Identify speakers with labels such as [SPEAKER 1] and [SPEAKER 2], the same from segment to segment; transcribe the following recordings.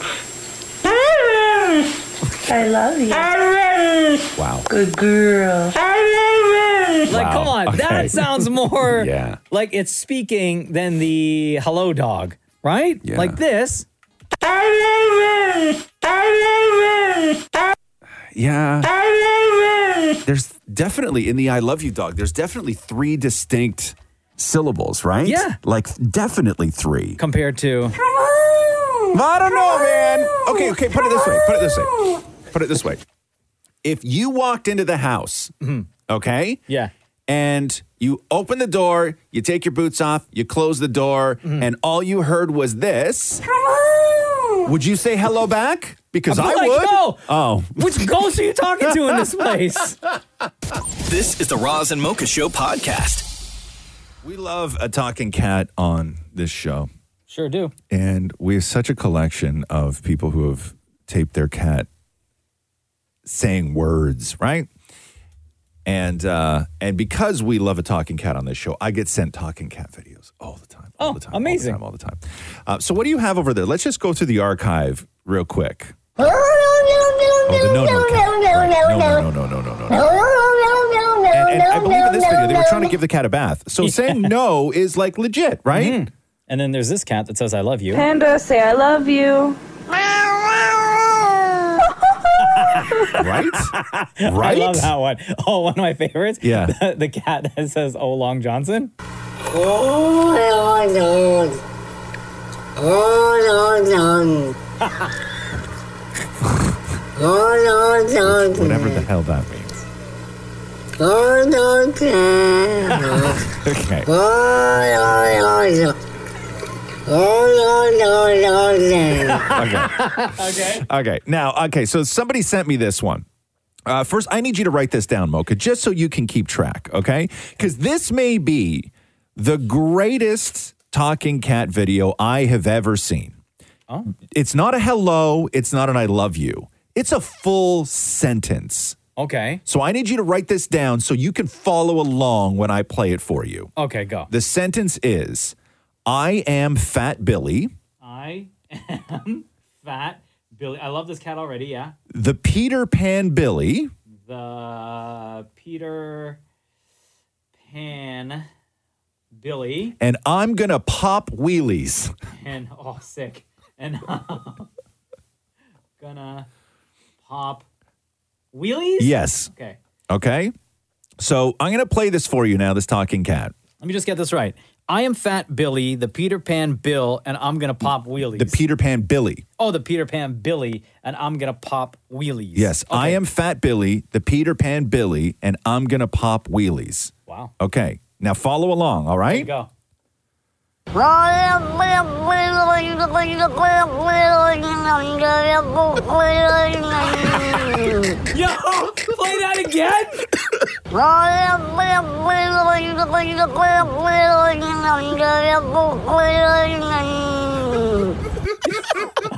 [SPEAKER 1] I love you.
[SPEAKER 2] Wow.
[SPEAKER 1] Good girl.
[SPEAKER 3] Like, come on,
[SPEAKER 2] Okay.
[SPEAKER 3] that sounds more
[SPEAKER 2] Yeah.
[SPEAKER 3] like it's speaking than the hello dog, right?
[SPEAKER 2] Yeah.
[SPEAKER 3] Like this.
[SPEAKER 2] Yeah. There's definitely in the I love you dog, there's definitely three distinct syllables, right?
[SPEAKER 3] Yeah.
[SPEAKER 2] Like definitely three.
[SPEAKER 3] Compared to
[SPEAKER 2] I don't know, man. Okay, okay, put it this way. Put it this way. Put it this way. If you walked into the house, okay?
[SPEAKER 3] Mm-hmm. yeah,
[SPEAKER 2] And you open the door, you take your boots off, you close the door,
[SPEAKER 3] Mm-hmm.
[SPEAKER 2] and all you heard was this. Would you say hello back? Because
[SPEAKER 3] I'd
[SPEAKER 2] I
[SPEAKER 3] be like,
[SPEAKER 2] would.
[SPEAKER 3] no.
[SPEAKER 2] Oh.
[SPEAKER 3] which ghost are you talking to in this place?
[SPEAKER 4] This is the Roz and Mocha Show podcast.
[SPEAKER 2] We love a talking cat on this show.
[SPEAKER 3] Sure do. Oh,
[SPEAKER 2] and we have such a collection of people who have taped their cat saying words, right? And uh, and because we love a talking cat on this show, I get sent talking cat videos all the time, all
[SPEAKER 3] Oh,
[SPEAKER 2] the time,
[SPEAKER 3] amazing.
[SPEAKER 2] all the time, all the time. Uh, so what do you have over there? Let's just go through the archive real quick. Oh, the no no cat. Right. No no no no no no. no. And, and I believe in this video they were trying to give the cat a bath. So saying no is like legit, right?
[SPEAKER 3] Mm-hmm. And then there's this cat that says "I love you."
[SPEAKER 1] Panda, say I love you.
[SPEAKER 2] Right?
[SPEAKER 3] I
[SPEAKER 2] right?
[SPEAKER 3] love that one. Oh, one of my favorites.
[SPEAKER 2] Yeah.
[SPEAKER 3] the, the cat that says "Oh, Long Johnson."
[SPEAKER 2] whatever the hell that means. okay. Okay. okay. Okay. Now, okay. So somebody sent me this one. Uh, first, I need you to write this down, Mocha, just so you can keep track, okay? Because this may be the greatest talking cat video I have ever seen.
[SPEAKER 3] Oh.
[SPEAKER 2] It's not a hello, it's not an I love you, it's a full sentence.
[SPEAKER 3] Okay.
[SPEAKER 2] So I need you to write this down so you can follow along when I play it for you.
[SPEAKER 3] Okay, go.
[SPEAKER 2] The sentence is I am Fat Billy.
[SPEAKER 3] I am fat Billy. I love this cat already. Yeah.
[SPEAKER 2] the Peter Pan Billy,
[SPEAKER 3] The uh, Peter Pan Billy
[SPEAKER 2] and I'm gonna pop wheelies.
[SPEAKER 3] and oh sick and uh, gonna pop wheelies.
[SPEAKER 2] Yes.
[SPEAKER 3] Okay.
[SPEAKER 2] Okay. So I'm gonna play this for you now. This talking cat,
[SPEAKER 3] Let me just get this right. I am Fat Billy, the Peter Pan Bill, and I'm gonna pop wheelies.
[SPEAKER 2] the Peter Pan Billy.
[SPEAKER 3] oh, the Peter Pan Billy, and I'm gonna pop wheelies.
[SPEAKER 2] Yes, I
[SPEAKER 3] Okay.
[SPEAKER 2] am Fat Billy, the Peter Pan Billy, and I'm gonna pop wheelies.
[SPEAKER 3] Wow.
[SPEAKER 2] Okay. Now follow along. All
[SPEAKER 3] There you
[SPEAKER 2] right.
[SPEAKER 3] go. Yo, play that again.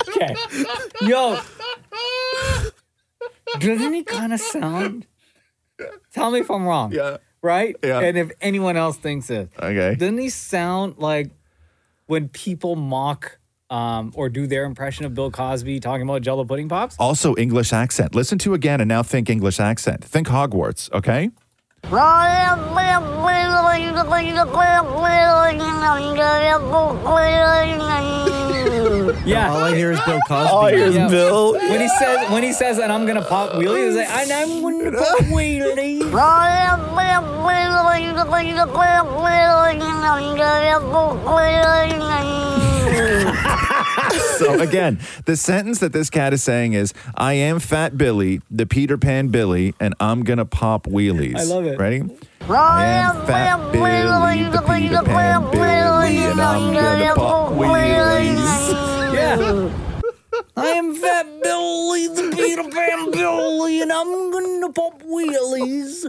[SPEAKER 3] Okay. Yo. Doesn't he kind of sound? Tell me if I'm wrong. Right?
[SPEAKER 2] Yeah.
[SPEAKER 3] And if anyone else thinks it.
[SPEAKER 2] Okay.
[SPEAKER 3] Doesn't he sound like when people mock um, or do their impression of Bill Cosby talking about Jello pudding pops?
[SPEAKER 2] Also English accent. Listen to again, and now think English accent. Think Hogwarts. Okay.
[SPEAKER 3] Yeah.
[SPEAKER 5] All I hear is Bill Cosby.
[SPEAKER 3] Yeah.
[SPEAKER 2] Bill.
[SPEAKER 3] When he says when he says and I'm gonna pop wheelies, he's like, and I'm gonna pop wheelies.
[SPEAKER 2] So again, the sentence that this cat is saying is, "I am Fat Billy, the Peter Pan Billy, and I'm gonna pop wheelies."
[SPEAKER 3] I love it.
[SPEAKER 2] Ready? I am Fat Billy, the Peter Pan Billy, and I'm gonna pop wheelies.
[SPEAKER 3] Yeah. I am Fat Billy, the Peter Pan Billy, and I'm gonna pop wheelies.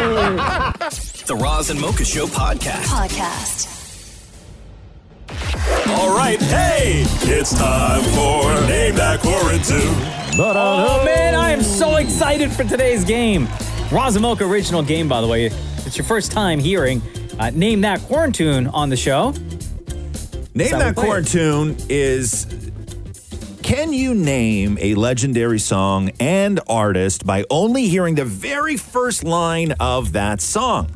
[SPEAKER 6] The Roz and Mocha Show podcast.
[SPEAKER 7] Podcast.
[SPEAKER 6] All right, hey, it's time for Name That Quarantine.
[SPEAKER 3] Oh man, I am so excited for today's game. Razamoka original game, by the way. If It's your first time hearing uh, Name That Quarantine on the show.
[SPEAKER 2] Name
[SPEAKER 3] Sound player.
[SPEAKER 2] that quarantine is. Can you name a legendary song and artist by only hearing the very first line of that song?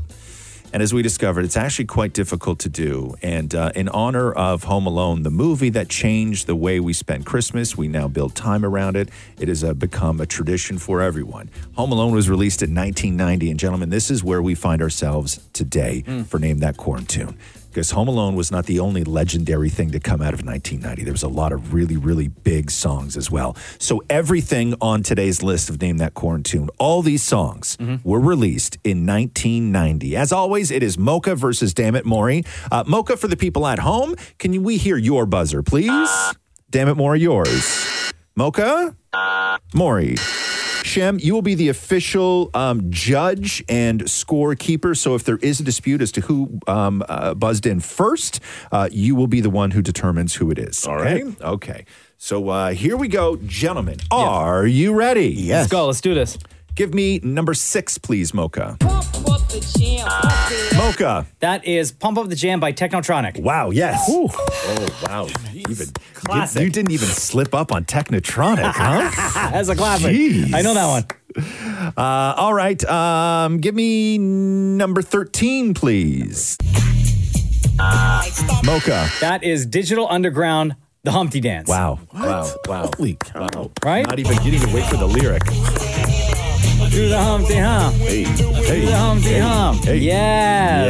[SPEAKER 2] And as we discovered, it's actually quite difficult to do. And uh, in honor of Home Alone, the movie that changed the way we spend Christmas, we now build time around it. It has uh, become a tradition for everyone. Home Alone was released in 1990. And gentlemen, this is where we find ourselves today for Name That Quarantine. Because Home Alone was not the only legendary thing to come out of 1990. There was a lot of really, really big songs as well. So, everything on today's list of Name That Quarantine, all these songs were released in 1990. As always, it is Mocha versus Damn It Maury. Uh, Mocha, for the people at home, can we hear your buzzer, please? Damn It Maury, yours. Mocha? Maury. Shem, you will be the official um, judge and scorekeeper. So if there is a dispute as to who um, uh, buzzed in first, uh, you will be the one who determines who it is. All right. Okay. So uh, here we go, gentlemen. Are you ready?
[SPEAKER 5] Yes.
[SPEAKER 3] Let's go, let's do this.
[SPEAKER 2] Give me number six, please, Mocha. Mocha.
[SPEAKER 3] That is Pump Up the Jam by Technotronic.
[SPEAKER 2] Wow. Yes. Oh, wow. Even
[SPEAKER 3] Classic.
[SPEAKER 2] You, you didn't even slip up on Technotronic, huh?
[SPEAKER 3] That's a classic.
[SPEAKER 2] Jeez.
[SPEAKER 3] I know that one.
[SPEAKER 2] Uh, all right. Um, give me number 13, please. Mocha.
[SPEAKER 3] That is Digital Underground, The Humpty Dance.
[SPEAKER 2] Wow. Wow. Wow. Holy cow.
[SPEAKER 3] Right?
[SPEAKER 2] Not even getting to wait for the lyric.
[SPEAKER 3] Do the Humpty Hump.
[SPEAKER 2] Hey.
[SPEAKER 3] Do the
[SPEAKER 2] Hey.
[SPEAKER 3] Humpty Hump.
[SPEAKER 2] Hey.
[SPEAKER 3] Yes.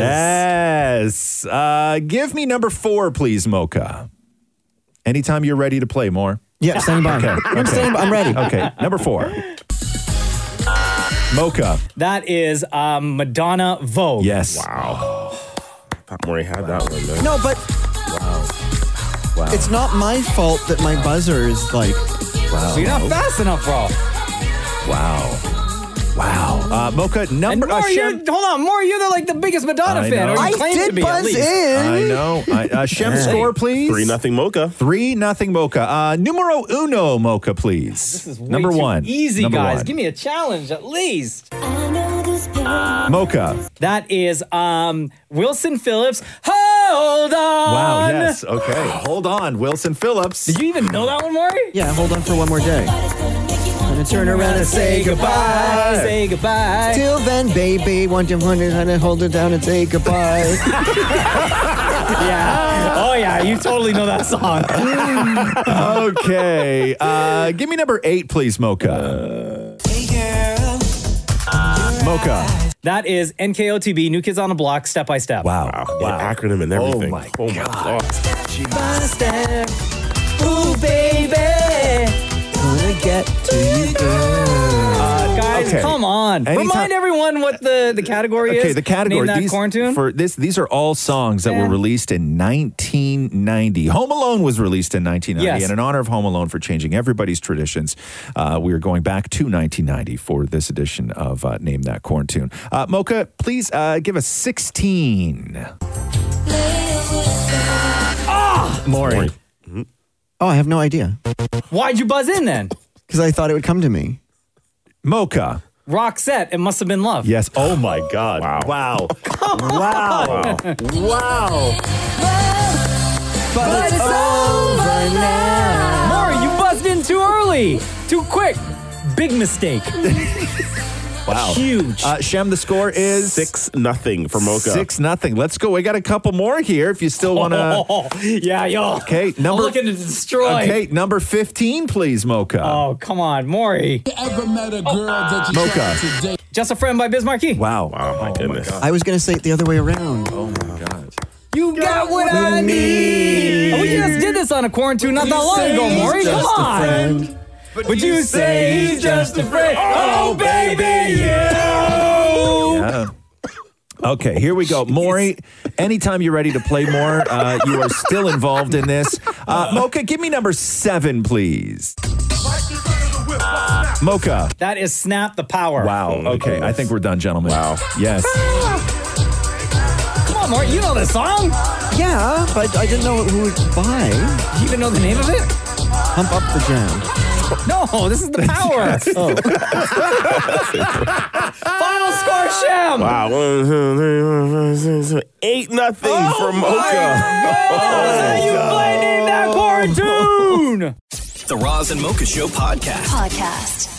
[SPEAKER 2] Yes. Uh, give me number four, please, Mocha. Anytime you're ready to play more.
[SPEAKER 5] Yeah, standing by.
[SPEAKER 2] Okay.
[SPEAKER 5] I'm standing by. I'm ready.
[SPEAKER 2] Okay. Number four. Mocha.
[SPEAKER 3] That is um, Madonna Vogue.
[SPEAKER 2] Yes.
[SPEAKER 8] Wow. Pop Murray had that one, man.
[SPEAKER 5] No, but
[SPEAKER 8] Wow. Wow.
[SPEAKER 5] it's not my fault that my buzzer is like.
[SPEAKER 2] Wow.
[SPEAKER 3] So you're not fast enough, bro.
[SPEAKER 2] Wow. Wow. Uh, Mocha
[SPEAKER 3] And
[SPEAKER 2] number.
[SPEAKER 3] more,
[SPEAKER 2] uh,
[SPEAKER 3] you're
[SPEAKER 2] Shem,
[SPEAKER 3] hold on, more, you're the, like the biggest Madonna
[SPEAKER 2] I
[SPEAKER 3] fan,
[SPEAKER 2] know.
[SPEAKER 3] or you
[SPEAKER 2] I
[SPEAKER 3] claim to be at least.
[SPEAKER 2] I know. I, uh, Shem score, please.
[SPEAKER 8] Three nothing Mocha.
[SPEAKER 2] Three nothing Mocha. Uh, numero uno Mocha, please.
[SPEAKER 3] This is way
[SPEAKER 2] number
[SPEAKER 3] too
[SPEAKER 2] one.
[SPEAKER 3] Easy,
[SPEAKER 2] Number
[SPEAKER 3] guys.
[SPEAKER 2] one.
[SPEAKER 3] Give me a challenge at least.
[SPEAKER 2] Mocha.
[SPEAKER 3] That is um, Wilson Phillips. Hold on.
[SPEAKER 2] Wow. Yes. Okay. Hold on, Wilson Phillips.
[SPEAKER 3] Did you even know that one, Maury?
[SPEAKER 5] Yeah, hold on for one more day. I'm gonna turn around and say goodbye.
[SPEAKER 3] Bye. Say goodbye.
[SPEAKER 5] Till then, baby, want to wonder how to hold it down and say goodbye.
[SPEAKER 3] Yeah. Oh yeah, you totally know that song.
[SPEAKER 2] okay. Uh, give me number eight, please, Mocha.
[SPEAKER 3] Uh,
[SPEAKER 2] Mocha.
[SPEAKER 3] that is NKOTB, New Kids on the Block, Step by Step.
[SPEAKER 2] Wow. Oh,
[SPEAKER 8] Wow. Wow. An acronym and everything.
[SPEAKER 2] my
[SPEAKER 8] God.
[SPEAKER 3] Step. Ooh, baby.
[SPEAKER 5] Gonna get to you, girl.
[SPEAKER 3] Uh, guys,
[SPEAKER 2] Okay.
[SPEAKER 3] come on.
[SPEAKER 2] Anytime-
[SPEAKER 3] Remind everyone what the, the category is.
[SPEAKER 2] Okay, the
[SPEAKER 3] Name
[SPEAKER 2] category.
[SPEAKER 3] that
[SPEAKER 2] these,
[SPEAKER 3] corn tune.
[SPEAKER 2] For this, these are all songs that
[SPEAKER 3] Yeah.
[SPEAKER 2] were released in 1990. Home Alone was released in 1990,
[SPEAKER 3] Yes.
[SPEAKER 2] and in honor of Home Alone for changing everybody's traditions, uh, we are going back to 1990 for this edition of uh, Name That Corn Tune. Uh, Mocha, please uh, give us 16. Ah, Maury.
[SPEAKER 5] Oh, I have no idea.
[SPEAKER 3] Why'd you buzz in then?
[SPEAKER 5] Because I thought it would come to me.
[SPEAKER 2] Mocha.
[SPEAKER 3] Roxette, it must have been love.
[SPEAKER 2] Yes. Oh my God.
[SPEAKER 8] Wow.
[SPEAKER 2] Wow. wow.
[SPEAKER 3] But it's over now. Maury, you buzzed in too early, too quick. Big mistake.
[SPEAKER 2] Wow.
[SPEAKER 3] Huge.
[SPEAKER 2] Uh, Shem, the score is
[SPEAKER 8] Six nothing for Mocha.
[SPEAKER 2] Six nothing. Let's go. We got a couple more here. If you still want to. uh,
[SPEAKER 3] oh, yeah, yo.
[SPEAKER 2] Okay,
[SPEAKER 3] I'm
[SPEAKER 2] number-
[SPEAKER 3] looking to destroy.
[SPEAKER 2] Okay, number fifteen, please, Mocha.
[SPEAKER 3] Oh, come on, Maury.
[SPEAKER 2] Oh, Mocha.
[SPEAKER 3] Just a friend by Biz Markie.
[SPEAKER 2] Wow.
[SPEAKER 8] Wow, my goodness.
[SPEAKER 5] Oh,
[SPEAKER 8] Oh,
[SPEAKER 5] I was gonna say it the other way around.
[SPEAKER 3] You got what I need. We just did this on a quarantine not that long ago, Maury. Come on. Would you say he's just a friend? Oh, baby, you.
[SPEAKER 2] Yeah. Okay, here we go. Maury, anytime you're ready to play more, uh, you are still involved in this. Uh, Mocha, give me number seven, please. Mocha.
[SPEAKER 3] That is Snap the Power.
[SPEAKER 2] Wow. Okay, I think we're done, gentlemen. Wow. Yes.
[SPEAKER 3] Come on, Maury. You know this song.
[SPEAKER 5] Yeah, but I didn't know who it was by.
[SPEAKER 3] Do you even know the name of it?
[SPEAKER 5] Pump up the jam.
[SPEAKER 3] No, this is the power.
[SPEAKER 5] Oh.
[SPEAKER 3] Final score, Shem.
[SPEAKER 8] Wow. One, two, three, four, five, six, seven, Eight nothing
[SPEAKER 3] Oh,
[SPEAKER 8] for Mocha.
[SPEAKER 3] That's how you play Name That Quarantine.
[SPEAKER 4] The Roz and Mocha Show podcast.
[SPEAKER 9] Podcast.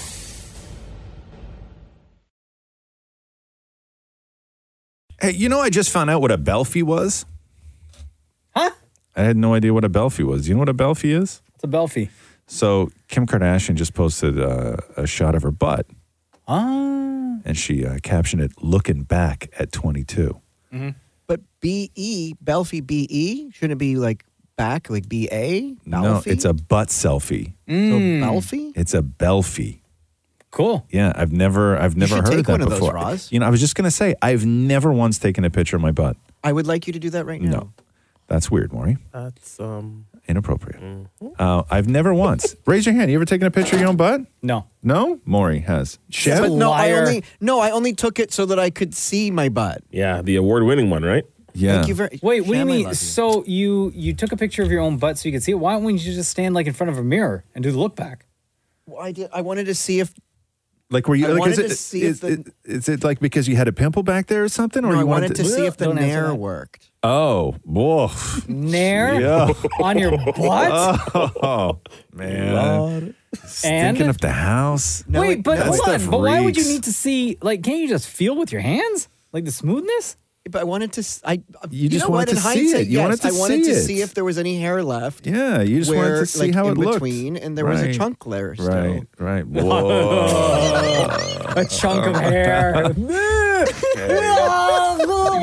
[SPEAKER 2] Hey, you know, I just found out what a belfie was. Huh? I had no idea what a belfie was. You know what a belfie is?
[SPEAKER 3] It's a Belfie.
[SPEAKER 2] So Kim Kardashian just posted uh, a shot of her butt,
[SPEAKER 3] Ah.
[SPEAKER 2] and she uh, captioned it "Looking back at 22."
[SPEAKER 8] Mm-hmm.
[SPEAKER 5] But B E Belfie B E shouldn't it be like back like B A?
[SPEAKER 2] No, it's a butt selfie.
[SPEAKER 5] so Belfie.
[SPEAKER 2] It's a belfie.
[SPEAKER 3] Mm. Cool.
[SPEAKER 2] Yeah, I've never, I've never
[SPEAKER 5] should
[SPEAKER 2] heard
[SPEAKER 5] take
[SPEAKER 2] that
[SPEAKER 5] one of those,
[SPEAKER 2] before.
[SPEAKER 5] Roz.
[SPEAKER 2] You know, I was just gonna say I've never once taken a picture of my butt.
[SPEAKER 5] I would like you to do that right now.
[SPEAKER 2] No, that's weird, Maury.
[SPEAKER 8] That's um. mm.
[SPEAKER 2] Inappropriate. Uh, I've never once. Raise your hand. You ever taken a picture of your own butt?
[SPEAKER 3] No.
[SPEAKER 2] No, Maury has. Shit.
[SPEAKER 5] But no, I
[SPEAKER 3] Liar.
[SPEAKER 5] only no, I only took it so that I could see my butt.
[SPEAKER 8] Yeah, the award-winning one, right?
[SPEAKER 2] Yeah.
[SPEAKER 5] Thank you very.
[SPEAKER 3] Wait, what do you
[SPEAKER 5] Sham, I
[SPEAKER 3] mean?
[SPEAKER 5] love
[SPEAKER 3] So you you took a picture of your own butt so you could see it? Why wouldn't you just stand like in front of a mirror and do the look back?
[SPEAKER 5] Well, I did. I wanted to see if
[SPEAKER 2] Like were you?
[SPEAKER 5] I
[SPEAKER 2] like,
[SPEAKER 5] wanted
[SPEAKER 2] is it,
[SPEAKER 5] to see
[SPEAKER 2] is,
[SPEAKER 5] if the-
[SPEAKER 2] it- is it like because you had a pimple back there or something? Or
[SPEAKER 5] no,
[SPEAKER 2] you
[SPEAKER 5] I wanted to, see if the
[SPEAKER 3] Don't answer
[SPEAKER 5] nair
[SPEAKER 3] that.
[SPEAKER 5] worked.
[SPEAKER 2] Oh, woof.
[SPEAKER 3] Nair on your butt?
[SPEAKER 2] oh man, stinking
[SPEAKER 3] And-
[SPEAKER 2] up the house.
[SPEAKER 5] No,
[SPEAKER 3] Wait,
[SPEAKER 5] it-
[SPEAKER 3] but
[SPEAKER 5] no,
[SPEAKER 2] that
[SPEAKER 3] hold on.
[SPEAKER 2] stuff
[SPEAKER 3] But why would you
[SPEAKER 2] reeks.
[SPEAKER 3] need to see? Like, can't you just feel with your hands? Like the smoothness?
[SPEAKER 5] But I wanted to. s- I
[SPEAKER 2] You
[SPEAKER 5] you
[SPEAKER 2] just
[SPEAKER 5] know what?
[SPEAKER 2] wanted
[SPEAKER 5] In
[SPEAKER 2] to see
[SPEAKER 5] hindsight,
[SPEAKER 2] it. You
[SPEAKER 5] yes,
[SPEAKER 2] wanted to
[SPEAKER 5] I wanted
[SPEAKER 2] see
[SPEAKER 5] to
[SPEAKER 2] it.
[SPEAKER 5] see if there was any hair left.
[SPEAKER 2] Yeah, you just
[SPEAKER 5] where,
[SPEAKER 2] wanted to see
[SPEAKER 5] like,
[SPEAKER 2] how
[SPEAKER 5] in
[SPEAKER 2] it looked.
[SPEAKER 5] between, and there was a
[SPEAKER 2] Right.
[SPEAKER 5] chunk there. Still.
[SPEAKER 2] Right, right. Whoa.
[SPEAKER 3] A chunk of hair.
[SPEAKER 2] you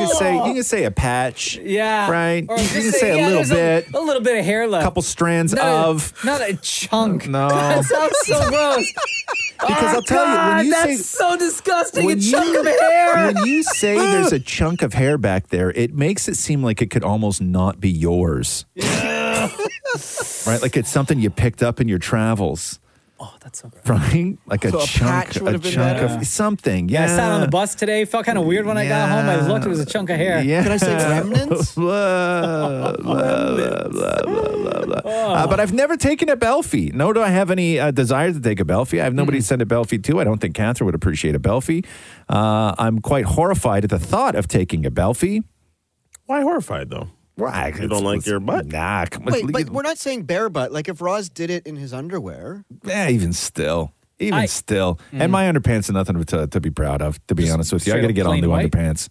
[SPEAKER 2] can say you can say a patch.
[SPEAKER 3] Oh. Yeah.
[SPEAKER 2] Right.
[SPEAKER 3] Or
[SPEAKER 2] you
[SPEAKER 3] just
[SPEAKER 2] can say a
[SPEAKER 3] yeah,
[SPEAKER 2] little
[SPEAKER 3] there's
[SPEAKER 2] bit,
[SPEAKER 3] A, a little bit of hair left.
[SPEAKER 2] couple strands
[SPEAKER 3] not
[SPEAKER 2] of.
[SPEAKER 3] A, not a chunk.
[SPEAKER 2] No.
[SPEAKER 3] That sounds so gross.
[SPEAKER 2] Oh. Because I'll tell you, when you
[SPEAKER 10] Oh, that's
[SPEAKER 2] say
[SPEAKER 10] so disgusting. A
[SPEAKER 2] when
[SPEAKER 10] chunk
[SPEAKER 2] you-
[SPEAKER 10] of hair.
[SPEAKER 2] When you say there's a chunk of hair back there, it makes it seem like it could almost not be yours. right? Like it's something you picked up in your travels.
[SPEAKER 10] Oh, that's so gross.
[SPEAKER 2] Right? Like a
[SPEAKER 5] So a
[SPEAKER 2] chunk,
[SPEAKER 5] patch would
[SPEAKER 2] a,
[SPEAKER 5] have been
[SPEAKER 2] chunk
[SPEAKER 5] better?
[SPEAKER 2] of something. Yeah.
[SPEAKER 10] I sat on the bus today. Felt kind of weird when I got home. I looked. It was a chunk of hair.
[SPEAKER 2] Yeah.
[SPEAKER 5] Can I say remnants?
[SPEAKER 2] Blah, blah, blah, blah, blah,
[SPEAKER 8] Oh.
[SPEAKER 2] blah, blah. Uh, but I've never taken a Belfie. Nor do I have any uh, desire to take a Belfie. I have nobody
[SPEAKER 8] Mm.
[SPEAKER 2] to send a Belfie to. I don't think Catherine would appreciate a Belfie. Uh, I'm quite horrified at the thought of taking a Belfie.
[SPEAKER 8] Why horrified though?
[SPEAKER 2] Why?
[SPEAKER 8] You don't like your butt?
[SPEAKER 2] Nah. Come on,
[SPEAKER 5] Wait,
[SPEAKER 2] leave-
[SPEAKER 5] but we're not saying bare butt. Like if Roz did it in his underwear,
[SPEAKER 2] Yeah, even still. Even
[SPEAKER 10] I-
[SPEAKER 2] still.
[SPEAKER 8] Mm.
[SPEAKER 2] And my underpants are nothing to, to be proud of, to be honest with you. I
[SPEAKER 10] straight
[SPEAKER 2] got to
[SPEAKER 10] up
[SPEAKER 2] get on
[SPEAKER 10] plain
[SPEAKER 2] new
[SPEAKER 10] white?
[SPEAKER 2] underpants.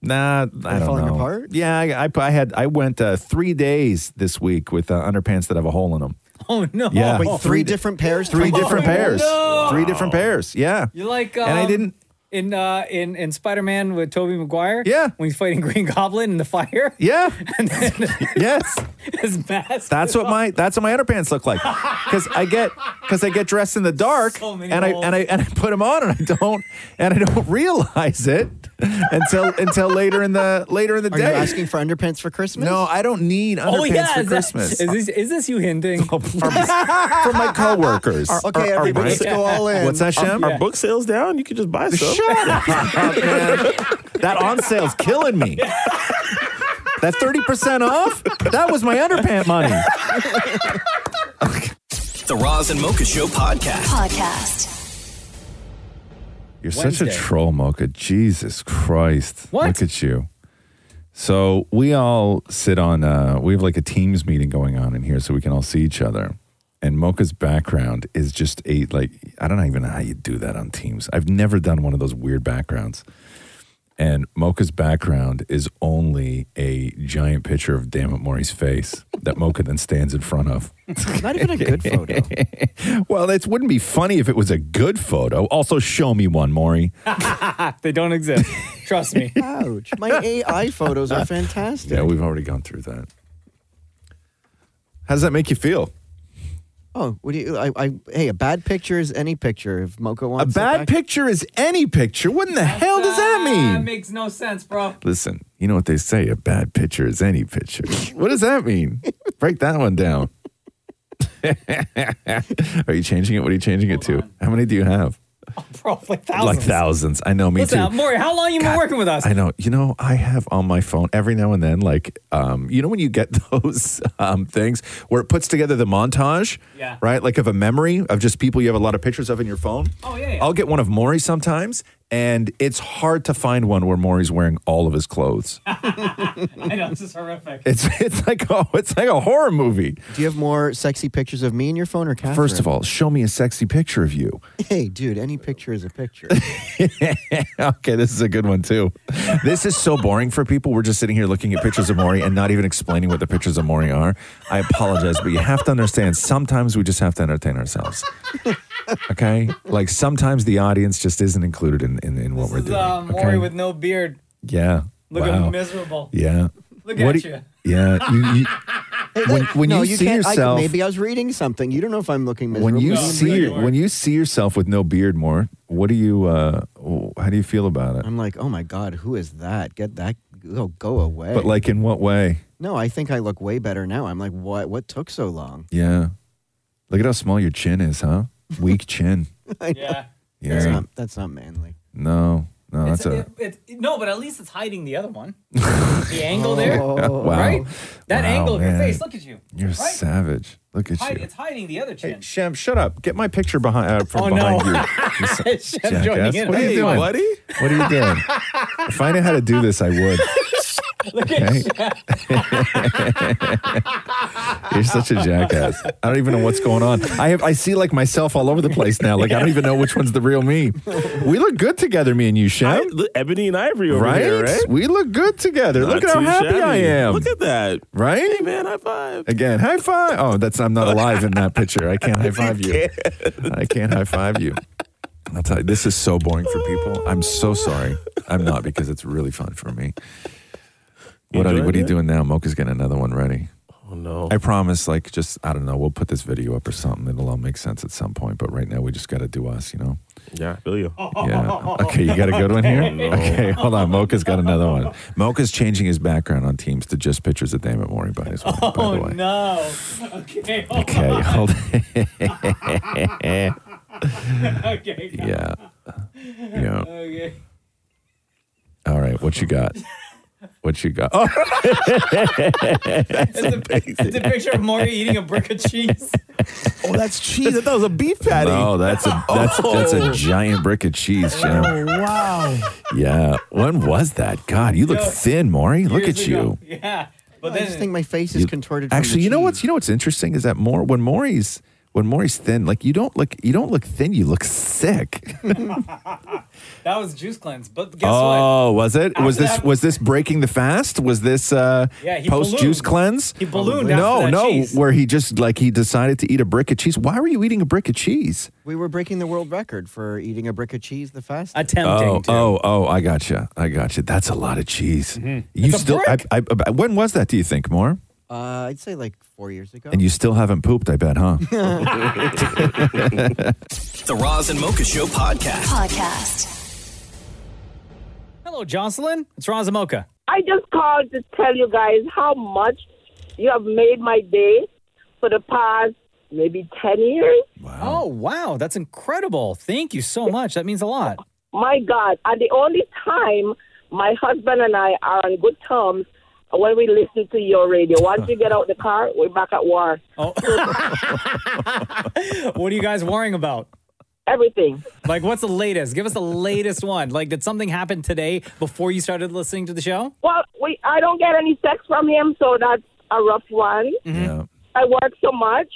[SPEAKER 2] Nah, I don't
[SPEAKER 5] falling
[SPEAKER 2] know.
[SPEAKER 5] apart?
[SPEAKER 2] Yeah, I, I, I had I went uh, three days this week with uh, underpants that have a hole in them.
[SPEAKER 10] Oh no.
[SPEAKER 2] Yeah.
[SPEAKER 5] wait, three different pairs,
[SPEAKER 2] Three different pairs.
[SPEAKER 10] Oh, no.
[SPEAKER 2] Three different pairs. Yeah.
[SPEAKER 10] You like? Um,
[SPEAKER 2] and I didn't.
[SPEAKER 10] in uh in in Spider Man with Tobey Maguire.
[SPEAKER 2] Yeah.
[SPEAKER 10] when he's fighting Green Goblin in the fire.
[SPEAKER 2] Yeah.
[SPEAKER 10] and then
[SPEAKER 2] yes.
[SPEAKER 10] his mask.
[SPEAKER 2] That's what my that's what my underpants look like. Because I get because I get dressed in the dark
[SPEAKER 10] So many
[SPEAKER 2] and I
[SPEAKER 10] holes.
[SPEAKER 2] and I and I put them on and I don't and I don't realize it until until later in the later in the
[SPEAKER 5] Are you
[SPEAKER 2] day.
[SPEAKER 5] asking for underpants for Christmas?
[SPEAKER 2] no, I don't need underpants
[SPEAKER 10] Oh yeah,
[SPEAKER 2] for
[SPEAKER 10] is, that-
[SPEAKER 2] Christmas. Oh,
[SPEAKER 10] is this is this you hinting?
[SPEAKER 2] from, from my coworkers.
[SPEAKER 5] Okay,
[SPEAKER 8] Are- are
[SPEAKER 5] everybody, let's
[SPEAKER 8] right?
[SPEAKER 5] go all in.
[SPEAKER 2] What's that, Shem?
[SPEAKER 8] Our book sales down. You could just buy some.
[SPEAKER 2] Shut up, man. That on sale's killing me. That 30% off? That was my underpant money.
[SPEAKER 6] The Roz and Mocha Show podcast.
[SPEAKER 11] Podcast.
[SPEAKER 2] You're such a
[SPEAKER 10] Wednesday.
[SPEAKER 2] troll, Mocha. Jesus Christ.
[SPEAKER 10] What?
[SPEAKER 2] Look at you. So we all sit on, uh, we have like a Teams meeting going on in here so we can all see each other. And Mocha's background is just a, like, I don't even know how you do that on Teams. I've never done one of those weird backgrounds. And Mocha's background is only a giant picture of Dammit Maury's face that Mocha then stands in front of.
[SPEAKER 5] Not even a good photo.
[SPEAKER 2] Well, it wouldn't be funny if it was a good photo. Also, show me one, Maury.
[SPEAKER 10] They don't exist. Trust me.
[SPEAKER 5] Ouch. My AI photos are fantastic.
[SPEAKER 2] Yeah, we've already gone through that. How does that make you feel?
[SPEAKER 5] Oh, what do you? I, I hey, a bad picture is any picture. If Mocha
[SPEAKER 2] A
[SPEAKER 5] wants it
[SPEAKER 2] bad
[SPEAKER 5] back-
[SPEAKER 2] picture is any picture. What in the hell does that
[SPEAKER 10] That
[SPEAKER 2] mean?
[SPEAKER 10] makes no sense, bro.
[SPEAKER 2] Listen, you know what they say a bad picture is any picture. what does that mean? Break that one down. are you changing it? What are you changing it to? How many do you have?
[SPEAKER 10] Bro, like thousands.
[SPEAKER 2] Like thousands. I know, me
[SPEAKER 10] Listen,
[SPEAKER 2] too.
[SPEAKER 10] uh, Maury, how long you been
[SPEAKER 2] God,
[SPEAKER 10] working with us?
[SPEAKER 2] I know. You know, I have on my phone every now and then, like, um, you know, when you get those um, things where it puts together the montage,
[SPEAKER 10] Yeah.
[SPEAKER 2] right? Like of a memory of just people you have a lot of pictures of in your phone.
[SPEAKER 10] Oh, yeah, yeah.
[SPEAKER 2] I'll get one of Maury sometimes, and it's hard to find one where Maury's wearing all of his clothes.
[SPEAKER 10] I know this is horrific.
[SPEAKER 2] it's it's like oh, it's like a horror movie.
[SPEAKER 5] Do you have more sexy pictures of me in your phone or Catherine?
[SPEAKER 2] First of all, show me a sexy picture of you.
[SPEAKER 5] hey, dude, any picture is a picture.
[SPEAKER 2] okay, this is a good one too. This is so boring for people. We're just sitting here looking at pictures of Maury and not even explaining what the pictures of Maury are. I apologize, but you have to understand sometimes we just have to entertain ourselves. Okay? Like sometimes the audience just isn't included in, in, in what
[SPEAKER 10] This
[SPEAKER 2] we're
[SPEAKER 10] is
[SPEAKER 2] doing.
[SPEAKER 10] uh, Maury
[SPEAKER 2] okay?
[SPEAKER 10] with no beard,
[SPEAKER 2] yeah.
[SPEAKER 10] looking
[SPEAKER 2] wow.
[SPEAKER 10] miserable.
[SPEAKER 2] Yeah.
[SPEAKER 10] Look
[SPEAKER 2] What
[SPEAKER 10] at
[SPEAKER 2] do-
[SPEAKER 10] you.
[SPEAKER 2] Yeah. You, you, when when
[SPEAKER 5] no,
[SPEAKER 2] you,
[SPEAKER 5] you
[SPEAKER 2] see
[SPEAKER 5] can't.
[SPEAKER 2] yourself
[SPEAKER 5] I, maybe I was reading something. You don't know if I'm looking miserable.
[SPEAKER 2] when you
[SPEAKER 10] No,
[SPEAKER 2] see
[SPEAKER 10] no, you
[SPEAKER 2] your-
[SPEAKER 10] aren't.
[SPEAKER 2] when you see yourself with no beard more, what do you uh how do you feel about it?
[SPEAKER 5] I'm like, oh my god, who is that? Get that. Oh, go away.
[SPEAKER 2] But like in what way?
[SPEAKER 5] no, I think I look way better now. I'm like, what? What took so long?
[SPEAKER 2] Yeah. Look at how small your chin is, huh? Weak chin.
[SPEAKER 10] Yeah.
[SPEAKER 5] That's
[SPEAKER 2] Yeah.
[SPEAKER 5] not. That's not manly.
[SPEAKER 2] No. No, that's
[SPEAKER 10] It's,
[SPEAKER 2] a
[SPEAKER 10] it, it, no, but at least it's hiding the other one. the angle there,
[SPEAKER 2] Oh, wow.
[SPEAKER 10] right? That
[SPEAKER 2] Wow,
[SPEAKER 10] angle of your
[SPEAKER 2] man.
[SPEAKER 10] face. Look at you.
[SPEAKER 2] You're
[SPEAKER 10] right?
[SPEAKER 2] savage. Look at
[SPEAKER 10] Hide,
[SPEAKER 2] you.
[SPEAKER 10] it's hiding the other
[SPEAKER 2] Hey,
[SPEAKER 10] chin.
[SPEAKER 2] Shem, shut up. Get my picture behind uh, from
[SPEAKER 10] Oh,
[SPEAKER 2] behind
[SPEAKER 10] no.
[SPEAKER 2] you. you. s-
[SPEAKER 10] Shem joining
[SPEAKER 2] jackass.
[SPEAKER 10] in.
[SPEAKER 2] What are you
[SPEAKER 10] Hey,
[SPEAKER 2] doing?
[SPEAKER 8] buddy.
[SPEAKER 2] What are you doing? if I knew how to do this, I would.
[SPEAKER 10] Look at
[SPEAKER 2] Hey. You're such a jackass. I don't even know what's going on. I have I see like myself all over the place now. Like I don't even know which one's the real me. We look good together, me and you, Shem.
[SPEAKER 8] I, look, Ebony and Ivory over
[SPEAKER 2] right?
[SPEAKER 8] here, right?
[SPEAKER 2] We look good together.
[SPEAKER 8] Not
[SPEAKER 2] look at how
[SPEAKER 8] too
[SPEAKER 2] happy
[SPEAKER 8] shabby.
[SPEAKER 2] I am.
[SPEAKER 8] Look at that.
[SPEAKER 2] right?
[SPEAKER 8] Hey, man, high five.
[SPEAKER 2] Again, high five. Oh, that's I'm not alive in that picture. I can't high five you. I can't high five you. I'll tell you, this is so boring for people. I'm so sorry. I'm not because it's really fun for me. What are,
[SPEAKER 8] enjoyed
[SPEAKER 2] what are you
[SPEAKER 8] it?
[SPEAKER 2] doing now? Mocha's getting another one ready.
[SPEAKER 8] Oh no.
[SPEAKER 2] I promise, like, just, I don't know, we'll put this video up or something. It'll all make sense at some point. But right now, we just got to do us, you know?
[SPEAKER 8] Yeah, I feel you.
[SPEAKER 2] Yeah. Okay, you got a good one here? Okay, hold on. Mocha's got another one. Mocha's changing his background on Teams to just pictures of Damon Mori by his way, by the way.
[SPEAKER 3] Oh, no. Okay.
[SPEAKER 2] Okay, hold
[SPEAKER 3] Okay.
[SPEAKER 2] Yeah. Yeah.
[SPEAKER 3] Okay.
[SPEAKER 2] All right, what you got? What you got? Oh,
[SPEAKER 3] It's a, it's a picture of Maury eating a brick of cheese.
[SPEAKER 8] Oh, that's cheese. I thought it was a beef patty.
[SPEAKER 2] no, that's a that's that's
[SPEAKER 3] Oh.
[SPEAKER 2] a giant brick of cheese, Jim.
[SPEAKER 5] wow.
[SPEAKER 2] Yeah. When was that? God, you look
[SPEAKER 3] Yo,
[SPEAKER 2] thin, Maury. Look
[SPEAKER 3] Years
[SPEAKER 2] at
[SPEAKER 3] ago.
[SPEAKER 2] you.
[SPEAKER 3] Yeah. But
[SPEAKER 5] I
[SPEAKER 3] then,
[SPEAKER 5] just think my face is contorted. from
[SPEAKER 2] Actually,
[SPEAKER 5] the
[SPEAKER 2] you know
[SPEAKER 5] cheese.
[SPEAKER 2] what's you know what's interesting is that more when Maury's when Maury's thin, like you don't look you don't look thin, you look sick.
[SPEAKER 3] that was juice cleanse. But guess what?
[SPEAKER 2] oh, was it? was
[SPEAKER 3] After
[SPEAKER 2] this
[SPEAKER 3] that-
[SPEAKER 2] was this breaking the fast? Was this uh
[SPEAKER 3] Yeah, he
[SPEAKER 2] post juice
[SPEAKER 3] ballooned.
[SPEAKER 2] cleanse?
[SPEAKER 3] He ballooned
[SPEAKER 2] No,
[SPEAKER 3] after that
[SPEAKER 2] no,
[SPEAKER 3] cheese.
[SPEAKER 2] where he just like he decided to eat a brick of cheese. Why were you eating a brick of cheese?
[SPEAKER 5] We were breaking the world record for eating a brick of cheese the fastest.
[SPEAKER 3] Attempting
[SPEAKER 2] Oh,
[SPEAKER 3] to.
[SPEAKER 2] oh, oh! I gotcha, I gotcha. That's a lot of cheese. You
[SPEAKER 3] It's Mm-hmm. a
[SPEAKER 2] still? I,
[SPEAKER 3] brick.
[SPEAKER 2] I, I- when was that? Do you think more?
[SPEAKER 5] Uh, I'd say like four years ago.
[SPEAKER 2] And you still haven't pooped, I bet, huh?
[SPEAKER 4] The Roz and Mocha Show podcast.
[SPEAKER 12] Podcast.
[SPEAKER 3] Hello, Jocelyn. It's Razamoka.
[SPEAKER 13] I just called to tell you guys how much you have made my day for the past maybe 10 years.
[SPEAKER 3] Oh, wow. That's incredible. Thank you so much. That means a lot.
[SPEAKER 13] My God. And the only time my husband and I are on good terms when we listen to your radio. Once we get out the car, we're back at war.
[SPEAKER 3] Oh. what are you guys worrying about?
[SPEAKER 13] Everything.
[SPEAKER 3] Like, what's the latest? Give us the latest one. Like, did something happen today before you started listening to the show?
[SPEAKER 13] Well, we I don't get any sex from him, so that's a rough one.
[SPEAKER 3] Mm-hmm.
[SPEAKER 2] yeah,
[SPEAKER 13] I work so much,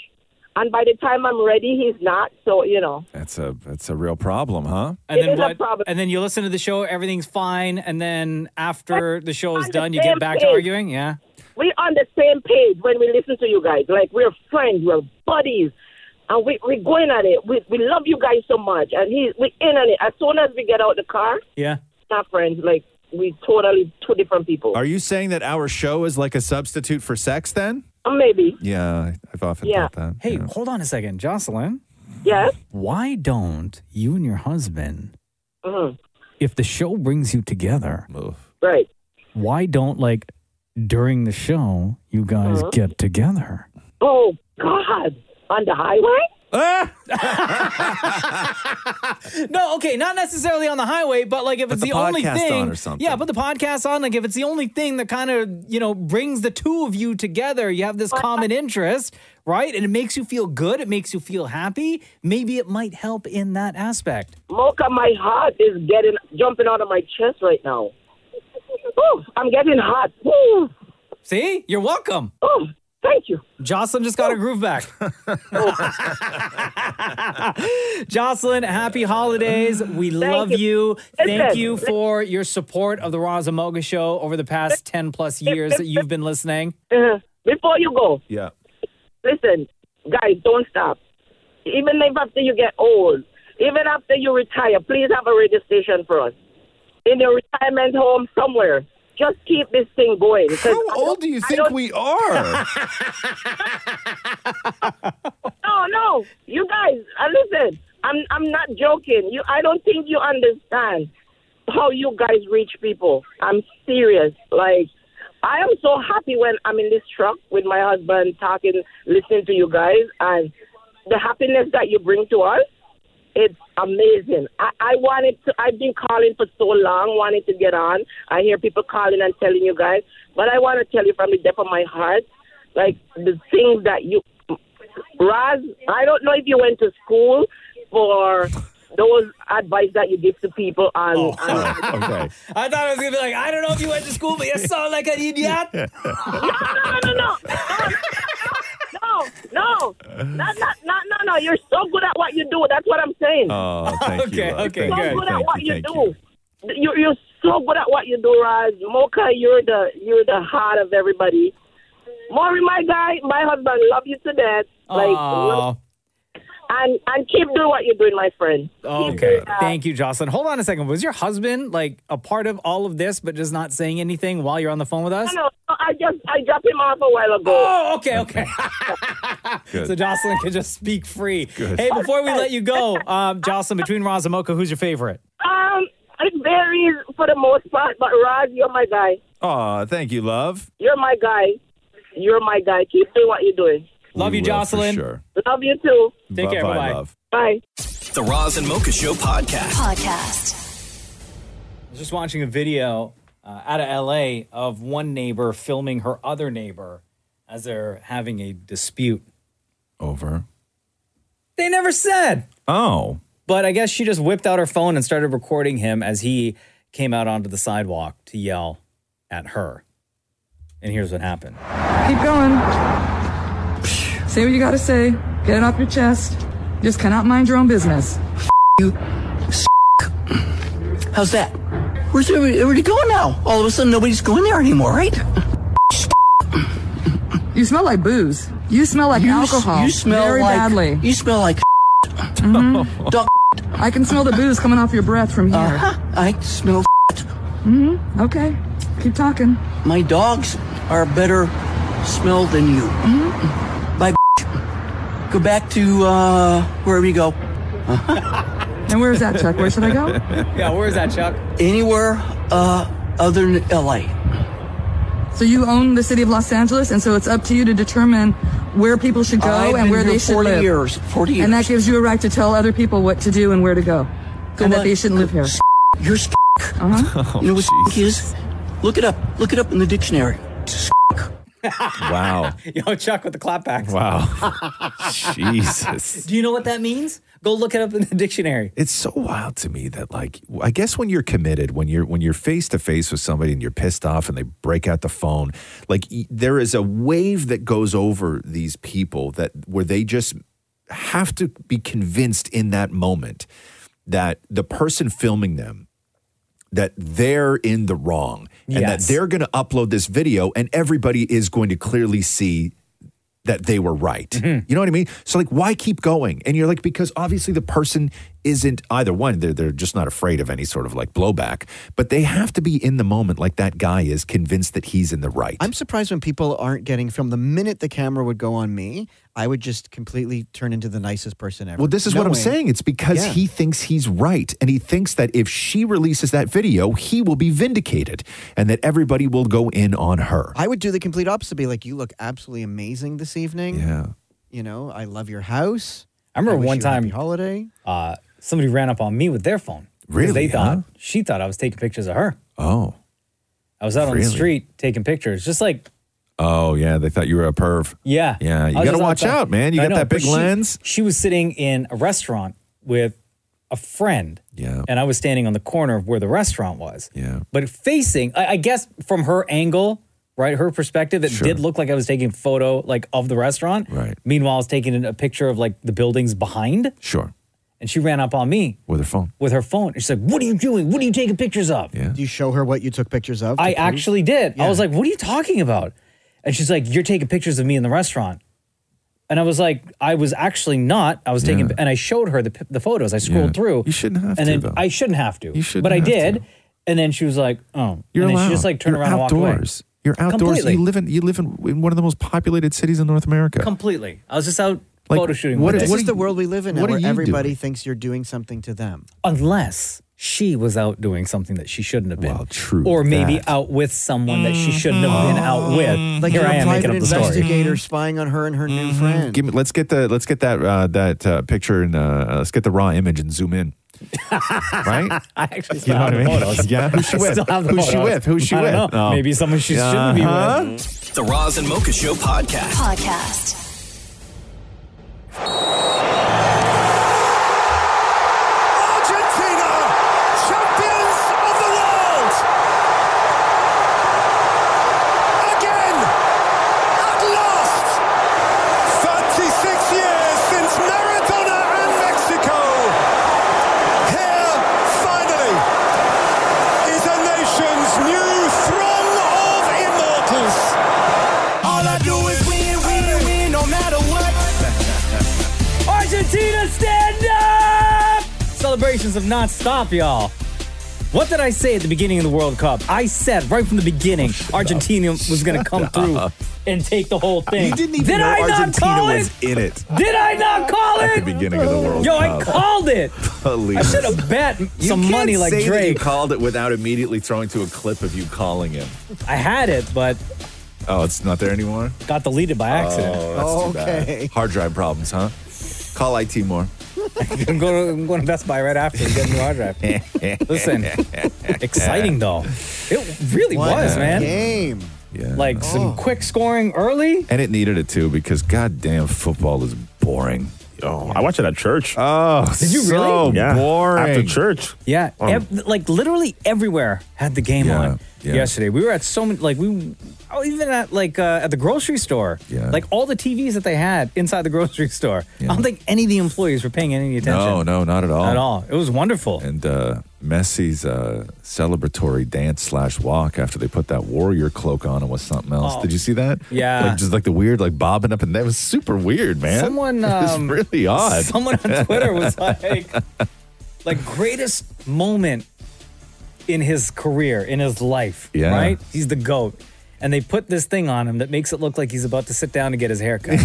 [SPEAKER 13] and by the time I'm ready, he's not. So you know,
[SPEAKER 2] that's a that's a real problem, huh?
[SPEAKER 3] And
[SPEAKER 13] It
[SPEAKER 3] then
[SPEAKER 13] is a
[SPEAKER 3] what?
[SPEAKER 13] problem.
[SPEAKER 3] And then you listen to the show, everything's fine. And then after the show is
[SPEAKER 13] I'm the
[SPEAKER 3] done, you get
[SPEAKER 13] same
[SPEAKER 3] back to
[SPEAKER 13] page.
[SPEAKER 3] arguing? Yeah.
[SPEAKER 13] we're on the same page when we listen to you guys. Like we're friends, we're buddies, and we we're going at it. We we love you guys so much, and he we in on it. As soon as we get out the car,
[SPEAKER 3] Yeah.
[SPEAKER 13] not friends. Like we totally two different people.
[SPEAKER 2] Are you saying that our show is like a substitute for sex? Then?
[SPEAKER 13] Uh, Maybe
[SPEAKER 2] Yeah, I've often
[SPEAKER 13] Yeah.
[SPEAKER 2] thought that.
[SPEAKER 3] Hey,
[SPEAKER 2] yeah.
[SPEAKER 3] hold on a second, Jocelyn.
[SPEAKER 13] yes.
[SPEAKER 3] Why don't you and your husband,
[SPEAKER 2] Oh.
[SPEAKER 13] Mhm.
[SPEAKER 3] if the show brings you together,
[SPEAKER 13] Right.
[SPEAKER 3] why don't like during the show you guys
[SPEAKER 13] Uh-huh.
[SPEAKER 3] get together?
[SPEAKER 13] Oh God, on the highway.
[SPEAKER 3] No, okay, not necessarily on the highway, but like if it's
[SPEAKER 2] the
[SPEAKER 3] the, only
[SPEAKER 2] podcast
[SPEAKER 3] thing,
[SPEAKER 2] on or something.
[SPEAKER 3] yeah, put the podcast on. Like if it's the only thing that kind of you know brings the two of you together, you have this common interest, right? And it makes you feel good. It makes you feel happy. Maybe it might help in that aspect.
[SPEAKER 13] Mocha, my heart is getting jumping out of my chest right now. Ooh, I'm getting hot. Ooh,
[SPEAKER 3] See, you're welcome.
[SPEAKER 13] ooh, thank you.
[SPEAKER 3] Jocelyn just got her groove back. Jocelyn, happy holidays. We love
[SPEAKER 13] you.
[SPEAKER 3] you. Thank
[SPEAKER 13] Listen.
[SPEAKER 3] you for your support of the Roz and Mocha show over the past 10 plus years that you've been listening.
[SPEAKER 13] Uh-huh. Before you go,
[SPEAKER 2] Yeah.
[SPEAKER 13] listen, guys, don't stop. Even if after you get old, even after you retire, please have a radio station for us in your retirement home somewhere. Just keep this thing going. 'cause
[SPEAKER 2] How
[SPEAKER 13] I don't-
[SPEAKER 2] old do you
[SPEAKER 13] I
[SPEAKER 2] think
[SPEAKER 13] don't-
[SPEAKER 2] we are?
[SPEAKER 13] No, no, you guys, uh, listen. I'm I'm not joking. You, I don't think you understand how you guys reach people. I'm serious. Like, I am so happy when I'm in this truck with my husband, talking, listening to you guys, and the happiness that you bring to us. It's amazing. I, I wanted to. I've been calling for so long, wanting to get on. I hear people calling and telling you guys, but I want to tell you from the depth of my heart, like the things that you Raz, I don't know if you went to school for those advice that you give to people on. on
[SPEAKER 2] okay.
[SPEAKER 3] I thought I was going to be like, I don't know if you went to school, but you sound like an idiot.
[SPEAKER 13] no, no, no, no, no, no, not, Uh, not, not, no, no. You're so good at what you do. That's what I'm saying.
[SPEAKER 2] Oh, thank you.
[SPEAKER 3] Okay,
[SPEAKER 2] love.
[SPEAKER 3] okay,
[SPEAKER 2] Thank
[SPEAKER 13] so
[SPEAKER 3] good.
[SPEAKER 2] you,
[SPEAKER 13] good at
[SPEAKER 2] thank
[SPEAKER 13] what
[SPEAKER 2] you,
[SPEAKER 13] you
[SPEAKER 2] thank
[SPEAKER 13] do. You're, you're so good at what you do, Raz. Mocha, you're the you're the heart of everybody. Maury, my guy, my husband, love you to death. Like,
[SPEAKER 3] Aw.
[SPEAKER 13] and and keep doing what you're doing, my friend. Keep
[SPEAKER 3] Okay.
[SPEAKER 13] doing that.
[SPEAKER 3] Oh, Thank you, Jocelyn. Hold on a second. Was your husband like a part of all of this, but just not saying anything while you're on the phone with us?
[SPEAKER 13] No, no, I just I dropped him off a while ago.
[SPEAKER 3] Oh, okay, okay.
[SPEAKER 2] Good.
[SPEAKER 3] so Jocelyn can just speak free.
[SPEAKER 2] Good.
[SPEAKER 3] Hey, before we let you go, um, Jocelyn, between Roz and Mocha, who's your favorite?
[SPEAKER 13] Um, it varies for the most part, but Roz, you're my guy.
[SPEAKER 2] Aw, thank you, love.
[SPEAKER 13] You're my guy. You're my guy. Keep doing what you're doing.
[SPEAKER 3] Love
[SPEAKER 2] We
[SPEAKER 3] you,
[SPEAKER 2] will, for
[SPEAKER 3] Jocelyn.
[SPEAKER 2] Sure.
[SPEAKER 13] Love you too.
[SPEAKER 3] Take care,
[SPEAKER 2] Bye-bye,
[SPEAKER 3] bye-bye.
[SPEAKER 2] love.
[SPEAKER 13] Bye.
[SPEAKER 4] The Roz and Mocha Show podcast.
[SPEAKER 14] Podcast.
[SPEAKER 3] I was just watching a video uh, out of LA of one neighbor filming her other neighbor as they're having a dispute.
[SPEAKER 2] Over.
[SPEAKER 3] They never said.
[SPEAKER 2] Oh,
[SPEAKER 3] But I guess she just whipped out her phone and started recording him as he came out onto the sidewalk to yell at her. And here's what happened.
[SPEAKER 15] Keep going. Say what you gotta say. Get it off your chest. Just cannot mind your own business.
[SPEAKER 10] How's that? Where's everybody, everybody going now? All of a sudden, nobody's going there anymore, right?
[SPEAKER 15] You smell like booze. You smell like
[SPEAKER 10] You s-
[SPEAKER 15] alcohol.
[SPEAKER 10] you smell
[SPEAKER 15] very
[SPEAKER 10] like-
[SPEAKER 15] badly.
[SPEAKER 10] You smell like.
[SPEAKER 15] Mhm.
[SPEAKER 10] Dog.
[SPEAKER 15] I can smell the booze coming off your breath from here.
[SPEAKER 10] Uh-huh. I smell.
[SPEAKER 15] hmm Okay. Keep talking.
[SPEAKER 10] My dogs are better smell than you.
[SPEAKER 15] Mm-hmm.
[SPEAKER 10] Bye. Go back to uh, wherever you go.
[SPEAKER 15] And where's that, Chuck? Where should I go?
[SPEAKER 3] Yeah, where's that, Chuck?
[SPEAKER 10] Anywhere uh, other than L.A.
[SPEAKER 15] So you own the city of Los Angeles, and so it's up to you to determine where people should go
[SPEAKER 10] I've
[SPEAKER 15] and
[SPEAKER 10] been
[SPEAKER 15] where
[SPEAKER 10] here
[SPEAKER 15] they should
[SPEAKER 10] 40
[SPEAKER 15] live.
[SPEAKER 10] years, 40
[SPEAKER 15] And that
[SPEAKER 10] years.
[SPEAKER 15] gives you a right to tell other people what to do and where to go, and that
[SPEAKER 10] on.
[SPEAKER 15] they shouldn't live here.
[SPEAKER 10] You're s-
[SPEAKER 15] Uh-huh.
[SPEAKER 10] You know what s- is? Look it up. Look it up in the dictionary. S-
[SPEAKER 2] wow.
[SPEAKER 3] Yo, Chuck with the clapbacks.
[SPEAKER 2] wow. Jesus.
[SPEAKER 3] Do you know what that means? Go look it up in the dictionary.
[SPEAKER 2] It's so wild to me that like I guess when you're committed, when you're when you're face to face with somebody and you're pissed off and they break out the phone, like y- there is a wave that goes over these people that where they just have to be convinced in that moment that the person filming them that they're in the wrong and that
[SPEAKER 3] Yes.
[SPEAKER 2] they're going to upload this video and everybody is going to clearly see that they were right. You know what I mean? So like why keep going? And you're like because obviously the person isn't either one they're they're just not afraid of any sort of like blowback, but they have to be in the moment like that guy is convinced that he's in the right.
[SPEAKER 5] I'm surprised when people aren't getting from the minute the camera would go on me, I would just completely turn into the nicest person ever.
[SPEAKER 2] Well, this is what I'm
[SPEAKER 5] Knowing-
[SPEAKER 2] saying. It's because
[SPEAKER 5] Yeah.
[SPEAKER 2] he thinks he's right. And he thinks that if she releases that video, he will be vindicated and that everybody will go in on her.
[SPEAKER 5] I would do the complete opposite. Be like, you look absolutely amazing this evening.
[SPEAKER 2] Yeah.
[SPEAKER 5] You know, I love your house.
[SPEAKER 3] I remember
[SPEAKER 5] wish
[SPEAKER 3] one
[SPEAKER 5] you a happy
[SPEAKER 3] time-
[SPEAKER 5] holiday.
[SPEAKER 3] Uh, somebody ran up on me with their phone. 'Cause
[SPEAKER 2] Really,
[SPEAKER 3] They thought
[SPEAKER 2] huh?
[SPEAKER 3] she thought I was taking pictures of her.
[SPEAKER 2] Oh.
[SPEAKER 3] I was out on the
[SPEAKER 2] Really?
[SPEAKER 3] street taking pictures, just like
[SPEAKER 2] Oh, yeah. They thought you were a perv.
[SPEAKER 3] yeah,
[SPEAKER 2] Yeah,
[SPEAKER 3] I
[SPEAKER 2] you
[SPEAKER 3] was
[SPEAKER 2] gotta
[SPEAKER 3] just
[SPEAKER 2] watch out, man. You
[SPEAKER 3] I
[SPEAKER 2] got that
[SPEAKER 3] but
[SPEAKER 2] big
[SPEAKER 3] she-
[SPEAKER 2] lens.
[SPEAKER 3] She was sitting in a restaurant with a friend,
[SPEAKER 2] Yeah.
[SPEAKER 3] and I was standing on the corner of where the restaurant was.
[SPEAKER 2] Yeah.
[SPEAKER 3] but facing, I, I guess from her angle, right, her perspective, it
[SPEAKER 2] Sure.
[SPEAKER 3] did look like I was taking a photo like of the restaurant.
[SPEAKER 2] Right.
[SPEAKER 3] Meanwhile, I was taking a picture of like the buildings behind,
[SPEAKER 2] Sure.
[SPEAKER 3] and she ran up on me
[SPEAKER 2] With her phone.
[SPEAKER 3] with her phone. She's like, "What are you doing? What are you taking pictures of?"
[SPEAKER 2] Yeah.
[SPEAKER 5] Do you show her what you took pictures of? to
[SPEAKER 3] I
[SPEAKER 5] prove?
[SPEAKER 3] actually did. I
[SPEAKER 5] Yeah.
[SPEAKER 3] was like, "What are you talking about?" And she's like, "You're taking pictures of me in the restaurant." And I was like, "I was actually not. I was taking."
[SPEAKER 2] Yeah.
[SPEAKER 3] And I showed her the, p- the photos. I scrolled
[SPEAKER 2] Yeah.
[SPEAKER 3] through.
[SPEAKER 2] You shouldn't have
[SPEAKER 3] And
[SPEAKER 2] to,
[SPEAKER 3] then
[SPEAKER 2] though.
[SPEAKER 3] I shouldn't have to.
[SPEAKER 2] You shouldn't
[SPEAKER 3] But I
[SPEAKER 2] have
[SPEAKER 3] did.
[SPEAKER 2] to.
[SPEAKER 3] And then she was like, "Oh."
[SPEAKER 2] You're
[SPEAKER 3] and then
[SPEAKER 2] allowed.
[SPEAKER 3] she just like turned
[SPEAKER 2] You're
[SPEAKER 3] around and walked
[SPEAKER 2] outdoors.
[SPEAKER 3] away.
[SPEAKER 2] You're outdoors.
[SPEAKER 3] Completely.
[SPEAKER 2] You live in you live in, in one of the most populated cities in North America.
[SPEAKER 3] Completely. I was just out
[SPEAKER 2] Like,
[SPEAKER 3] photo shooting. one
[SPEAKER 2] what is-
[SPEAKER 3] day.
[SPEAKER 5] This
[SPEAKER 2] what
[SPEAKER 5] is
[SPEAKER 2] are
[SPEAKER 5] the
[SPEAKER 2] you-
[SPEAKER 5] world we live in now,
[SPEAKER 2] what are
[SPEAKER 5] where
[SPEAKER 2] you
[SPEAKER 5] everybody
[SPEAKER 2] doing?
[SPEAKER 5] thinks you're doing something to them.
[SPEAKER 3] Unless she was out doing something that she shouldn't have been.
[SPEAKER 2] Well, true
[SPEAKER 3] Or maybe
[SPEAKER 2] that.
[SPEAKER 3] out with someone that she shouldn't have been out with.
[SPEAKER 5] Like
[SPEAKER 3] Here
[SPEAKER 5] you're
[SPEAKER 3] I
[SPEAKER 5] a
[SPEAKER 3] am
[SPEAKER 5] private
[SPEAKER 3] making up the story.
[SPEAKER 5] investigator spying on her and her
[SPEAKER 2] Mm-hmm.
[SPEAKER 5] new friend.
[SPEAKER 2] Give me, let's get the let's get that uh, that uh, picture and uh, let's get the raw image and zoom in. right?
[SPEAKER 3] I actually still
[SPEAKER 2] You know
[SPEAKER 3] have
[SPEAKER 2] what I
[SPEAKER 3] the
[SPEAKER 2] mean?
[SPEAKER 3] photos.
[SPEAKER 2] Yeah. Who's she
[SPEAKER 3] I
[SPEAKER 2] with?
[SPEAKER 3] still have the
[SPEAKER 2] Who's she
[SPEAKER 3] photos.
[SPEAKER 2] with? Who's she
[SPEAKER 3] I don't
[SPEAKER 2] with?
[SPEAKER 3] know.
[SPEAKER 2] No.
[SPEAKER 3] Maybe someone she shouldn't
[SPEAKER 2] Uh-huh.
[SPEAKER 3] be with.
[SPEAKER 4] The Roz and Mocha Show podcast.
[SPEAKER 14] Podcast.
[SPEAKER 16] Argentina, champions of the world! Again! At last! 36 years since Maradona and Mexico! Here, finally, is a nation's new throng of immortals! All I do is win, win, win, no matter what!
[SPEAKER 3] Argentina, stand up! Celebrations have not stopped, y'all. What did I say at the beginning of the World Cup? I said right from the beginning Argentina was going to come through and take the whole thing.
[SPEAKER 2] You didn't even
[SPEAKER 3] did
[SPEAKER 2] know
[SPEAKER 3] I not
[SPEAKER 2] Argentina
[SPEAKER 3] call
[SPEAKER 2] was
[SPEAKER 3] it?
[SPEAKER 2] in it.
[SPEAKER 3] Did I not call it?
[SPEAKER 2] At the beginning of the World
[SPEAKER 3] Yo,
[SPEAKER 2] Cup.
[SPEAKER 3] I called it.
[SPEAKER 2] Believe
[SPEAKER 3] I
[SPEAKER 2] it.
[SPEAKER 3] should have bet
[SPEAKER 2] You
[SPEAKER 3] some
[SPEAKER 2] can't
[SPEAKER 3] money like
[SPEAKER 2] say that
[SPEAKER 3] Drake.
[SPEAKER 2] you called it without immediately throwing to a clip of you calling him.
[SPEAKER 3] I had it, but
[SPEAKER 2] oh, it's not there anymore.
[SPEAKER 3] Got deleted by accident.
[SPEAKER 2] Oh, that's too bad.
[SPEAKER 3] Okay.
[SPEAKER 2] Hard drive problems, huh? Call IT more.
[SPEAKER 3] I'm going, to, I'm going to Best Buy right after and get a new hard drive. Listen, exciting though. It really
[SPEAKER 2] What
[SPEAKER 3] was,
[SPEAKER 2] a
[SPEAKER 3] man.
[SPEAKER 2] game. Oh.
[SPEAKER 3] Like some quick scoring early.
[SPEAKER 2] And it needed it too because goddamn football is boring. Oh, I watch it at church. Oh,
[SPEAKER 3] Did you really?
[SPEAKER 2] So
[SPEAKER 3] Yeah,
[SPEAKER 2] boring.
[SPEAKER 3] after
[SPEAKER 2] church.
[SPEAKER 3] Yeah,
[SPEAKER 2] Um,
[SPEAKER 3] ev- like literally everywhere had the game
[SPEAKER 2] Yeah,
[SPEAKER 3] on
[SPEAKER 2] yeah.
[SPEAKER 3] yesterday. We were at so many, like we, oh, even at like uh, at the grocery store. Yeah, like all the TVs that they had inside the grocery store. I don't think any of the employees were paying any attention.
[SPEAKER 2] No, no, not at all.
[SPEAKER 3] At all. It was wonderful.
[SPEAKER 2] And uh, Messi's uh, celebratory dance slash walk after they put that warrior cloak on and was something else.
[SPEAKER 3] Oh.
[SPEAKER 2] Did you see that?
[SPEAKER 3] Yeah.
[SPEAKER 2] Like, just like the weird, like bobbing up and that was super weird, man.
[SPEAKER 3] Someone, um,
[SPEAKER 2] it was really odd.
[SPEAKER 3] Someone on Twitter was like, like greatest moment in his career, in his life.
[SPEAKER 2] Yeah.
[SPEAKER 3] Right? He's the goat. And they put this thing on him that makes it look like he's about to sit down and get his hair cut.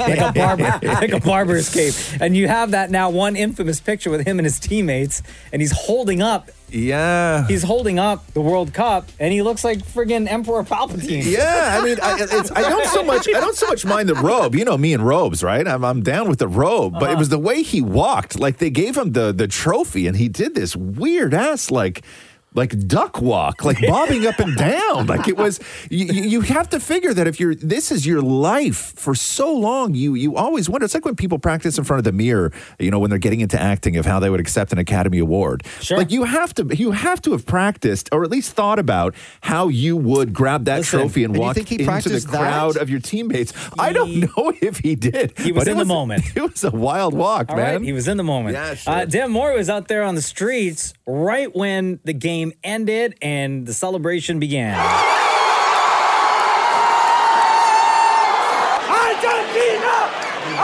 [SPEAKER 3] like a barber, like a barber's cape. And you have that now one infamous picture with him and his teammates, and he's holding up
[SPEAKER 2] Yeah.
[SPEAKER 3] he's holding up the World Cup and he looks like friggin' Emperor Palpatine.
[SPEAKER 2] Yeah, I mean, I, it's, I don't so much. I don't so much mind the robe. You know me and robes, right? I'm, I'm down with the robe, but it was the way he walked. Like they gave him the the trophy, and he did this weird ass like. Like duck walk, like bobbing up and down. Like it was, you, you you have to figure that if you're, this is your life for so long, you you always wonder. It's like when people practice in front of the mirror, you know, when they're getting into acting of how they would accept an Academy Award. Sure. Like you have to, you have to have practiced or at least thought about how you would grab that trophy and
[SPEAKER 5] And you
[SPEAKER 2] walk
[SPEAKER 5] think he
[SPEAKER 2] into the
[SPEAKER 5] practiced that?
[SPEAKER 2] crowd of your teammates. I don't know if he did.
[SPEAKER 3] He was
[SPEAKER 2] but it
[SPEAKER 3] in the moment.
[SPEAKER 2] It was a wild walk,
[SPEAKER 3] All
[SPEAKER 2] man.
[SPEAKER 3] right, he was in the moment.
[SPEAKER 2] Yeah,
[SPEAKER 3] uh, Dan Moore was out there on the streets right when the game ended and the celebration began.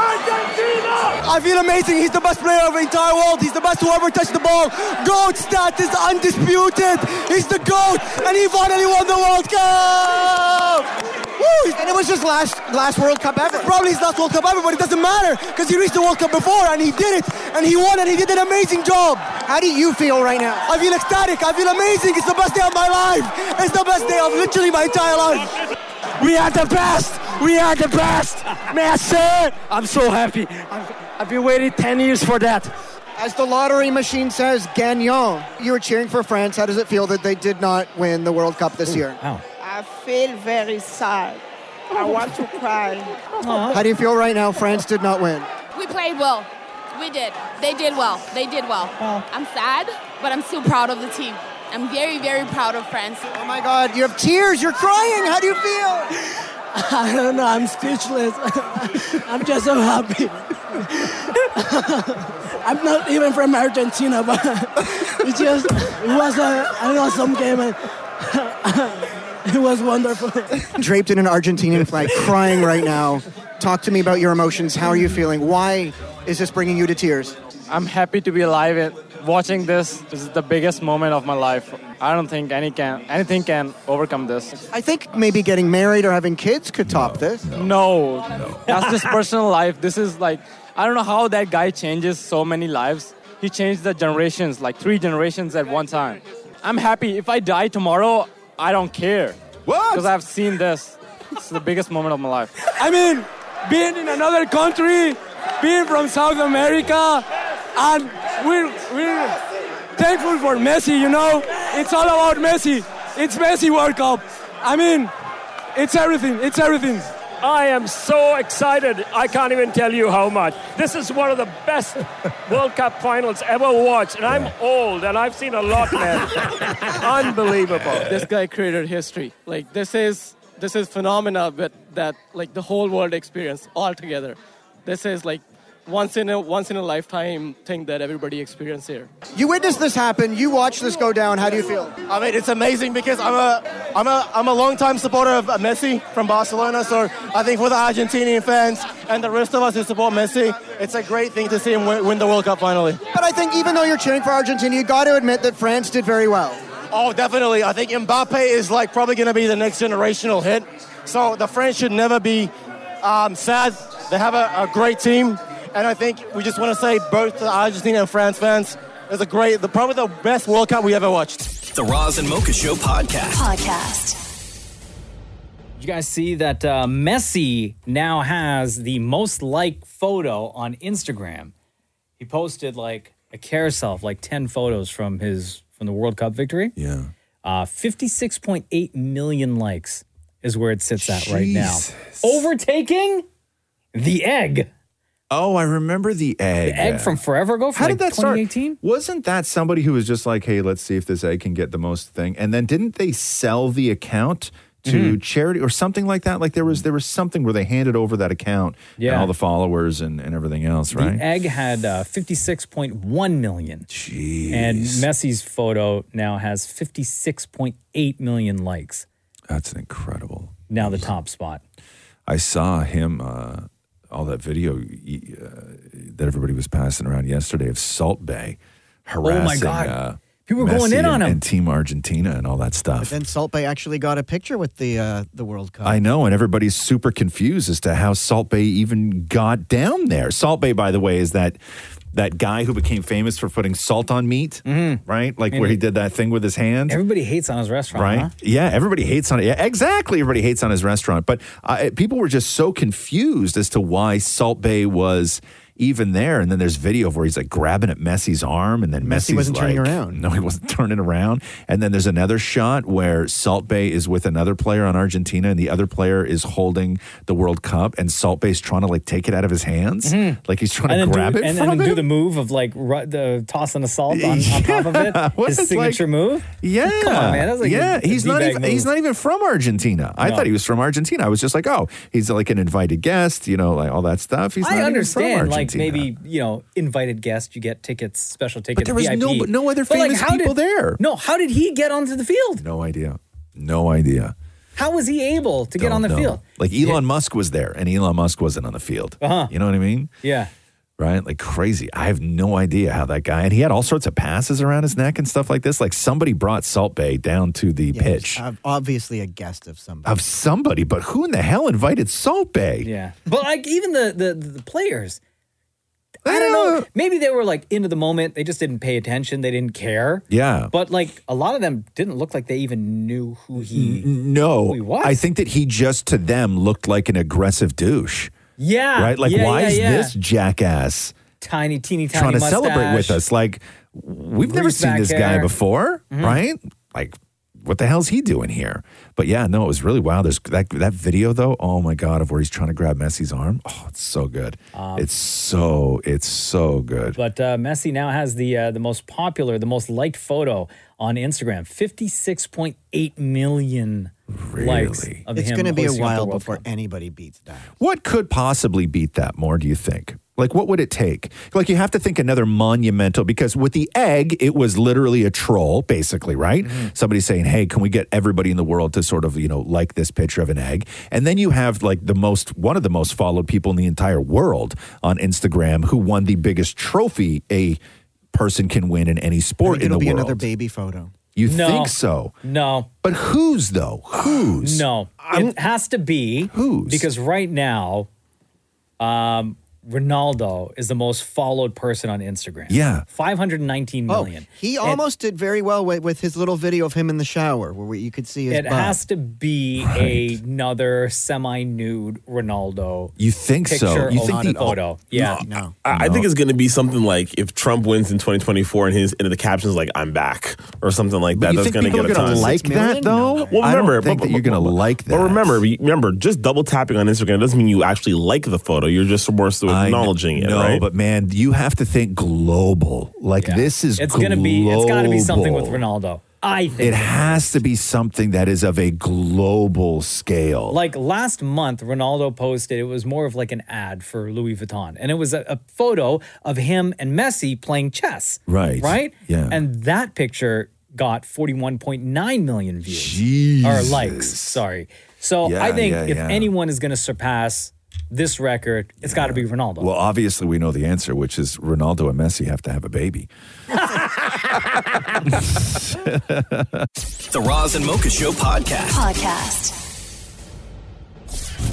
[SPEAKER 16] I feel amazing. He's the best player of the entire world. He's the best who ever touched the ball. GOAT status undisputed. He's the GOAT, and he finally won the World Cup. Woo! And it was just last last World Cup ever. Probably his last World Cup ever, but it doesn't matter because he reached the World Cup before and he did it and he won and he did an amazing job. How do you feel right now? I feel ecstatic. I feel amazing. It's the best day of my life. It's the best day of literally my entire life. We had the best. We had the best. Messi. I'm so happy. I've been waiting 10 years for that.
[SPEAKER 5] As the lottery machine says, Gagnon. You were cheering for France. How does it feel that they did not win the World Cup this year?
[SPEAKER 13] I feel very sad. I want to cry.
[SPEAKER 5] How do you feel right now? France did not win.
[SPEAKER 17] We played well. We did. They did well. They did well. I'm sad, but I'm still proud of the team. I'm very, very proud of France. Oh my God, you have
[SPEAKER 16] Tears, you're crying. How do you feel? I don't know. I'm speechless. I'm just so happy. I'm not even from Argentina, but it just it was a an awesome game. And it was wonderful.
[SPEAKER 5] Draped in an Argentinian flag, crying right now. Talk to me about your emotions. How are you feeling? Why is this bringing you to tears?
[SPEAKER 18] I'm happy to be alive and watching this. This is the biggest moment of my life. I don't think any can anything can overcome this.
[SPEAKER 5] I think maybe getting married or having kids could top this.
[SPEAKER 18] No, no. that's just personal life. This is like I don't know how that guy changes so many lives. He changed the generations, like three generations at one time. I'm happy. If I die tomorrow, I don't care. What? Because I've seen this. It's the biggest moment of my life.
[SPEAKER 16] I mean, being in another country, being from South America, and we're, we're thankful for Messi, you know? It's all about Messi. It's Messi World Cup. I mean, it's everything, it's everything.
[SPEAKER 10] I am so excited. I can't even tell you how much. This is one of the best World Cup finals ever watched, and I'm old and I've seen a lot, man. Unbelievable.
[SPEAKER 19] this guy created history. Like this is this is phenomena, but that like the whole world experience all together. This is like once in a once in a lifetime thing that everybody experience here.
[SPEAKER 5] You witnessed this happen. You watched this go down. How do you feel?
[SPEAKER 19] I mean, it's amazing because I'm a I'm a I'm a long time supporter of Messi from Barcelona. So I think for the Argentinian fans,
[SPEAKER 20] and the rest of us who support Messi, it's a great thing to see him win, win the World Cup finally.
[SPEAKER 5] But I think even though you're cheering for Argentina, you got to admit that France did very well.
[SPEAKER 20] Oh, definitely. I think Mbappe is like probably going to be the next generational hit. So the French should never be um, sad. They have a, a great team, and I think we just want to say both to Argentina and France fans, it's a great, the, probably the best World Cup we ever watched.
[SPEAKER 4] The Roz and Mocha Show podcast.
[SPEAKER 21] Podcast.
[SPEAKER 3] Did you guys see that uh, Messi now has the most like photo on Instagram? He posted like a carousel of like 10 photos from his from the World Cup victory.
[SPEAKER 2] Yeah.
[SPEAKER 3] Uh, 56.8 million likes is where it sits at right now. Overtaking the egg.
[SPEAKER 2] Oh, I remember the egg.
[SPEAKER 3] The egg from forever ago. From
[SPEAKER 2] How
[SPEAKER 3] like
[SPEAKER 2] did that start?
[SPEAKER 3] 2018?
[SPEAKER 2] Wasn't that somebody who was just like, hey, let's see if this egg can get the most thing? And then didn't they sell the account to
[SPEAKER 3] Mhm.
[SPEAKER 2] charity or something like that? Like there was there was something where they handed over that account and
[SPEAKER 3] Yeah.
[SPEAKER 2] all the followers and, and everything else, right?
[SPEAKER 3] The egg had uh, 56.1 million.
[SPEAKER 2] Jeez.
[SPEAKER 3] And Messi's photo now has 56.8 million likes.
[SPEAKER 2] That's incredible.
[SPEAKER 3] Now the top spot.
[SPEAKER 2] I saw him uh, all that video y- uh, that everybody was passing around yesterday of Salt Bay
[SPEAKER 5] Oh my
[SPEAKER 2] harassing.
[SPEAKER 5] God.
[SPEAKER 2] Uh,
[SPEAKER 5] People were going
[SPEAKER 2] Messi
[SPEAKER 5] in on
[SPEAKER 2] and-
[SPEAKER 5] him.
[SPEAKER 2] and Team Argentina and all that stuff.
[SPEAKER 5] Uh, Then Salt Bay actually got a picture with the uh, the World Cup.
[SPEAKER 2] I know, and everybody's super confused as to how Salt Bay even got down there. Salt Bay, by the way, is that that guy who became famous for putting salt on meat,
[SPEAKER 5] Mm-hmm.
[SPEAKER 2] right? Like
[SPEAKER 3] And-
[SPEAKER 2] where he did that thing with his hand.
[SPEAKER 3] Everybody hates on his restaurant,
[SPEAKER 2] Right?
[SPEAKER 3] huh?
[SPEAKER 2] Yeah, everybody hates on it. Yeah, exactly. Everybody hates on his restaurant. But uh, people were just so confused as to why Salt Bay was even there. And then there's video of where he's like grabbing at Messi's arm, and then
[SPEAKER 5] Messi
[SPEAKER 2] Messi's
[SPEAKER 5] wasn't turning
[SPEAKER 2] like-
[SPEAKER 5] around.
[SPEAKER 2] No, he wasn't turning around. And then there's another shot where Salt Bay is with another player on Argentina, and the other player is holding the World Cup, and Salt Bay's trying to like take it out of his hands,
[SPEAKER 3] Mhm.
[SPEAKER 2] like he's trying
[SPEAKER 3] and
[SPEAKER 2] to
[SPEAKER 3] then
[SPEAKER 2] grab
[SPEAKER 3] do,
[SPEAKER 2] it
[SPEAKER 3] and,
[SPEAKER 2] from
[SPEAKER 3] and then do
[SPEAKER 2] him.
[SPEAKER 3] the move of like ru- the toss and assault on, on top of
[SPEAKER 2] Yeah,
[SPEAKER 3] it.
[SPEAKER 2] what
[SPEAKER 3] His
[SPEAKER 2] is, like-
[SPEAKER 3] signature move.
[SPEAKER 2] Yeah,
[SPEAKER 3] come on, man. That was like a-
[SPEAKER 2] yeah,
[SPEAKER 3] a
[SPEAKER 2] he's not
[SPEAKER 3] D-bag
[SPEAKER 2] even
[SPEAKER 3] move.
[SPEAKER 2] he's not even from Argentina. I
[SPEAKER 3] No.
[SPEAKER 2] thought he was from Argentina. I was just like, oh, he's like an invited guest, you know, like all that stuff. He's
[SPEAKER 3] I
[SPEAKER 2] not even
[SPEAKER 3] understand,
[SPEAKER 2] from
[SPEAKER 3] like
[SPEAKER 2] Argentina.
[SPEAKER 3] maybe you know, invited guest, you get tickets, special tickets.
[SPEAKER 2] there was
[SPEAKER 3] VIP.
[SPEAKER 2] no- no other
[SPEAKER 3] But,
[SPEAKER 2] famous people
[SPEAKER 3] did,
[SPEAKER 2] there.
[SPEAKER 3] No, how did he get onto the field?
[SPEAKER 2] no idea, no idea
[SPEAKER 3] How was he able to get
[SPEAKER 2] Don't
[SPEAKER 3] on the
[SPEAKER 2] know.
[SPEAKER 3] field?
[SPEAKER 2] Like Elon Musk was there, and Elon Musk wasn't on the field.
[SPEAKER 3] Uh-huh.
[SPEAKER 2] You know what I mean?
[SPEAKER 3] Yeah.
[SPEAKER 2] Right, like crazy. I have no idea how that guy, and he had all sorts of passes around his neck and stuff like this. Like somebody brought Salt Bay down to the pitch
[SPEAKER 5] Uh,
[SPEAKER 22] Ob- Obviously, a guest of somebody.
[SPEAKER 2] of somebody, but who in the hell invited Salt Bay?
[SPEAKER 3] Yeah. But like even the the the players. I don't know. Maybe they were like into the moment. They just didn't pay attention. They didn't care.
[SPEAKER 2] Yeah.
[SPEAKER 3] But like a lot of them didn't look like they even knew who he.
[SPEAKER 2] N- No,
[SPEAKER 3] Wait, what?
[SPEAKER 2] I think that he just to them looked like an aggressive douche.
[SPEAKER 3] Yeah.
[SPEAKER 2] right? Like,
[SPEAKER 3] yeah,
[SPEAKER 2] why
[SPEAKER 3] yeah,
[SPEAKER 2] is
[SPEAKER 3] yeah.
[SPEAKER 2] this jackass
[SPEAKER 3] tiny, teeny, tiny
[SPEAKER 2] trying to celebrate
[SPEAKER 3] mustache.
[SPEAKER 2] with us? Like, we've never
[SPEAKER 3] Greased
[SPEAKER 2] seen
[SPEAKER 3] back
[SPEAKER 2] this guy
[SPEAKER 3] hair.
[SPEAKER 2] before,
[SPEAKER 3] Mhm.
[SPEAKER 2] right? Like, what the hell's he doing here? But yeah, no, it was really wild. There's that that video though. Oh my god, of where he's trying to grab Messi's arm. Oh, it's so good.
[SPEAKER 3] Um,
[SPEAKER 2] it's so it's so good.
[SPEAKER 3] But uh, Messi now has the uh, the most popular, the most liked photo on Instagram. Fifty six point eight million likes of
[SPEAKER 22] it's
[SPEAKER 3] him.
[SPEAKER 22] going to be a
[SPEAKER 3] hoisting up the
[SPEAKER 22] while
[SPEAKER 3] World
[SPEAKER 22] before
[SPEAKER 3] Cup.
[SPEAKER 22] anybody beats that.
[SPEAKER 2] What could possibly beat that more, do you think? Like, what would it take? Like, you have to think another monumental because with the egg, it was literally a troll, basically, right? Somebody saying, hey, can we get everybody in the world to sort of, you know, like this picture of an egg? And then you have like the most, one of the most followed people in the entire world on Instagram who won the biggest trophy a person can win in any
[SPEAKER 22] I
[SPEAKER 2] sport
[SPEAKER 22] think
[SPEAKER 2] in the
[SPEAKER 22] it'll be
[SPEAKER 2] world.
[SPEAKER 22] another baby photo.
[SPEAKER 2] you
[SPEAKER 3] No.
[SPEAKER 2] think so?
[SPEAKER 3] No.
[SPEAKER 2] But whose, though? Whose?
[SPEAKER 3] No, it has to be who's because right now, um, Ronaldo is the most followed person on Instagram.
[SPEAKER 2] Yeah.
[SPEAKER 3] five hundred nineteen
[SPEAKER 22] Oh,
[SPEAKER 3] million.
[SPEAKER 22] he
[SPEAKER 3] It-
[SPEAKER 22] almost did very well with, with his little video of him in the shower, where we, you could see his.
[SPEAKER 3] It,
[SPEAKER 22] butt.
[SPEAKER 3] has to be another semi-nude Ronaldo.
[SPEAKER 2] You think
[SPEAKER 3] picture of the photo? Yeah.
[SPEAKER 22] No.
[SPEAKER 8] I, I think it's going to be something like if Trump wins in 2024 and his and the captions like "I'm back" or something like that.
[SPEAKER 2] But you
[SPEAKER 8] that's
[SPEAKER 2] think
[SPEAKER 8] going to
[SPEAKER 2] people
[SPEAKER 8] get
[SPEAKER 2] are
[SPEAKER 8] a
[SPEAKER 2] going
[SPEAKER 8] ton.
[SPEAKER 2] to like that, though?
[SPEAKER 8] Well,
[SPEAKER 2] I
[SPEAKER 8] remember,
[SPEAKER 2] don't think
[SPEAKER 8] but-
[SPEAKER 2] that you're going to like that.
[SPEAKER 8] But remember, remember, just double tapping on Instagram doesn't mean you actually like the photo. You're just more so
[SPEAKER 2] I kn-
[SPEAKER 8] acknowledging it,
[SPEAKER 2] No,
[SPEAKER 8] right?
[SPEAKER 2] but man, you have to think global. Like this is
[SPEAKER 3] It's gonna be. It's got to be something with
[SPEAKER 2] global.
[SPEAKER 3] Ronaldo. I think
[SPEAKER 2] It has to be something that is of a global scale.
[SPEAKER 3] Like last month, Ronaldo posted it was more of like an ad for Louis Vuitton, and it was a, a photo of him and Messi playing chess.
[SPEAKER 2] Right.
[SPEAKER 3] right,
[SPEAKER 2] Yeah.
[SPEAKER 3] And that picture got forty-one point nine million views or likes. Sorry. So
[SPEAKER 2] Yeah,
[SPEAKER 3] I think
[SPEAKER 2] yeah,
[SPEAKER 3] if
[SPEAKER 2] yeah.
[SPEAKER 3] anyone is going to surpass this record, it's got to be Ronaldo.
[SPEAKER 2] Well, obviously, we know the answer, which is Ronaldo and Messi have to have a baby.
[SPEAKER 4] The Roz and Mocha Show podcast.
[SPEAKER 11] Podcast.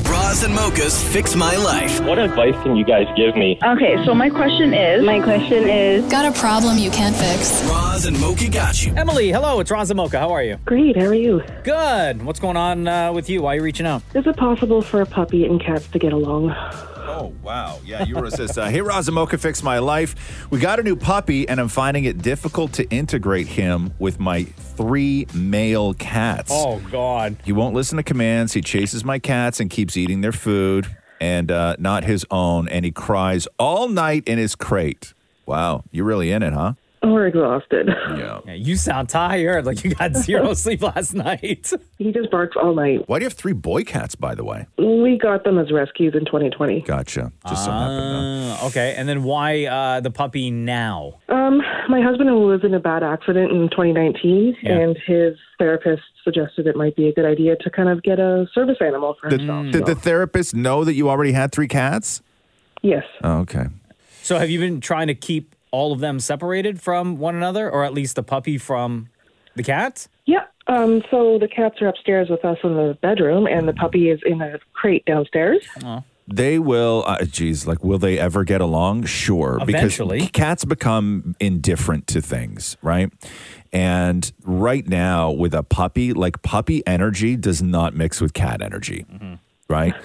[SPEAKER 4] Roz and Mocha's Fix My Life.
[SPEAKER 10] What advice can you guys give me?
[SPEAKER 11] Okay, so my question is. My question is. Got a problem you can't fix?
[SPEAKER 4] Roz and Mocha got you.
[SPEAKER 3] Emily, hello, it's Ron Zamoka. How are you?
[SPEAKER 15] Great, how are you?
[SPEAKER 3] Good. What's going on uh, with you? Why are you reaching out?
[SPEAKER 15] Is it possible for a puppy and cats to get along?
[SPEAKER 2] Oh, wow. Yeah, you were assist. Uh, hey, Razamoka, fix my life. We got a new puppy, and I'm finding it difficult to integrate him with my three male cats.
[SPEAKER 3] Oh, God.
[SPEAKER 2] He won't listen to commands. He chases my cats and keeps eating their food and uh, not his own. And he cries all night in his crate. Wow. You're really in it, huh?
[SPEAKER 15] We're exhausted.
[SPEAKER 2] Yeah.
[SPEAKER 3] you sound tired. Like you got zero sleep last night.
[SPEAKER 15] He just barks all night.
[SPEAKER 2] Why do you have three boy cats, by the way?
[SPEAKER 15] We got them as rescues in 2020.
[SPEAKER 2] Gotcha. Just so
[SPEAKER 3] happened. Ah, okay, and then why uh, the puppy now?
[SPEAKER 15] Um, my husband was in a bad accident in 2019, and his therapist suggested it might be a good idea to kind of get a service animal for
[SPEAKER 2] Did,
[SPEAKER 15] himself.
[SPEAKER 2] did the therapist know that you already had three cats?
[SPEAKER 15] Yes.
[SPEAKER 2] Oh, okay.
[SPEAKER 3] So have you been trying to keep all of them separated from one another, or at least the puppy from the cat?
[SPEAKER 15] Yeah. Um, so the cats are upstairs with us in the bedroom, and the puppy is in a crate downstairs.
[SPEAKER 2] They will, uh, geez, like, will they ever get along? Sure.
[SPEAKER 3] Eventually.
[SPEAKER 2] Because cats become indifferent to things, right? And right now, with a puppy, like, puppy energy does not mix with cat energy, right?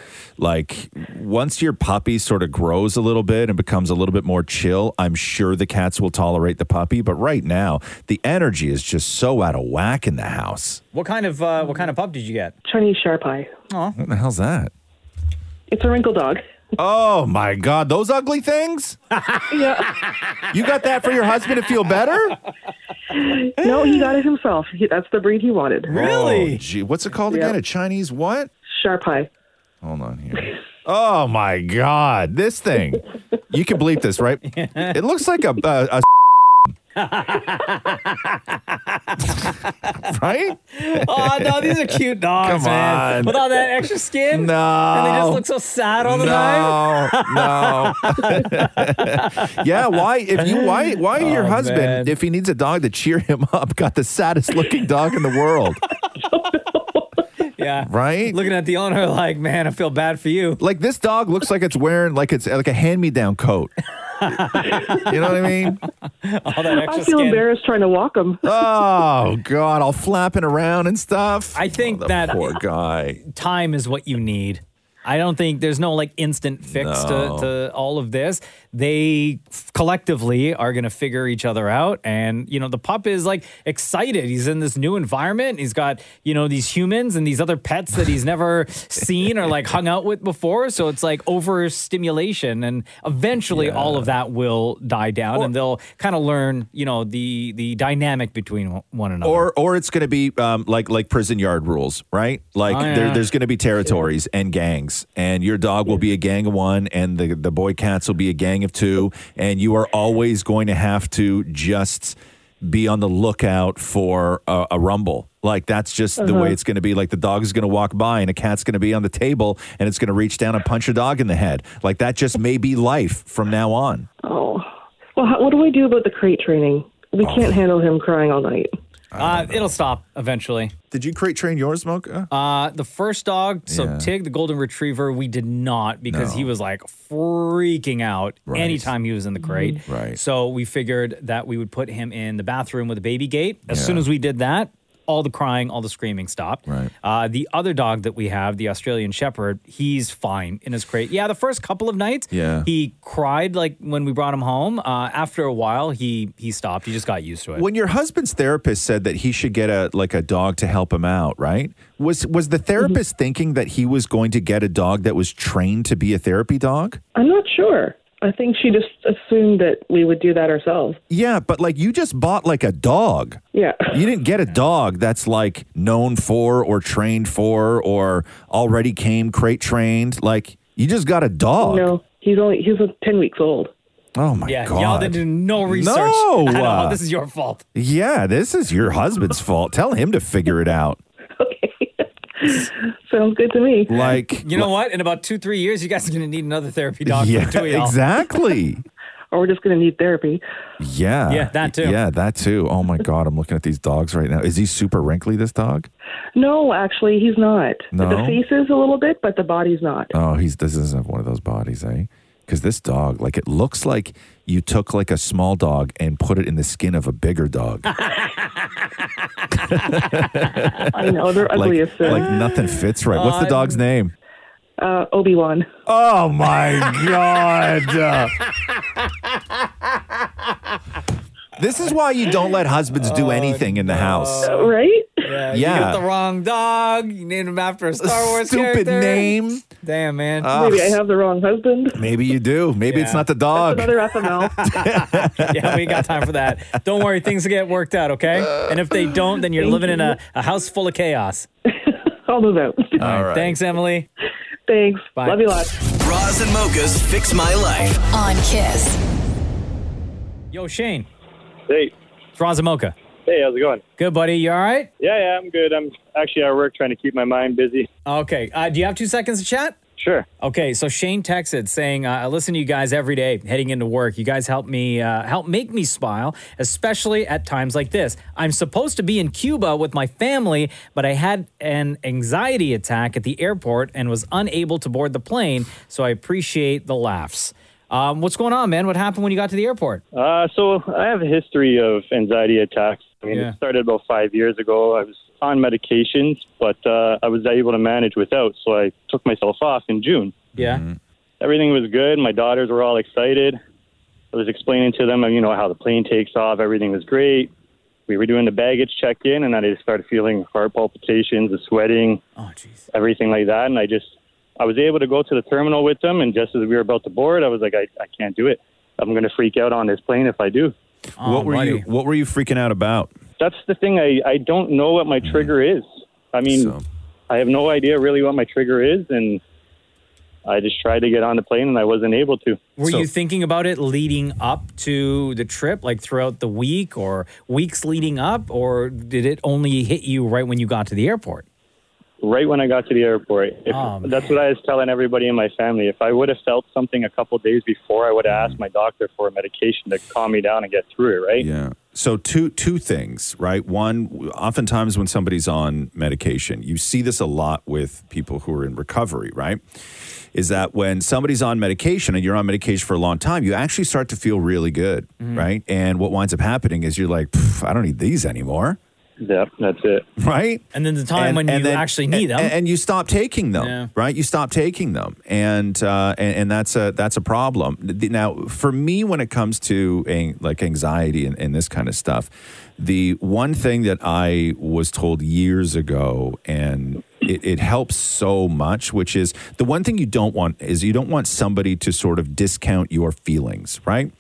[SPEAKER 2] Like, once your puppy sort of grows a little bit and becomes a little bit more chill, I'm sure the cats will tolerate the puppy. But right now, the energy is just so out of whack in the house.
[SPEAKER 3] What kind of uh, what kind of pup did you get?
[SPEAKER 15] Chinese Shar Pie.
[SPEAKER 3] Oh.
[SPEAKER 2] What the hell's that?
[SPEAKER 15] It's a wrinkle dog.
[SPEAKER 2] Oh my God, those ugly things? You got that for your husband to feel better?
[SPEAKER 15] no, he got it himself. He, that's the breed he wanted.
[SPEAKER 2] Oh, gee, what's it called again? A Chinese what?
[SPEAKER 15] Shar Pie.
[SPEAKER 2] Hold on here. Oh my God, this thing. You can bleep this, right? It looks like a, a, a right?
[SPEAKER 3] Oh no, these are cute dogs,
[SPEAKER 2] Come
[SPEAKER 3] man.
[SPEAKER 2] on.
[SPEAKER 3] With all that extra skin,
[SPEAKER 2] No.
[SPEAKER 3] and they just look so sad all the time.
[SPEAKER 2] No, no. yeah, why? If you why why your
[SPEAKER 3] Oh,
[SPEAKER 2] husband,
[SPEAKER 3] man.
[SPEAKER 2] if he needs a dog to cheer him up, got the saddest looking dog in the world,
[SPEAKER 3] Yeah,
[SPEAKER 2] right?
[SPEAKER 3] looking at the owner like, man, I feel bad for you.
[SPEAKER 2] Like this dog looks like it's wearing like it's like a hand me down coat. you know what I mean?
[SPEAKER 3] All that
[SPEAKER 15] I
[SPEAKER 3] extra
[SPEAKER 15] feel
[SPEAKER 3] skin.
[SPEAKER 15] embarrassed trying to walk him.
[SPEAKER 2] Oh God, all flapping around and stuff.
[SPEAKER 3] I think that
[SPEAKER 2] poor guy.
[SPEAKER 3] time is what you need. I don't think there's no like instant fix
[SPEAKER 2] No.
[SPEAKER 3] to, to all of this. They f- collectively are going to figure each other out. And, you know, the pup is like excited. He's in this new environment. He's got, you know, these humans and these other pets that he's never seen or like hung out with before. So it's like overstimulation. And eventually all of that will die down and they'll kind of learn, you know, the, the dynamic between o- one another.
[SPEAKER 2] Or or it's going to be um, like like prison yard rules, right? Like
[SPEAKER 3] Oh,
[SPEAKER 2] there,
[SPEAKER 3] yeah.
[SPEAKER 2] there's going to be territories and gangs, and your dog will be a gang of one, and the the boy cats will be a gang of two, and you are always going to have to just be on the lookout for a, a rumble. Like that's just the way
[SPEAKER 15] Uh-huh.
[SPEAKER 2] it's going to be. Like the dog is going to walk by, and a cat's going to be on the table, and it's going to reach down and punch a dog in the head. Like that just may be life from now on.
[SPEAKER 15] Oh. Well, how, what do we do about the crate training? We
[SPEAKER 2] Oh.
[SPEAKER 15] can't handle him crying all night.
[SPEAKER 3] Uh, it'll stop eventually.
[SPEAKER 2] Did you crate train yours, Mocha?
[SPEAKER 3] Uh, the first dog, so Tig, the golden retriever, we did not because he was like freaking out anytime he was in the crate.
[SPEAKER 2] Mm-hmm. Right.
[SPEAKER 3] So we figured that we would put him in the bathroom with a baby gate. As soon as we did that, all the crying, all the screaming stopped. Right. Uh, the other dog that we have, the Australian Shepherd, he's fine in his crate. Yeah, the first couple of nights,
[SPEAKER 2] Yeah.
[SPEAKER 3] he cried like when we brought him home. Uh, after a while, he he stopped. He just got used to it.
[SPEAKER 2] When your husband's therapist said that he should get a like a dog to help him out, right? Was was
[SPEAKER 15] Mm-hmm.
[SPEAKER 2] the therapist thinking that he was going to get a dog that was trained to be a therapy dog?
[SPEAKER 15] I'm not sure. I think she just assumed that we would do that ourselves.
[SPEAKER 2] Yeah, but like you just bought like a dog.
[SPEAKER 15] Yeah.
[SPEAKER 2] You didn't get a dog that's like known for or trained for or already came crate trained. Like you just got a dog.
[SPEAKER 15] No, he's only he's uh, ten weeks old.
[SPEAKER 2] Oh my
[SPEAKER 3] yeah,
[SPEAKER 2] god.
[SPEAKER 3] y'all didn't do no research.
[SPEAKER 2] No,
[SPEAKER 3] at all.
[SPEAKER 2] uh,
[SPEAKER 3] This is your fault.
[SPEAKER 2] Yeah, this is your husband's fault. Tell him to figure it out.
[SPEAKER 23] Sounds good to me.
[SPEAKER 2] Like,
[SPEAKER 3] You know what? In about two, three years, you guys are going to need another therapy dog.
[SPEAKER 2] yeah,
[SPEAKER 3] for two of y'all.
[SPEAKER 2] exactly.
[SPEAKER 23] or we're just going to need therapy.
[SPEAKER 2] Yeah.
[SPEAKER 3] Yeah, that too.
[SPEAKER 2] Yeah, that too. Oh my God, I'm looking at these dogs right now. Is he super wrinkly, this dog?
[SPEAKER 23] No, actually, he's not.
[SPEAKER 2] No?
[SPEAKER 23] The face is a little bit, but the body's not.
[SPEAKER 2] Oh, he's this doesn't have one of those bodies, eh? Because this dog, like, it looks like you took like a small dog and put it in the skin of a bigger dog. I
[SPEAKER 23] know they're ugly
[SPEAKER 2] like,
[SPEAKER 23] as sin.
[SPEAKER 2] Like nothing fits right. What's the
[SPEAKER 23] Uh,
[SPEAKER 2] dog's name?
[SPEAKER 23] Uh, Obi Wan.
[SPEAKER 2] Oh my God. This is why you don't let husbands do anything in the house.
[SPEAKER 23] Right?
[SPEAKER 3] Yeah.
[SPEAKER 2] Yeah.
[SPEAKER 3] You got the wrong dog. You named him after a Star Wars
[SPEAKER 2] Stupid
[SPEAKER 3] character.
[SPEAKER 2] name.
[SPEAKER 3] Damn, man.
[SPEAKER 2] Ah. Maybe I have
[SPEAKER 23] the wrong husband.
[SPEAKER 2] Maybe you do. Maybe it's not the dog.
[SPEAKER 3] yeah, we ain't got time for that. Don't worry, things will get worked out, okay? And if they don't, then you're
[SPEAKER 23] Thank
[SPEAKER 3] living in
[SPEAKER 23] you.
[SPEAKER 3] a, a house full of chaos.
[SPEAKER 23] I'll move out.
[SPEAKER 3] All right. Thanks, Emily.
[SPEAKER 23] Thanks.
[SPEAKER 3] Bye.
[SPEAKER 23] Love you lots.
[SPEAKER 24] Roz and Mocha's Fix My Life.
[SPEAKER 11] on Kiss.
[SPEAKER 3] Yo, Shane.
[SPEAKER 23] Hey.
[SPEAKER 3] It's Razamoka.
[SPEAKER 23] Hey, how's it going?
[SPEAKER 3] Good, buddy. You all right?
[SPEAKER 23] Yeah, yeah, I'm good. I'm actually at work trying to keep my mind busy.
[SPEAKER 3] Okay. Uh, do you have two seconds to chat?
[SPEAKER 23] Sure.
[SPEAKER 3] Okay. So Shane texted saying, uh, "I listen to you guys every day heading into work. You guys help me uh, help make me smile, especially at times like this. I'm supposed to be in Cuba with my family, but I had an anxiety attack at the airport and was unable to board the plane. So I appreciate the laughs. Um, what's going on, man? What happened when you got to the airport?
[SPEAKER 23] Uh, so I have a history of anxiety attacks. I mean,
[SPEAKER 3] Yeah.
[SPEAKER 23] it started about five years ago. I was on medications, but uh, I was able to manage without. So I took myself off in June.
[SPEAKER 3] Yeah.
[SPEAKER 23] Everything was good. My daughters were all excited. I was explaining to them, you know, how the plane takes off. Everything was great. We were doing the baggage check-in, and I just started feeling heart palpitations, the sweating,
[SPEAKER 3] oh, jeez,
[SPEAKER 23] everything like that. And I just, I was able to go to the terminal with them, and just as we were about to board, I was like, I, I can't do it. I'm going to freak out on this plane if I do.
[SPEAKER 3] Oh,
[SPEAKER 2] what were you what were you freaking out about?
[SPEAKER 23] That's the thing. I, I don't know what
[SPEAKER 3] Mm-hmm.
[SPEAKER 23] my trigger is. I mean, I have no idea really what my trigger is, and I just tried to get on the plane, and I wasn't able to.
[SPEAKER 3] Were you thinking about it leading up to the trip, like throughout the week or weeks leading up, or did it only hit you right when you got to the airport?
[SPEAKER 23] right when I got to the airport. If,
[SPEAKER 3] Oh, man.
[SPEAKER 23] that's what I was telling everybody in my family. If I would have felt something a couple days before, I would have asked my doctor for a medication to calm me down and get through it. Right?
[SPEAKER 2] Yeah. So two two things, right? One, oftentimes when somebody's on medication, you see this a lot with people who are in recovery, right? Is that when somebody's on medication and you're on medication for a long time, you actually start to feel really good,
[SPEAKER 3] Mm-hmm.
[SPEAKER 2] right? And what winds up happening is you're like, "Pff, I don't need these anymore.
[SPEAKER 23] Yeah, that's it.
[SPEAKER 2] Right?
[SPEAKER 3] And then the time when you actually need
[SPEAKER 2] and-
[SPEAKER 3] them.
[SPEAKER 2] And you stop taking them,
[SPEAKER 3] Yeah.
[SPEAKER 2] right? You stop taking them. And, uh, and and that's a that's a problem. The- Now, for me when it comes to an- like anxiety and, and this kind of stuff, the one thing that I was told years ago and it, it helps so much, which is the one thing you don't want is you don't want somebody to sort of discount your feelings, right?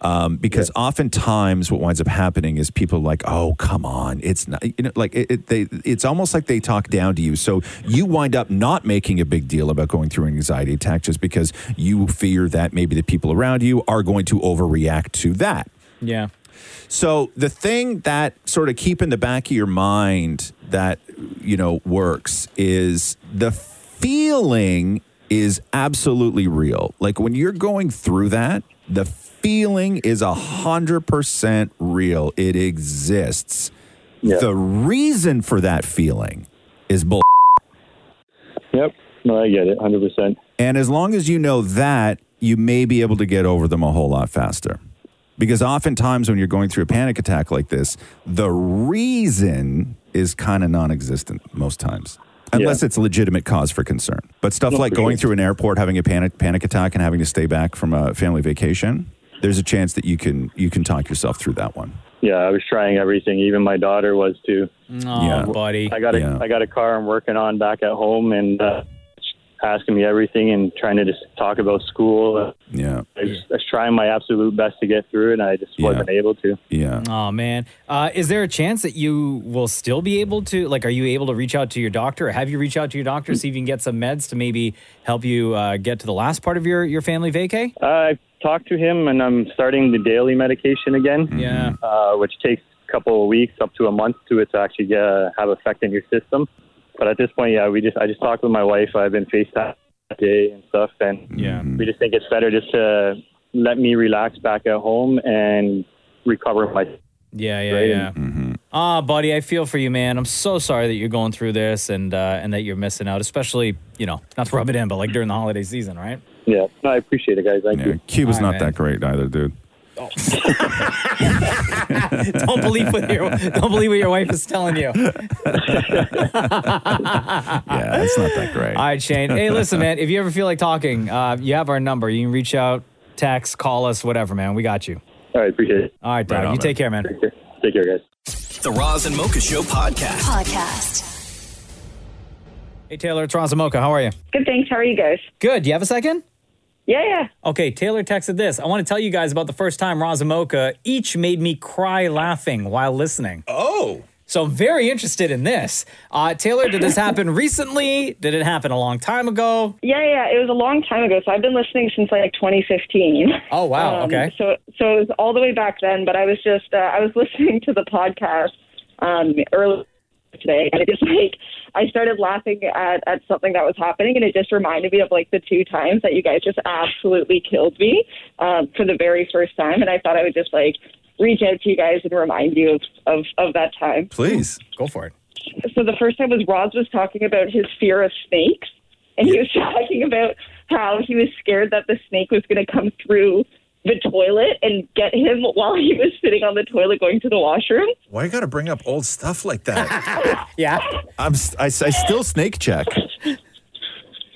[SPEAKER 2] Um, because oftentimes what winds up happening is people are like, oh, come on, it's not, you know, like it, it, they, it's almost like they talk down to you. So you wind up not making a big deal about going through an anxiety attack just because you fear that maybe the people around you are going to overreact to that.
[SPEAKER 3] Yeah.
[SPEAKER 2] So the thing that sort of keep in the back of your mind that you know works is the feeling is absolutely real. Like when you're going through that, the feeling is a hundred percent real. It exists. The reason for that feeling is bull.
[SPEAKER 23] Yep. No, I get it. Hundred percent.
[SPEAKER 2] And as long as you know that, you may be able to get over them a whole lot faster. Because oftentimes when you're going through a panic attack like this, the reason is kind of non existent most times. Unless it's a legitimate cause for concern. But stuff
[SPEAKER 23] No,
[SPEAKER 2] like
[SPEAKER 23] for
[SPEAKER 2] going
[SPEAKER 23] sure.
[SPEAKER 2] through an airport, having a panic panic attack and having to stay back from a family vacation, there's a chance that you can you can talk yourself through that one.
[SPEAKER 23] Yeah, I was trying everything. Even my daughter was too.
[SPEAKER 3] No, buddy.
[SPEAKER 23] I got a I got a car I'm working on back at home, and uh, she's asking me everything and trying to just talk about school.
[SPEAKER 2] Yeah.
[SPEAKER 23] I was, I was trying my absolute best to get through it, and I just wasn't able to.
[SPEAKER 2] Yeah.
[SPEAKER 3] Oh man, uh, is there a chance that you will still be able to? Like, are you able to reach out to your doctor, or have you reach out to your doctor see if you can get some meds to maybe help you uh, get to the last part of your your family vacay?
[SPEAKER 23] I've talked to him, and I'm starting the daily medication again.
[SPEAKER 3] Yeah.
[SPEAKER 23] Uh, which takes a couple of weeks, up to a month, to it to actually get, have effect in your system. But at this point, yeah, we just I just talked with my wife. I've been FaceTime all day and stuff, and
[SPEAKER 25] yeah,
[SPEAKER 23] we just think it's better just to let me relax back at home and recover my.
[SPEAKER 3] Yeah, yeah,
[SPEAKER 23] Right.
[SPEAKER 3] yeah. Ah, buddy, I feel for you, man. I'm so sorry that you're going through this and uh, and that you're missing out, especially you know, not to rub it in, but like during the holiday season, right?
[SPEAKER 23] Yeah, no, I appreciate it, guys. Thank
[SPEAKER 2] Yeah,
[SPEAKER 23] you.
[SPEAKER 2] Cuba's
[SPEAKER 3] All
[SPEAKER 2] not
[SPEAKER 3] right,
[SPEAKER 2] that great either, dude.
[SPEAKER 3] don't believe what your don't believe what your wife is telling you.
[SPEAKER 2] Yeah, it's not that great.
[SPEAKER 3] All right, Shane. Hey, listen, man. If you ever feel like talking, uh, you have our number. You can reach out, text, call us, whatever, man. We got you.
[SPEAKER 23] All right, appreciate it.
[SPEAKER 3] All right, dog.
[SPEAKER 23] Right on,
[SPEAKER 3] you
[SPEAKER 23] man.
[SPEAKER 3] take care, man.
[SPEAKER 23] Take care, guys.
[SPEAKER 4] The Roz and Mocha Show podcast.
[SPEAKER 26] Podcast.
[SPEAKER 3] Hey, Taylor, it's Ron Zamoka. How are you?
[SPEAKER 27] Good, thanks. How are you guys?
[SPEAKER 3] Good. You have a second?
[SPEAKER 27] Yeah, yeah.
[SPEAKER 3] Okay, Taylor texted this. I want to tell you guys about the first time Razamoka each made me cry laughing while listening. Oh. So I'm very interested in this. Uh, Taylor, did this happen recently? Did it happen a long time ago?
[SPEAKER 27] Yeah, yeah. It was a long time ago. So I've been listening since like 2015.
[SPEAKER 3] Oh, wow, okay.
[SPEAKER 27] So, so it was all the way back then. But I was just uh, I was listening to the podcast um, earlier today, and it just like I started laughing at at something that was happening, and it just reminded me of like the two times that you guys just absolutely killed me um, for the very first time, and I thought I would just like reach out to you guys and remind you of of, of that time.
[SPEAKER 2] Please
[SPEAKER 3] go for it.
[SPEAKER 27] so the first time was Roz was talking about his fear of snakes, and he was talking about how he was scared that the snake was going to come through the toilet and get him while he was sitting on the toilet going to the washroom.
[SPEAKER 2] Why you got to bring up old stuff like that?
[SPEAKER 3] yeah.
[SPEAKER 2] I'm, si still snake check.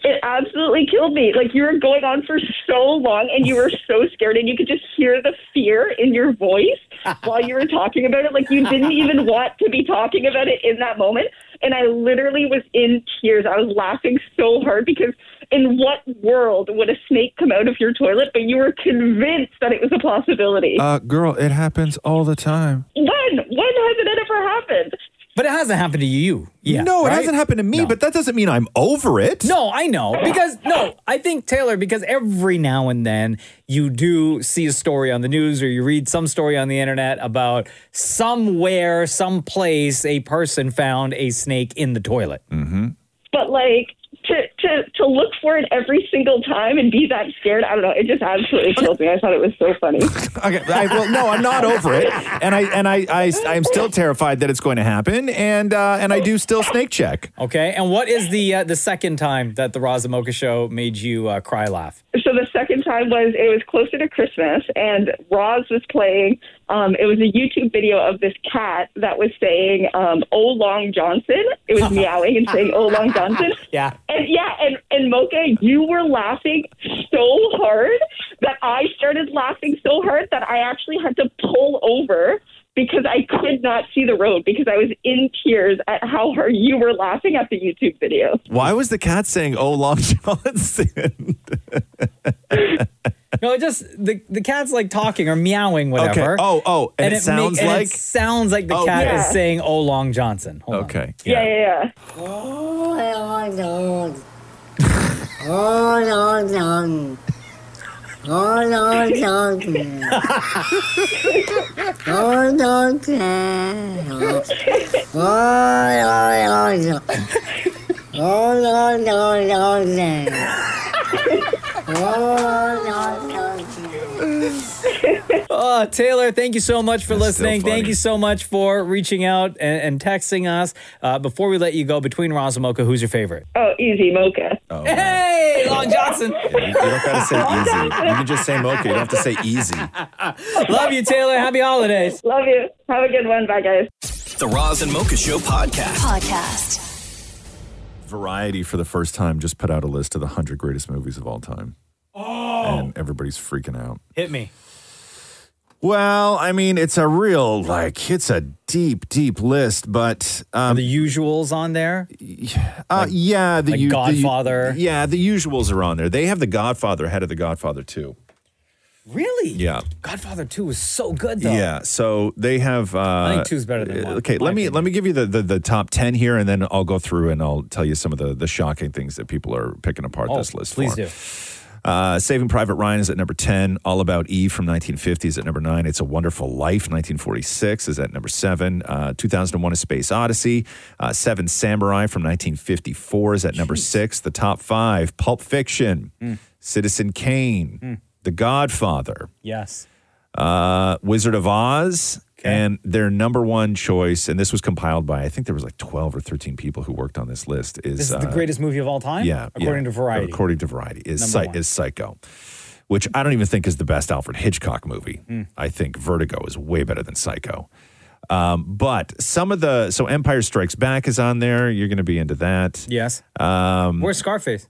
[SPEAKER 27] It absolutely killed me. Like you were going on for so long, and you were so scared, and you could just hear the fear in your voice while you were talking about it. Like you didn't even want to be talking about it in that moment. And I literally was in tears. I was laughing so hard because in what world would a snake come out of your toilet? But you were convinced that it was a possibility.
[SPEAKER 2] Uh, girl, it happens all the time.
[SPEAKER 27] when? When has it ever happened?
[SPEAKER 3] But it hasn't happened to you. Yeah.
[SPEAKER 2] no, Oh, it
[SPEAKER 3] right?
[SPEAKER 2] hasn't happened to me, but that doesn't mean I'm over it.
[SPEAKER 3] No, I know. Because, no, I think, Taylor, because every now and then you do see a story on the news or you read some story on the internet about somewhere, someplace, a person found a snake in the toilet. Mm-hmm.
[SPEAKER 27] But like to to to look for it every single time and be that scared, I don't know. It just absolutely killed me. I thought it was so funny.
[SPEAKER 2] Okay, I, well, no, I'm not over it, and I and I, I I'm still terrified that it's going to happen, and uh, and I do still snake check.
[SPEAKER 3] Okay, and what is the uh, the second time that the Razamoka show made you uh, cry laugh?
[SPEAKER 27] So the second time was it was closer to Christmas, and Roz was playing. Um, it was a YouTube video of this cat that was saying um, "Oh Long Johnson." It was meowing and saying "Oh Long Johnson."
[SPEAKER 3] Yeah.
[SPEAKER 27] And yeah, and and Mocha, you were laughing so hard that I started laughing so hard that I actually had to pull over because I could not see the road because I was in tears at how hard you were laughing at the YouTube video.
[SPEAKER 2] Why was the cat saying "Oh, Long Johnson"?
[SPEAKER 3] No, it just the the cat's like talking or meowing, whatever.
[SPEAKER 2] Okay. Oh, oh, and it
[SPEAKER 3] ma-
[SPEAKER 2] sounds
[SPEAKER 3] and it
[SPEAKER 2] like-
[SPEAKER 3] sounds like the
[SPEAKER 2] Oh,
[SPEAKER 3] cat
[SPEAKER 2] yeah.
[SPEAKER 3] is saying "Oh, Long Johnson."
[SPEAKER 2] okay.
[SPEAKER 3] Dạ.
[SPEAKER 27] Yeah, yeah, yeah.
[SPEAKER 6] Oh, no. Oh, no, no. Oh, no, no. Oh, no, no. Oh, no, no. Oh, no, no, no, no.
[SPEAKER 3] oh, Taylor, thank you so much for listening. Thank you so much for reaching out and, and texting us. Uh, before we let you go, between Roz and Mocha, who's your favorite?
[SPEAKER 27] Oh, easy, Mocha.
[SPEAKER 3] Hey, Long Johnson.
[SPEAKER 2] You don't gotta say easy. You can just say mocha. You don't have to say easy.
[SPEAKER 3] Love you, Taylor. Happy holidays.
[SPEAKER 27] Love you. Have a good one. Bye, guys.
[SPEAKER 4] The Roz and Mocha Show podcast.
[SPEAKER 27] Podcast.
[SPEAKER 2] Variety for the first time just put out a list of the hundred greatest movies of all time. Oh, and everybody's freaking out.
[SPEAKER 3] Hit me.
[SPEAKER 2] Well, I mean, it's a real like it's a deep, deep list, but um,
[SPEAKER 3] the usuals on there.
[SPEAKER 2] Uh, yeah, the,
[SPEAKER 3] like
[SPEAKER 2] u- the u-
[SPEAKER 3] Godfather.
[SPEAKER 2] yeah, the usuals are on there. They have the Godfather ahead of the Godfather too.
[SPEAKER 3] Really?
[SPEAKER 2] Yeah.
[SPEAKER 3] Godfather 2 was so good, though.
[SPEAKER 2] Yeah, so they have. Uh, I
[SPEAKER 3] think two's better than one,
[SPEAKER 2] Okay, let me let me give you the, the the top ten here, and then I'll go through and I'll tell you some of the the shocking things that people are picking apart
[SPEAKER 3] Oh,
[SPEAKER 2] this list.
[SPEAKER 3] please
[SPEAKER 2] for.
[SPEAKER 3] do.
[SPEAKER 2] Uh, Saving Private Ryan is at number 10. All About Eve from 1950 is at number 9. It's a Wonderful Life, 1946 is at number 7. Uh, 2001 A Space Odyssey. Uh, Seven Samurai from 1954 is at number 6. The top five Pulp Fiction,
[SPEAKER 3] Mm.
[SPEAKER 2] Citizen Kane,
[SPEAKER 3] Hmm.
[SPEAKER 2] The Godfather,
[SPEAKER 3] Yes.
[SPEAKER 2] uh, Wizard of Oz, and their number one choice, and this was compiled by, I think there was like 12 or 13 people who worked on this list. Is
[SPEAKER 3] This is the
[SPEAKER 2] uh,
[SPEAKER 3] greatest movie of all time?
[SPEAKER 2] yeah,
[SPEAKER 3] According
[SPEAKER 2] yeah.
[SPEAKER 3] to Variety.
[SPEAKER 2] According to Variety, is
[SPEAKER 3] Number
[SPEAKER 2] Psy-
[SPEAKER 3] one.
[SPEAKER 2] is Psycho, which I don't even think is the best Alfred Hitchcock movie.
[SPEAKER 3] Mm.
[SPEAKER 2] I think Vertigo is way better than Psycho. Um, but some of the so Empire Strikes Back is on there. You're going to be into that.
[SPEAKER 3] Yes.
[SPEAKER 2] Um,
[SPEAKER 3] Where's Scarface?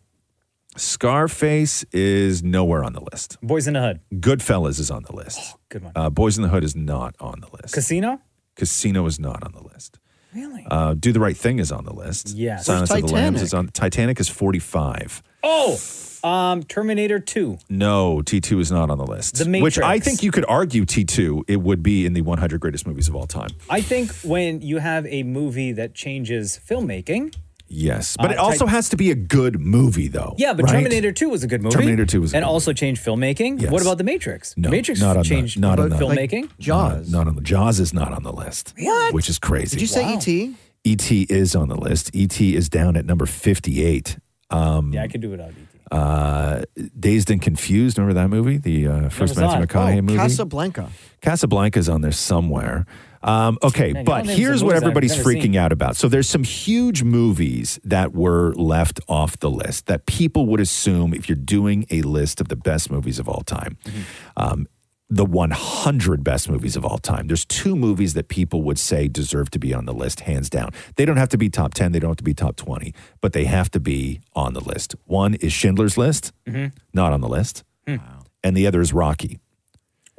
[SPEAKER 2] Scarface is nowhere on the list.
[SPEAKER 3] Boys in the Hood. Oh,
[SPEAKER 2] Goodfellas is on the list.
[SPEAKER 3] good one.
[SPEAKER 2] Uh, Boys in the Hood is not on the list.
[SPEAKER 3] Casino?
[SPEAKER 2] Casino is not on the list. Really? Uh, Do the Right Thing is on the list.
[SPEAKER 3] Yes.
[SPEAKER 2] Silence
[SPEAKER 3] Where's
[SPEAKER 2] of the Lambs
[SPEAKER 3] Titanic?
[SPEAKER 2] is on. Titanic is 45.
[SPEAKER 3] Oh, um, Terminator 2.
[SPEAKER 2] No, T2 is not on the list.
[SPEAKER 3] The
[SPEAKER 2] Which I
[SPEAKER 3] Matrix.
[SPEAKER 2] think you could argue T2 it would be in the 100 greatest movies of all time.
[SPEAKER 3] I think when you have a movie that changes filmmaking.
[SPEAKER 2] Yes, but
[SPEAKER 3] Uh,
[SPEAKER 2] it also
[SPEAKER 3] Tit-
[SPEAKER 2] has to be a good movie though.
[SPEAKER 3] Yeah, but
[SPEAKER 2] right?
[SPEAKER 3] Terminator 2 was a good movie.
[SPEAKER 2] Terminator 2 was a
[SPEAKER 3] And
[SPEAKER 2] good
[SPEAKER 3] also changed filmmaking.
[SPEAKER 2] Yes.
[SPEAKER 3] What about The Matrix?
[SPEAKER 2] No,
[SPEAKER 3] Matrix
[SPEAKER 2] not on the-
[SPEAKER 3] changed
[SPEAKER 2] not on the-
[SPEAKER 3] filmmaking.
[SPEAKER 2] Jaws. Not, on the Jaws is not on the list.
[SPEAKER 3] What?
[SPEAKER 2] Which is crazy.
[SPEAKER 3] Did you say E Wow. E.T.?
[SPEAKER 2] E.T. is on the list. E.T. is down at number 58. Um,
[SPEAKER 3] yeah, I could do it on E.T.
[SPEAKER 2] Uh, Dazed and Confused. Remember that movie? The uh, first
[SPEAKER 3] was
[SPEAKER 2] Matthew
[SPEAKER 3] on.
[SPEAKER 2] McConaughey
[SPEAKER 3] Oh,
[SPEAKER 2] movie?
[SPEAKER 9] Casablanca.
[SPEAKER 2] Casablanca's on there somewhere. Um, okay,
[SPEAKER 9] Man, y'all
[SPEAKER 2] but
[SPEAKER 9] names
[SPEAKER 2] here's
[SPEAKER 9] some
[SPEAKER 2] what
[SPEAKER 9] movies I've
[SPEAKER 2] everybody's
[SPEAKER 9] never
[SPEAKER 2] freaking
[SPEAKER 9] seen.
[SPEAKER 2] out about. So there's some huge movies that were left off the list that people would assume if you're doing a list of the best movies of all time.
[SPEAKER 9] Mm-hmm.
[SPEAKER 2] Um, the 100 best movies of all time. There's two movies that people would say deserve to be on the list, hands down. They don't have to be top 10, they don't have to be top 20, but they have to be on the list. One is Schindler's List,
[SPEAKER 3] Mhm.
[SPEAKER 2] not on the list,
[SPEAKER 3] Hmm.
[SPEAKER 2] and the other is Rocky.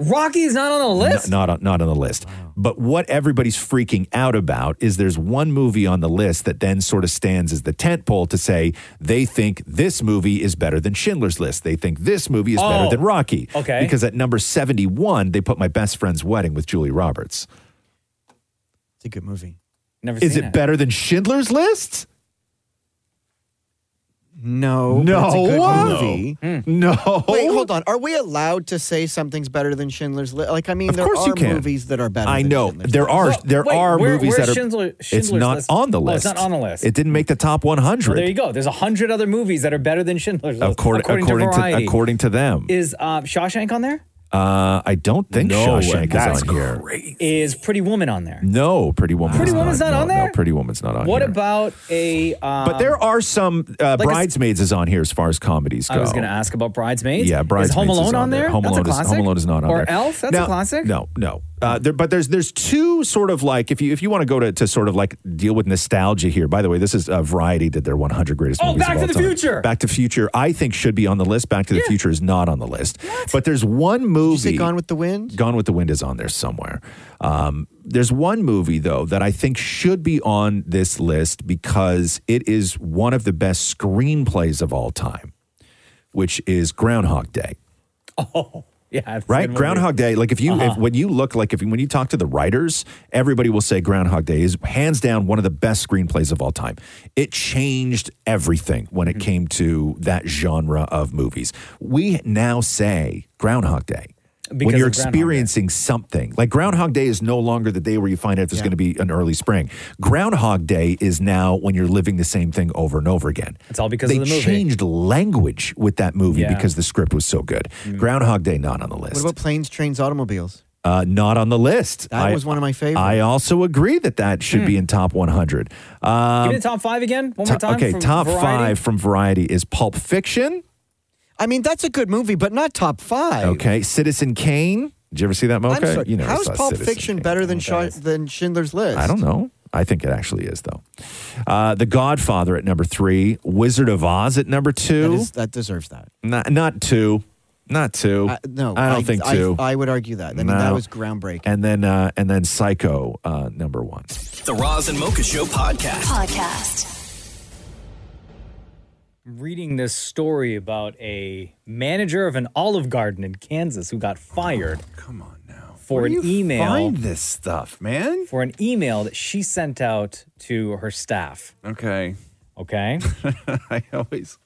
[SPEAKER 3] Rocky is not on the list?
[SPEAKER 2] N- not on, not on the list. But what everybody's freaking out about is there's one movie on the list that then sort of stands as the tent pole to say they think this movie is better than Schindler's List. They think this movie is
[SPEAKER 3] Oh.
[SPEAKER 2] better than Rocky.
[SPEAKER 3] Okay.
[SPEAKER 2] Because at number 71, they put My Best Friend's Wedding with Julie Roberts.
[SPEAKER 9] It's a good movie.
[SPEAKER 3] Never
[SPEAKER 2] is it better than Schindler's List?
[SPEAKER 9] No.
[SPEAKER 2] No.
[SPEAKER 9] but It's a
[SPEAKER 2] No. Hmm.
[SPEAKER 9] good movie.
[SPEAKER 2] No.
[SPEAKER 9] Wait, hold on. Are we allowed to say something's better than Schindler's List? Like, I mean,
[SPEAKER 2] Of
[SPEAKER 9] there
[SPEAKER 2] course
[SPEAKER 9] are
[SPEAKER 2] you can.
[SPEAKER 9] movies that are better.
[SPEAKER 2] I
[SPEAKER 9] than
[SPEAKER 2] know
[SPEAKER 9] Schindler's
[SPEAKER 2] there
[SPEAKER 9] List.
[SPEAKER 2] are
[SPEAKER 9] Well,
[SPEAKER 2] there
[SPEAKER 9] wait,
[SPEAKER 2] are
[SPEAKER 9] where-
[SPEAKER 2] movies
[SPEAKER 9] where's
[SPEAKER 2] that are
[SPEAKER 9] Schindler-
[SPEAKER 2] it's
[SPEAKER 3] Schindler's
[SPEAKER 2] not
[SPEAKER 3] List?
[SPEAKER 2] on the
[SPEAKER 3] Oh,
[SPEAKER 2] list.
[SPEAKER 3] it's not on the list.
[SPEAKER 2] It didn't make the top 100.
[SPEAKER 3] Well, there you go. There's a hundred other movies that are better than Schindler's List.
[SPEAKER 2] According, according, to,
[SPEAKER 3] Variety.
[SPEAKER 2] according to them,
[SPEAKER 3] is uh, Shawshank on there?
[SPEAKER 2] Uh, I don't think
[SPEAKER 3] No,
[SPEAKER 2] Shawshank
[SPEAKER 3] that's
[SPEAKER 2] is on here.
[SPEAKER 3] Is Pretty Woman on there?
[SPEAKER 2] No, Pretty Woman.
[SPEAKER 3] Pretty
[SPEAKER 2] is
[SPEAKER 3] Woman's not
[SPEAKER 2] no,
[SPEAKER 3] on there?
[SPEAKER 2] No, Pretty Woman's not on
[SPEAKER 3] what
[SPEAKER 2] here.
[SPEAKER 3] about a? Um,
[SPEAKER 2] but there are some uh,
[SPEAKER 3] like a s-
[SPEAKER 2] Bridesmaids is on here as far as comedies go.
[SPEAKER 3] I was going to ask about Bridesmaids.
[SPEAKER 2] Yeah, Bridesmaids
[SPEAKER 3] Is Home Alone
[SPEAKER 2] is on, there. Home
[SPEAKER 3] That's
[SPEAKER 2] Alone
[SPEAKER 3] a
[SPEAKER 2] is
[SPEAKER 3] classic?
[SPEAKER 2] Home Alone is not on
[SPEAKER 3] or
[SPEAKER 2] there.
[SPEAKER 3] Elf? That's
[SPEAKER 2] Now-
[SPEAKER 3] a classic.
[SPEAKER 2] No, no. Uh, there, but there's there's two sort of like if you if you want to go to to sort of like deal with nostalgia here. By the way, this is uh, Variety did their 100 greatest.
[SPEAKER 3] Oh,
[SPEAKER 2] movies
[SPEAKER 3] Back
[SPEAKER 2] of
[SPEAKER 3] to
[SPEAKER 2] all
[SPEAKER 3] the
[SPEAKER 2] time.
[SPEAKER 3] Future.
[SPEAKER 2] Back to Future, I think should be on the list. Back to the Future is not on the list. But there's one movie. Gone
[SPEAKER 9] with the Wind.
[SPEAKER 2] Gone with the Wind is on there somewhere. Um, there's one movie though that I think should be on this list because it is one of the best screenplays of all time, which is Groundhog Day
[SPEAKER 3] Yeah, that's a good
[SPEAKER 2] right
[SPEAKER 3] movie.
[SPEAKER 2] groundhog day like if you if,
[SPEAKER 3] Uh-huh.
[SPEAKER 2] when you look like if you- when you talk to the writers everybody will say groundhog day is hands down one of the best screenplays of all time it changed everything when
[SPEAKER 3] Mm.
[SPEAKER 2] it came to that genre of movies we now say groundhog day when
[SPEAKER 3] Because
[SPEAKER 2] you're
[SPEAKER 3] of Groundhog Day.
[SPEAKER 2] experiencing something like groundhog day is no longer the day where you find out if there's going to be an early spring groundhog day is now when you're living the same thing over and over again
[SPEAKER 3] It's all because
[SPEAKER 2] they
[SPEAKER 3] of the movie.
[SPEAKER 2] changed language with that movie
[SPEAKER 9] Yeah.
[SPEAKER 2] because the script was so good groundhog day not on the list
[SPEAKER 9] Mm. What about planes, trains, automobiles?
[SPEAKER 2] uh, not on the list.
[SPEAKER 9] That
[SPEAKER 2] I,
[SPEAKER 9] was one of my Mm. favorites.
[SPEAKER 2] I also agree that that should be in top 100. Um,
[SPEAKER 3] Give me the top five again. One more
[SPEAKER 2] to-
[SPEAKER 3] time.
[SPEAKER 2] okay,
[SPEAKER 3] from
[SPEAKER 2] top
[SPEAKER 3] Variety.
[SPEAKER 2] five from Variety is Pulp Fiction.
[SPEAKER 9] I mean, that's a good movie, but not top five.
[SPEAKER 2] Okay, Citizen Kane. Did you ever see that?
[SPEAKER 9] I'm
[SPEAKER 2] Mocha?
[SPEAKER 9] sorry,
[SPEAKER 2] you never
[SPEAKER 9] how's
[SPEAKER 2] saw
[SPEAKER 9] Pulp
[SPEAKER 2] Citizen Oh
[SPEAKER 9] Fiction better than Shaw, than Schindler's List?
[SPEAKER 2] I don't know. I think it actually is though. Uh, the Godfather at number three, Wizard of Oz at number two.
[SPEAKER 9] That, is, that deserves that.
[SPEAKER 2] not, not two, not two.
[SPEAKER 9] I- no,
[SPEAKER 2] I don't think two.
[SPEAKER 9] I, would argue that. I mean, that
[SPEAKER 2] No.
[SPEAKER 9] was groundbreaking.
[SPEAKER 2] and then uh, and then Psycho uh, number one.
[SPEAKER 4] The Roz and Mocha Show podcast.
[SPEAKER 11] Podcast.
[SPEAKER 3] reading this story about a manager of an olive garden in Kansas who got
[SPEAKER 2] Oh,
[SPEAKER 3] fired. come on now. For
[SPEAKER 2] Where
[SPEAKER 3] an
[SPEAKER 2] do you
[SPEAKER 3] email.
[SPEAKER 2] find this stuff, man.
[SPEAKER 3] For an email that she sent out to her staff.
[SPEAKER 2] Okay.
[SPEAKER 3] Okay.
[SPEAKER 2] I always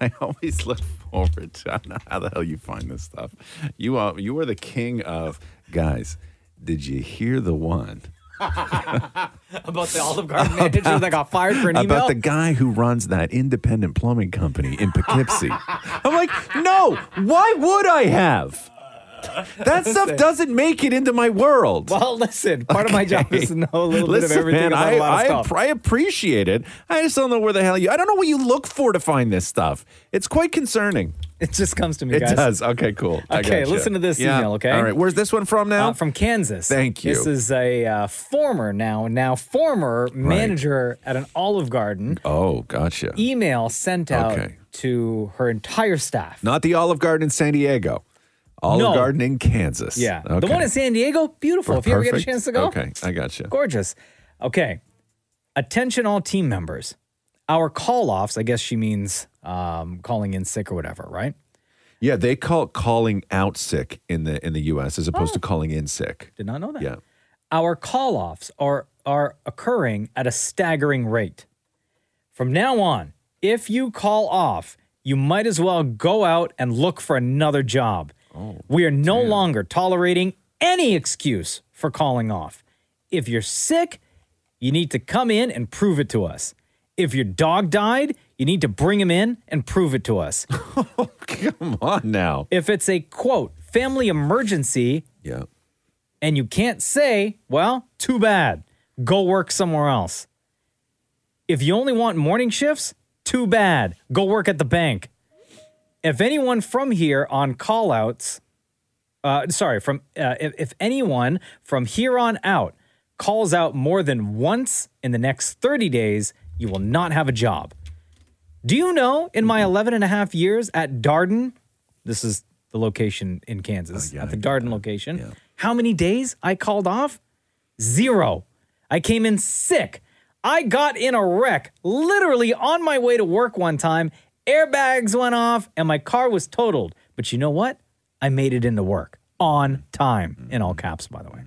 [SPEAKER 2] I always look forward to. I don't know how the hell you find this stuff. You are you are the king of guys. Did you hear the one
[SPEAKER 10] About the Olive Garden manager that got fired for an email.
[SPEAKER 2] about the guy who runs that independent plumbing company in Poughkeepsie? I'm like, no. Why would I have? That stuff
[SPEAKER 10] Listen.
[SPEAKER 2] doesn't make it into my world.
[SPEAKER 10] Well, listen, part of my job is to know a little bit of
[SPEAKER 2] Listen,
[SPEAKER 10] everything
[SPEAKER 2] man,
[SPEAKER 10] about
[SPEAKER 2] I,
[SPEAKER 10] a lot of
[SPEAKER 2] I,
[SPEAKER 10] stuff.
[SPEAKER 2] appre- I appreciate it. I just don't know where the hell you. I don't know what you look for to find this stuff. It's quite concerning.
[SPEAKER 3] It just comes to me,
[SPEAKER 2] It
[SPEAKER 3] guys.
[SPEAKER 2] does. Okay, cool. I
[SPEAKER 3] Okay,
[SPEAKER 2] gotcha.
[SPEAKER 3] listen to this
[SPEAKER 2] Yeah.
[SPEAKER 3] email, okay?
[SPEAKER 2] All right. Where's this one from now?
[SPEAKER 3] Uh, from Kansas.
[SPEAKER 2] Thank you.
[SPEAKER 3] This is a uh, former now, now former manager at an Olive Garden.
[SPEAKER 2] Oh, gotcha.
[SPEAKER 3] Email sent out
[SPEAKER 2] Okay.
[SPEAKER 3] to her entire staff.
[SPEAKER 2] Not the Olive Garden in San Diego. Olive
[SPEAKER 3] No.
[SPEAKER 2] Garden in Kansas.
[SPEAKER 3] Yeah.
[SPEAKER 2] Okay.
[SPEAKER 3] The one in San Diego, beautiful. if you ever get a
[SPEAKER 2] Perfect.
[SPEAKER 3] chance to go,
[SPEAKER 2] Okay, I gotcha.
[SPEAKER 3] gorgeous. Okay. Attention, all team members. Our call offs, I guess she means um, calling in sick or whatever, right?
[SPEAKER 2] Yeah, they call it calling out sick in the in the U.S. as
[SPEAKER 3] Oh.
[SPEAKER 2] opposed to calling in sick.
[SPEAKER 3] Did not know that.
[SPEAKER 2] Yeah.
[SPEAKER 3] Our call offs are, are occurring at a staggering rate. From now on, if you call off, you might as well go out and look for another job.
[SPEAKER 2] Oh,
[SPEAKER 3] we are no longer tolerating any excuse for calling off. If you're sick, you need to come in and prove it to us. If your dog died, you need to bring him in and prove it to us.
[SPEAKER 2] Come on now.
[SPEAKER 3] If it's a quote, family emergency,
[SPEAKER 2] yeah.
[SPEAKER 3] and you can't say, well, too bad. Go work somewhere else. If you only want morning shifts, too bad. Go work at the bank. If anyone from here on call outs, uh, sorry, from uh, if, if anyone from here on out calls out more than once in the next 30 days, you will not have a job. Do you know in my 11 and a half years at Darden, this is the location in Kansas, at the Darden location, how many days I called off? Zero. I came in sick. I got in a wreck literally on my way to work one time. Airbags went off and my car was totaled. But you know what? I made it into work on time, in all caps, by the way.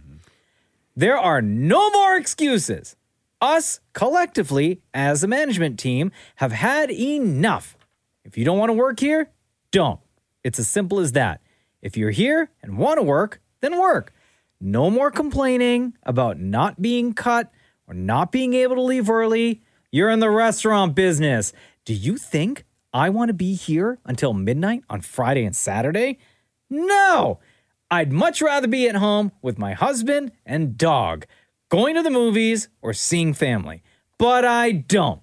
[SPEAKER 3] There are no more excuses. Us collectively, as a management team, have had enough. If you don't want to work here, don't. It's as simple as that. If you're here and want to work, then work. No more complaining about not being cut or not being able to leave early. You're in the restaurant business. Do you think I want to be here until midnight on Friday and Saturday? No! I'd much rather be at home with my husband and dog, going to the movies or seeing family. But I don't.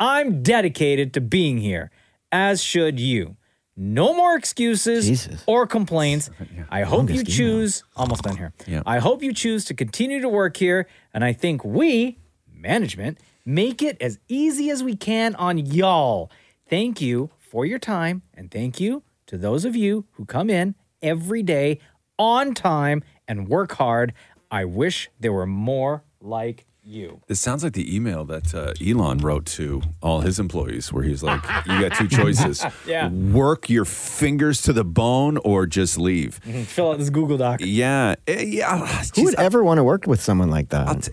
[SPEAKER 3] I'm dedicated to being here, as should you. No more excuses or complaints. I hope you
[SPEAKER 10] Longest
[SPEAKER 3] choose almost done here. I hope you choose to continue to work here, and I think we, management, make it as easy as we can on y'all. Thank you for your time, and thank you to those of you who come in every day on time and work hard. I wish there were more like you.
[SPEAKER 2] This sounds like the email that uh, Elon wrote to all his employees, where he's like, "You got two choices:
[SPEAKER 3] Yeah.
[SPEAKER 2] work your fingers to the bone, or just leave."
[SPEAKER 3] Fill out this Google Doc.
[SPEAKER 2] Yeah, eh, yeah.
[SPEAKER 9] Who would ever want to work with someone like that?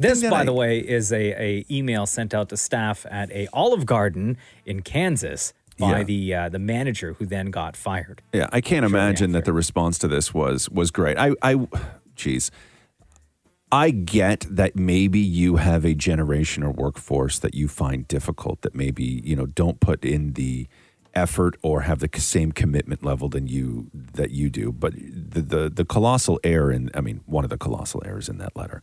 [SPEAKER 3] this, by the way, is a, a email sent out to staff at a Olive Garden in Kansas by
[SPEAKER 2] Yeah.
[SPEAKER 3] the uh, the manager, who then got fired.
[SPEAKER 2] Yeah, I can't imagine that the response to this was was great. I, I, geez, I get that maybe you have a generation or workforce that you find difficult that maybe you know don't put in the effort or have the c- same commitment level than you that you do. But the the, the colossal error in I mean one of the colossal errors in that letter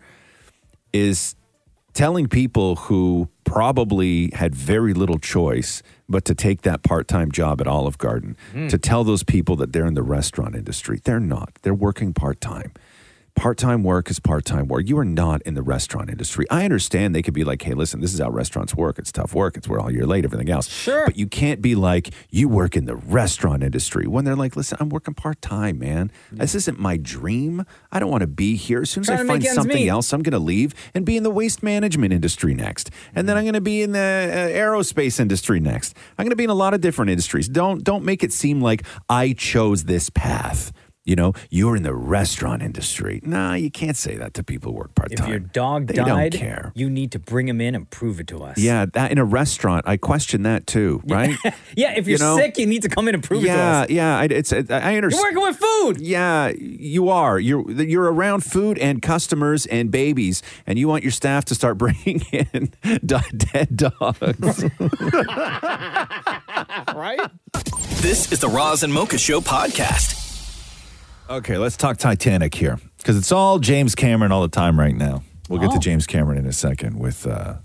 [SPEAKER 2] is telling people who probably had very little choice but to take that part-time job at Olive Garden
[SPEAKER 17] Mhm.
[SPEAKER 2] to tell those people that they're in the restaurant industry. They're not. They're working part-time. Part-time work is part-time work. You are not in the restaurant industry. I understand they could be like, "Hey, listen, this is how restaurants work. It's tough work. It's where all you're late, everything else." Sure. But you can't be like, "You work in the restaurant industry." When they're like, "Listen, I'm working part-time, man. This isn't my dream. I don't want to be here. As soon as
[SPEAKER 17] Trying
[SPEAKER 2] I
[SPEAKER 17] to make
[SPEAKER 2] find
[SPEAKER 17] ends
[SPEAKER 2] something
[SPEAKER 17] meet.
[SPEAKER 2] else." else, I'm going to leave and be in the waste management industry next, and then I'm going to be in the uh, aerospace industry next. I'm going to be in a lot of different industries. Don't don't make it seem like I chose this path. You know, you're in the restaurant industry. Nah, you can't say that to people who work part
[SPEAKER 3] If
[SPEAKER 2] time.
[SPEAKER 3] your dog
[SPEAKER 2] They don't
[SPEAKER 3] died,
[SPEAKER 2] care.
[SPEAKER 3] you need to bring him in and prove it to us.
[SPEAKER 2] Yeah, that in a restaurant, I question that too, right?
[SPEAKER 3] Yeah, if
[SPEAKER 2] You
[SPEAKER 3] you're
[SPEAKER 2] know?
[SPEAKER 3] sick, you need to come in and prove it to
[SPEAKER 2] yeah,
[SPEAKER 3] us.
[SPEAKER 2] yeah. I, it's I, I understand.
[SPEAKER 3] You're working with food.
[SPEAKER 2] Yeah, you are. You're you're around food and customers and babies, and you want your staff to start bringing in di- dead dogs.
[SPEAKER 10] right? This is the Roz and Mocha Show podcast.
[SPEAKER 2] okay, let's talk Titanic here because it's all James Cameron all the time right now. We'll get to James Cameron in a second with uh,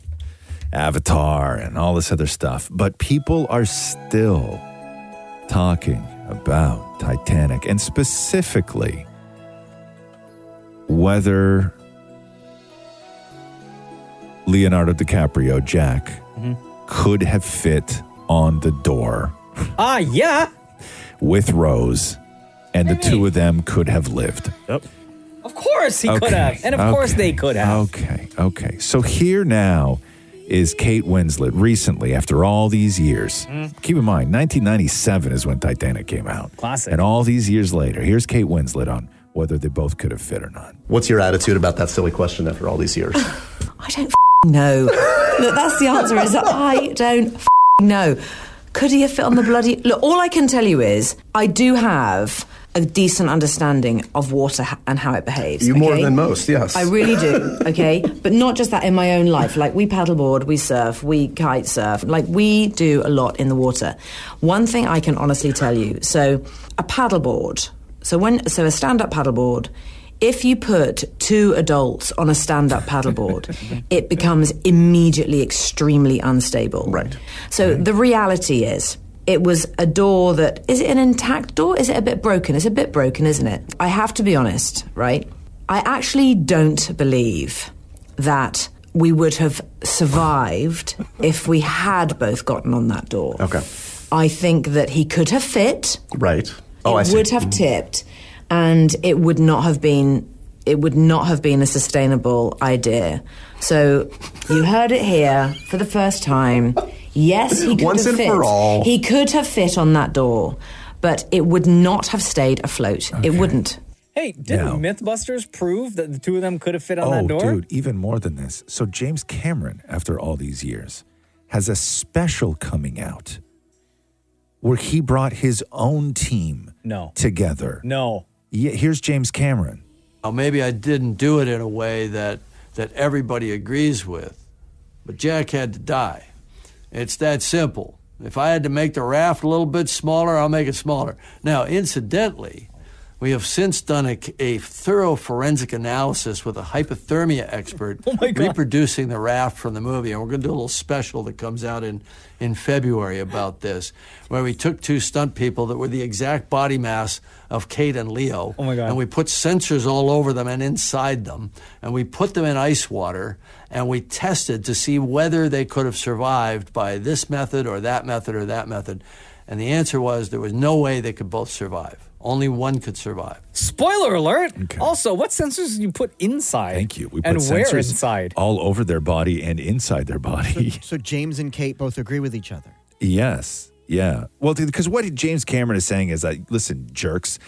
[SPEAKER 2] Avatar and all this other stuff, but people are still talking about Titanic and specifically whether Leonardo DiCaprio, Jack, could have fit on the door
[SPEAKER 3] Ah, yeah.
[SPEAKER 2] with Rose, and the two of them could have lived. Yep.
[SPEAKER 3] Of course he could
[SPEAKER 2] Okay,
[SPEAKER 3] have. And of course
[SPEAKER 2] okay,
[SPEAKER 3] they could have.
[SPEAKER 2] Okay, okay. So here now is Kate Winslet recently, after all these years.
[SPEAKER 3] Hmm.
[SPEAKER 2] Keep in mind, 1997 is when Titanic came out. Classic. And all these years later, here's Kate Winslet on whether they both could have fit or not.
[SPEAKER 28] What's your attitude about that silly question after all these years?
[SPEAKER 29] I don't f***ing know. Look, that's the answer is that I don't f***ing know. Could he have fit on the bloody. Look, all I can tell you is I do have a decent understanding of water ha- and how it behaves.
[SPEAKER 28] You more
[SPEAKER 29] okay?
[SPEAKER 28] than most, yes.
[SPEAKER 29] I really do, okay? But not just that in my own life. Like, we paddleboard, we surf, we kite surf. Like, we do a lot in the water. One thing I can honestly tell you so, a paddleboard, so, when, so a stand up paddleboard, if you put two adults on a stand up paddleboard, it becomes immediately extremely unstable. Right. So the reality is, it was a door that is it an intact door? Is it a bit broken? It's a bit broken, isn't it? I have to be honest, right? I actually don't believe that we would have survived if we had both gotten on that door. Okay. I think that he could have fit
[SPEAKER 28] Right. Oh,
[SPEAKER 29] it
[SPEAKER 28] I see.
[SPEAKER 29] would have tipped, and it would not have been. It would not have been a sustainable idea. So you heard it here for the first time. Yes, he could
[SPEAKER 28] Once
[SPEAKER 29] have
[SPEAKER 28] and
[SPEAKER 29] fit.
[SPEAKER 28] for all.
[SPEAKER 29] He could have fit on that door, but it would not have stayed afloat. It wouldn't.
[SPEAKER 3] Hey, didn't Mythbusters prove that the two of them could have fit on
[SPEAKER 2] oh,
[SPEAKER 3] that door?
[SPEAKER 2] dude, even more than this. So James Cameron, after all these years, has a special coming out where he brought his own team
[SPEAKER 3] No.
[SPEAKER 2] together.
[SPEAKER 3] No.
[SPEAKER 2] Yeah, here's James Cameron.
[SPEAKER 30] Now, maybe I didn't do it in a way that, that everybody agrees with, but Jack had to die. It's that simple. If I had to make the raft a little bit smaller, I'll make it smaller. Now, incidentally, we have since done a, a thorough forensic analysis with a hypothermia expert
[SPEAKER 3] Oh
[SPEAKER 30] reproducing the raft from the movie. And we're going to do a little special that comes out in, in February about this, where we took two stunt people that were the exact body mass of Kate and Leo. Oh, my God. And we put sensors all over them and inside them. And we put them in ice water and we tested to see whether they could have survived by this method or that method or that method. And the answer was there was no way they could both survive. Only one could survive.
[SPEAKER 3] Spoiler alert. Also, what sensors did you put inside? Thank
[SPEAKER 2] you. We
[SPEAKER 3] and
[SPEAKER 2] put
[SPEAKER 3] where
[SPEAKER 2] sensors
[SPEAKER 3] inside?
[SPEAKER 2] all over their body and inside their body.
[SPEAKER 5] So James and Kate both agree with each other.
[SPEAKER 2] Ah, Yes. Yeah. Well, because what James Cameron is saying is that, listen, jerks,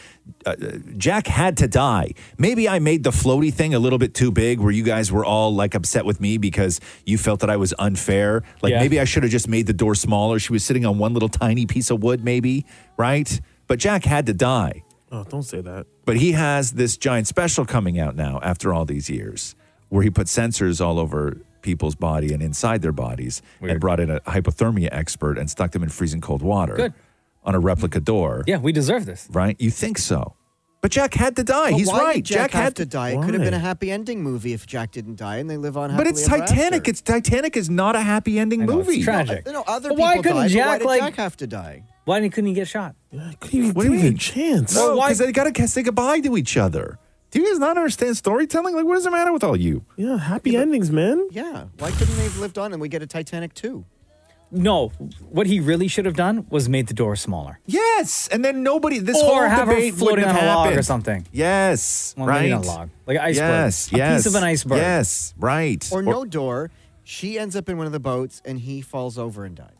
[SPEAKER 2] uh, uh, Jack had to die. Maybe I made the floaty thing a little bit too big where you guys were all like upset with me because you felt that I was unfair. Like
[SPEAKER 31] Yeah.
[SPEAKER 2] maybe I should have just made the door smaller. She was sitting on one little tiny piece of wood, maybe, right? But Jack had to die.
[SPEAKER 8] Oh, don't say that.
[SPEAKER 2] But he has this giant special coming out now after all these years where he put sensors all over people's body and inside their bodies and brought in a hypothermia expert and stuck them in freezing cold water
[SPEAKER 3] Good.
[SPEAKER 2] on a replica door.
[SPEAKER 3] Yeah, we deserve this.
[SPEAKER 2] Right? You think so. But Jack had to die.
[SPEAKER 5] But
[SPEAKER 2] He's
[SPEAKER 5] why did
[SPEAKER 2] right.
[SPEAKER 5] Jack, had
[SPEAKER 2] had
[SPEAKER 5] to die. It could have been a
[SPEAKER 2] Why?
[SPEAKER 5] happy ending movie if Jack didn't die and they live on.
[SPEAKER 2] But
[SPEAKER 5] happily
[SPEAKER 2] it's
[SPEAKER 5] ever after.
[SPEAKER 2] Titanic. It's Titanic is not a happy ending
[SPEAKER 5] I know, it's
[SPEAKER 2] movie.
[SPEAKER 5] tragic. No, no, other
[SPEAKER 3] But why
[SPEAKER 5] people
[SPEAKER 3] couldn't
[SPEAKER 5] died, but why
[SPEAKER 3] Jack,
[SPEAKER 5] did
[SPEAKER 3] like-
[SPEAKER 5] Jack have to die?
[SPEAKER 3] Why didn't, couldn't he get shot?
[SPEAKER 2] What do you mean? Chance? No,
[SPEAKER 3] Well, why-
[SPEAKER 2] because they got to say goodbye to each other. Do you guys not understand storytelling? Like, what does the matter with all you?
[SPEAKER 8] Yeah, happy endings, man.
[SPEAKER 5] Yeah. Why couldn't they have lived on and we get a Titanic too?
[SPEAKER 3] No. What he really should have done was made the door smaller.
[SPEAKER 2] Yes, and then nobody. This
[SPEAKER 3] or
[SPEAKER 2] whole
[SPEAKER 3] have
[SPEAKER 2] debate
[SPEAKER 3] her floating
[SPEAKER 2] wouldn't
[SPEAKER 3] on a
[SPEAKER 2] have
[SPEAKER 3] log or
[SPEAKER 2] happened.
[SPEAKER 3] something.
[SPEAKER 2] Yes,
[SPEAKER 3] Well,
[SPEAKER 2] right.
[SPEAKER 3] maybe not log, like an iceberg.
[SPEAKER 2] Yes,
[SPEAKER 3] A piece
[SPEAKER 2] yes,
[SPEAKER 3] of an iceberg.
[SPEAKER 2] Yes, right.
[SPEAKER 5] Or, no door. She ends up in one of the boats and he falls over and dies.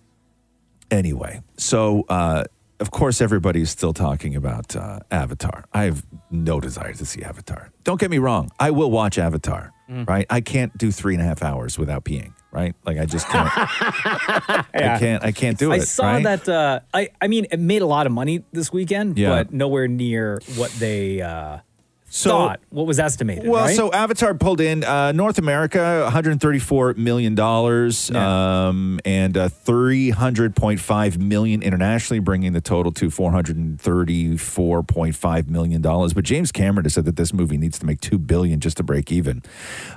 [SPEAKER 2] Anyway, so uh, of course, everybody's still talking about uh, Avatar. I have no desire to see Avatar. Don't get me wrong. I will watch Avatar, right? I can't do three and a half hours without peeing, right? Like, I just can't. I can't. I can't do it.
[SPEAKER 3] I saw
[SPEAKER 2] right?
[SPEAKER 3] that. Uh, I I mean, it made a lot of money this weekend,
[SPEAKER 2] Yeah.
[SPEAKER 3] but nowhere near what they uh,
[SPEAKER 2] So-
[SPEAKER 3] thought. What was estimated?
[SPEAKER 2] Well,
[SPEAKER 3] right?
[SPEAKER 2] so Avatar pulled in uh, North America 134 million dollars, um, and uh, 300.5 million internationally, bringing the total to 434.5 million dollars. But James Cameron has said that this movie needs to make two billion just to break even.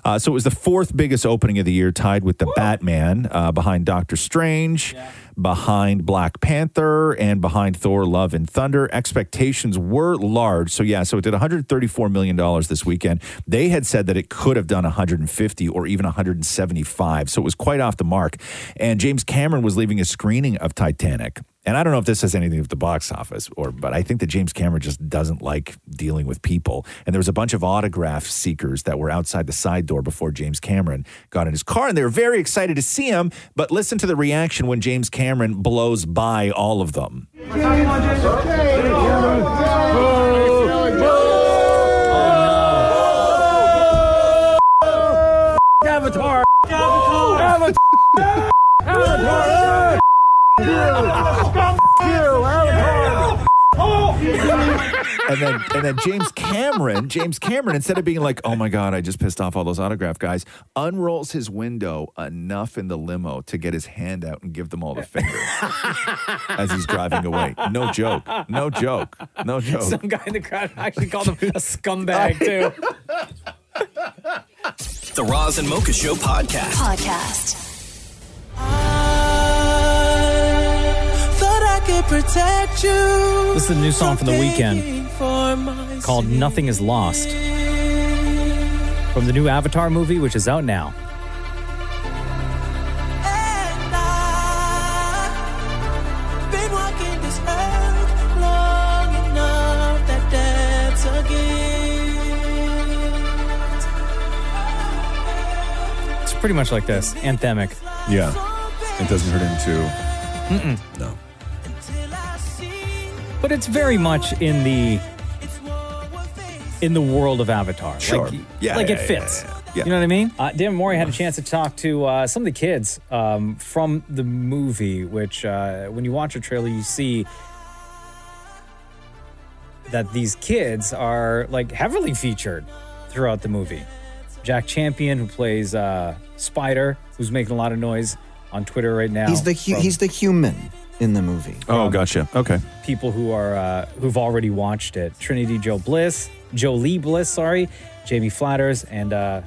[SPEAKER 2] Uh, so it was the fourth biggest opening of the year, tied with the Batman, uh, behind Doctor Strange, behind Black Panther, and behind Thor: Love and Thunder. Expectations were large, so yeah, so it did 134 million dollars this weekend. They had said that it could have done 150 or even 175, so it was quite off the mark. And James Cameron was leaving a screening of Titanic. And I don't know if this has anything to do with the box office, or but I think that James Cameron just doesn't like dealing with people. And there was a bunch of autograph seekers that were outside the side door before James Cameron got in his car, and they were very excited to see him. But listen to the reaction when James Cameron blows by all of them.
[SPEAKER 32] Avatar. Avatar. Avatar.
[SPEAKER 2] and then and then James Cameron, James Cameron, instead of being like, "Oh my God, I just pissed off all those autograph guys," unrolls his window enough in the limo to get his hand out and give them all the finger as he's driving away. No joke. No joke. No joke.
[SPEAKER 3] Some guy in the crowd actually called him a scumbag too.
[SPEAKER 4] The Roz and Mocha Show podcast.
[SPEAKER 11] Podcast.
[SPEAKER 10] Thought I could protect you.
[SPEAKER 3] This is a new song from the weekend
[SPEAKER 10] For my
[SPEAKER 3] called "Nothing Is Lost" from the new Avatar movie, which is out now.
[SPEAKER 10] been walking this earth long enough that that's a gift.
[SPEAKER 3] It's pretty much like this, anthemic.
[SPEAKER 2] Yeah, it doesn't hurt him too.
[SPEAKER 3] Mm-mm. No. But it's very much in the in the world of Avatar.
[SPEAKER 2] Sure.
[SPEAKER 3] Like,
[SPEAKER 2] Yeah,
[SPEAKER 3] Like
[SPEAKER 2] yeah,
[SPEAKER 3] it
[SPEAKER 2] yeah,
[SPEAKER 3] fits.
[SPEAKER 2] yeah,
[SPEAKER 3] You know what I mean? Uh, Dan Mori had a chance to talk to uh, some of the kids um, from the movie, which uh, when you watch a trailer, you see that these kids are like heavily featured throughout the movie. Jack Champion, who plays uh, Spider, who's making a lot of noise on Twitter right now.
[SPEAKER 5] He's the hu-
[SPEAKER 3] from-
[SPEAKER 5] he's the human in the movie.
[SPEAKER 2] Oh, gotcha. Okay.
[SPEAKER 3] people who are uh, who've already watched it. Trinity Joe Bliss, Jolie Bliss, sorry, Jamie Flatters, and uh,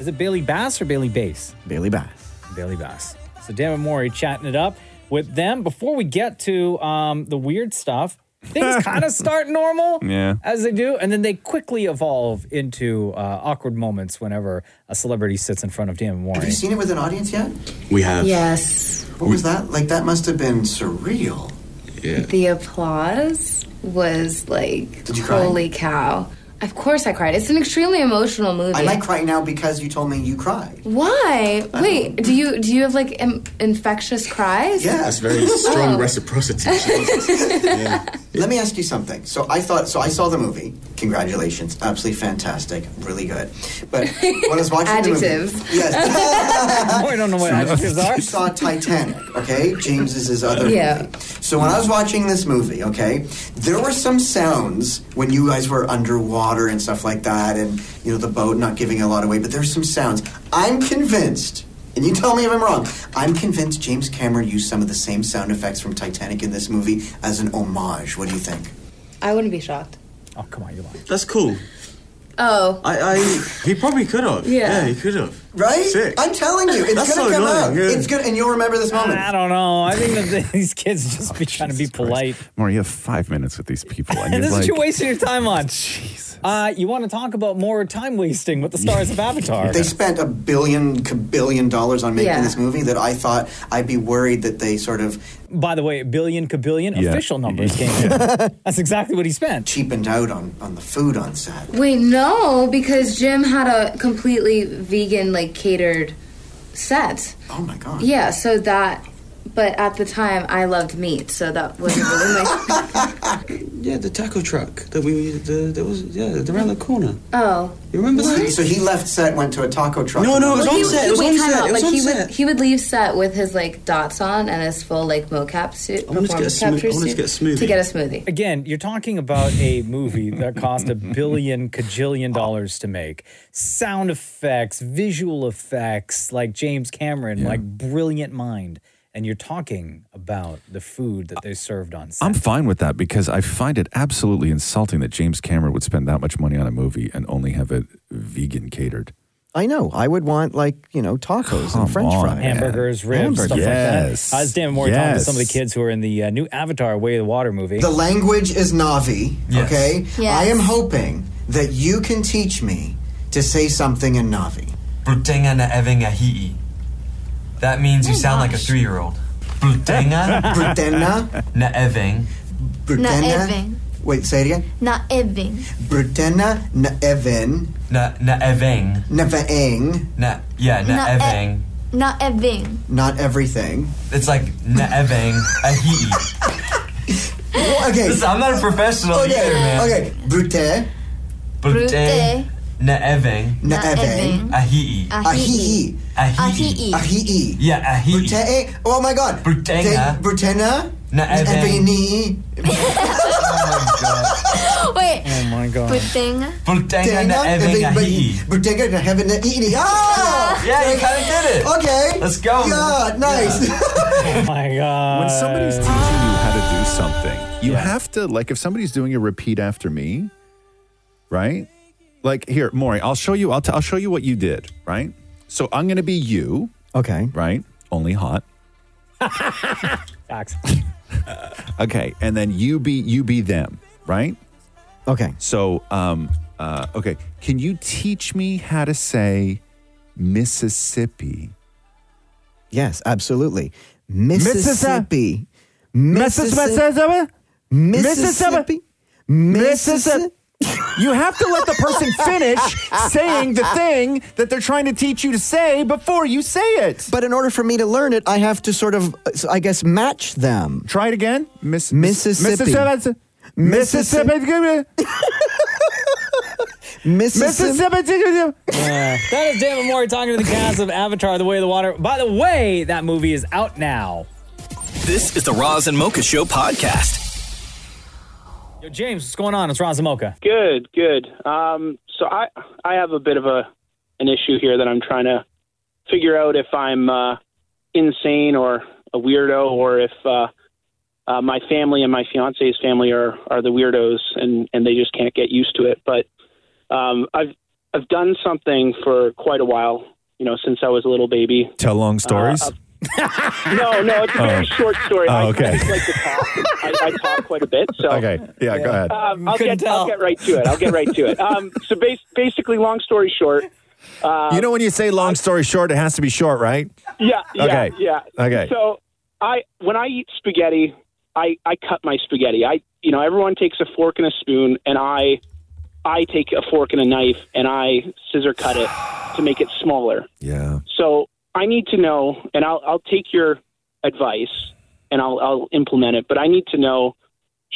[SPEAKER 3] is it Bailey Bass or Bailey Bass?
[SPEAKER 5] Bailey Bass.
[SPEAKER 3] Bailey Bass. So Dan and Maury chatting it up with them. Before we get to um, the weird stuff, things kind of start normal
[SPEAKER 2] Yeah.
[SPEAKER 3] as they do, and then they quickly evolve into uh, awkward moments whenever a celebrity sits in front of Dan and Maury.
[SPEAKER 5] Have you seen it with an audience yet?
[SPEAKER 33] We have.
[SPEAKER 34] Yes.
[SPEAKER 5] What was that? Like that must have been surreal. Yeah.
[SPEAKER 34] The applause was like,
[SPEAKER 5] Did you cry?
[SPEAKER 34] holy cow. Of course I cried. It's an extremely emotional movie.
[SPEAKER 5] I might cry now because you told me you cried.
[SPEAKER 34] Why? Wait, do you do you have like Im- infectious cries?
[SPEAKER 5] Yes, very
[SPEAKER 34] Oh.
[SPEAKER 5] strong reciprocity. Let me ask you something. So I thought, so I saw the movie. Congratulations, absolutely fantastic, really good. But when I was watching
[SPEAKER 34] Adjectives.
[SPEAKER 5] the movie, yes,
[SPEAKER 3] I don't know what adjectives
[SPEAKER 5] are. You saw Titanic, okay? James is his other
[SPEAKER 34] Yeah.
[SPEAKER 5] movie. So when I was watching this movie, okay, there were some sounds when you guys were underwater and stuff like that, and you know the boat not giving a lot away. But there's some sounds. I'm convinced. And you tell me if I'm wrong. I'm convinced James Cameron used some of the same sound effects from Titanic in this movie as an homage. What do you think?
[SPEAKER 34] I wouldn't be shocked.
[SPEAKER 3] Oh, come on, you're lying.
[SPEAKER 35] That's cool.
[SPEAKER 34] Oh.
[SPEAKER 35] I, I he probably could have.
[SPEAKER 34] Yeah.
[SPEAKER 35] he could have.
[SPEAKER 5] Right?
[SPEAKER 35] Sick.
[SPEAKER 5] I'm telling you, it's
[SPEAKER 35] That's
[SPEAKER 5] gonna
[SPEAKER 35] so
[SPEAKER 5] come
[SPEAKER 35] annoying,
[SPEAKER 5] out.
[SPEAKER 35] yeah.
[SPEAKER 5] It's good, and you'll remember this moment.
[SPEAKER 3] I don't know. I think that these kids just be trying to be polite.
[SPEAKER 2] Maury, you have five minutes with these people, and
[SPEAKER 3] And
[SPEAKER 2] you're
[SPEAKER 3] this is
[SPEAKER 2] like,
[SPEAKER 3] what you're wasting your time on. Jesus. Uh, you want to talk about more time wasting with the stars of Avatar?
[SPEAKER 5] They spent a billion k- billion dollars on making
[SPEAKER 3] Yeah.
[SPEAKER 5] this movie that I thought I'd be worried that they sort of
[SPEAKER 3] By the way, billion kabillion
[SPEAKER 5] Yeah.
[SPEAKER 3] official numbers came in. That's exactly what he spent.
[SPEAKER 5] Cheapened out on, on the food on set.
[SPEAKER 34] Wait, no, because Jim had a completely vegan like catered set.
[SPEAKER 5] Oh my god.
[SPEAKER 34] Yeah, so that but at the time, I loved meat, so that wasn't really my.
[SPEAKER 13] Yeah, the taco truck that we the, that was yeah around the corner.
[SPEAKER 34] Oh.
[SPEAKER 13] You remember that?
[SPEAKER 9] So he left set, went to a taco truck.
[SPEAKER 13] No, no, it was
[SPEAKER 34] Well,
[SPEAKER 13] on
[SPEAKER 34] he-
[SPEAKER 13] set.
[SPEAKER 34] he-
[SPEAKER 13] It was
[SPEAKER 34] wait,
[SPEAKER 13] on
[SPEAKER 34] time
[SPEAKER 13] set.
[SPEAKER 34] out.
[SPEAKER 13] It was
[SPEAKER 34] Like
[SPEAKER 13] on
[SPEAKER 34] he would,
[SPEAKER 13] set.
[SPEAKER 34] he would leave set with his like dots on and his full like mocap suit,
[SPEAKER 13] wanted to get a
[SPEAKER 34] performance
[SPEAKER 13] smo- I
[SPEAKER 34] capture
[SPEAKER 13] wanted to
[SPEAKER 34] suit
[SPEAKER 13] get a smoothie.
[SPEAKER 34] to get a smoothie.
[SPEAKER 3] Again, you're talking about a movie that cost a billion cajillion dollars to make. Sound effects, visual effects, like James Cameron, like brilliant mind. And you're talking about the food that they served on set.
[SPEAKER 2] I'm fine with that because I find it absolutely insulting that James Cameron would spend that much money on a movie and only have it vegan catered.
[SPEAKER 5] I know. I would want like you know tacos
[SPEAKER 2] Come
[SPEAKER 5] and French
[SPEAKER 2] on,
[SPEAKER 5] fries,
[SPEAKER 2] man.
[SPEAKER 3] Hamburgers, ribs, stuff like
[SPEAKER 2] Yes.
[SPEAKER 3] that. I was damn more talking to
[SPEAKER 2] Yes.
[SPEAKER 3] some of the kids who are in the uh, new Avatar Way of the Water movie.
[SPEAKER 9] The language is Navi, okay?
[SPEAKER 3] Yes.
[SPEAKER 9] I am hoping that you can teach me to say something in Navi.
[SPEAKER 16] Brutenga na evinga hii. That means you sound like a three year old. Brutenga?
[SPEAKER 9] Brutenga?
[SPEAKER 16] Na eving.
[SPEAKER 9] Brutena. Wait, say it again.
[SPEAKER 1] Not Eving.
[SPEAKER 9] Brutena Naevin.
[SPEAKER 16] Na, na eving.
[SPEAKER 9] Nevaeng.
[SPEAKER 16] Na, yeah, na,
[SPEAKER 1] Na e-
[SPEAKER 16] eving.
[SPEAKER 1] Not Eving.
[SPEAKER 9] Not everything.
[SPEAKER 16] It's like na eving a hii.
[SPEAKER 9] Oh, okay.
[SPEAKER 16] Listen, I'm not a professional
[SPEAKER 9] okay,
[SPEAKER 16] either, man.
[SPEAKER 9] Okay. Brute.
[SPEAKER 16] Brute. Na eving.
[SPEAKER 9] Na eving.
[SPEAKER 16] A hii.
[SPEAKER 9] Ah, Ahii.
[SPEAKER 16] Ahii.
[SPEAKER 9] Ahii.
[SPEAKER 16] Yeah, a hii.
[SPEAKER 9] Ah, Brute. Oh my god.
[SPEAKER 16] Brutenga.
[SPEAKER 9] Brutena.
[SPEAKER 16] Na eving.
[SPEAKER 9] Evini.
[SPEAKER 16] Oh
[SPEAKER 1] Wait.
[SPEAKER 3] Oh my
[SPEAKER 1] Good thing.
[SPEAKER 16] Brutenga na eving a hii.
[SPEAKER 9] Brutega to heaven to eat. Ah!
[SPEAKER 16] Yeah, you kinda did it.
[SPEAKER 9] Okay.
[SPEAKER 16] Let's go.
[SPEAKER 9] Yeah, nice.
[SPEAKER 3] oh my god!
[SPEAKER 2] When somebody's teaching you how to do something, you have to like if somebody's doing a repeat after me, right? Like here, Maury, I'll show you. I'll, t- I'll show you what you did, right? So I'm going to be you,
[SPEAKER 5] okay,
[SPEAKER 2] right? Only hot,
[SPEAKER 3] Facts.
[SPEAKER 2] okay, and then you be you be them, right?
[SPEAKER 5] Okay.
[SPEAKER 2] So um uh okay, can you teach me how to say Mississippi?
[SPEAKER 5] Yes, absolutely. Mississippi. Mississippi. Mississippi. Mississippi.
[SPEAKER 28] You have to let the person finish saying the thing that they're trying to teach you to say before you say it.
[SPEAKER 5] But in order for me to learn it, I have to sort of, uh, I guess, match them.
[SPEAKER 2] Try it again. Miss,
[SPEAKER 5] Mississippi.
[SPEAKER 28] Mississippi. Mississippi. Mississippi.
[SPEAKER 3] Uh, that is David Moore talking to the cast of Avatar: The Way of the Water. By the way, that movie is out now.
[SPEAKER 4] This is the Roz and Mocha Show podcast.
[SPEAKER 3] Yo, James, what's going on? It's Ron Zamoka.
[SPEAKER 36] Good, good. Um, so I I have a bit of a an issue here that I'm trying to figure out if I'm uh, insane or a weirdo or if uh, uh, my family and my fiance's family are are the weirdos and and they just can't get used to it. But um, I've I've done something for quite a while, you know, since I was a little baby.
[SPEAKER 2] Tell long stories.
[SPEAKER 36] uh, No, no, it's a very
[SPEAKER 2] Oh.
[SPEAKER 36] short story.
[SPEAKER 2] Oh,
[SPEAKER 36] I-
[SPEAKER 2] okay.
[SPEAKER 36] I, like to talk. I, I talk quite a bit. So
[SPEAKER 2] okay, yeah, go ahead.
[SPEAKER 36] Um, I'll, get, I'll get right to it. I'll get right to it. Um, so bas- basically, long story short, uh,
[SPEAKER 2] you know when you say long story short, it has to be short, right?
[SPEAKER 36] yeah, yeah,
[SPEAKER 2] Okay.
[SPEAKER 36] yeah.
[SPEAKER 2] Okay.
[SPEAKER 36] So I, when I eat spaghetti, I, I cut my spaghetti. I, you know, everyone takes a fork and a spoon, and I, I take a fork and a knife, and I scissor cut it to make it smaller.
[SPEAKER 2] Yeah.
[SPEAKER 36] So I need to know, and I'll, I'll take your advice and I'll, I'll implement it. But I need to know: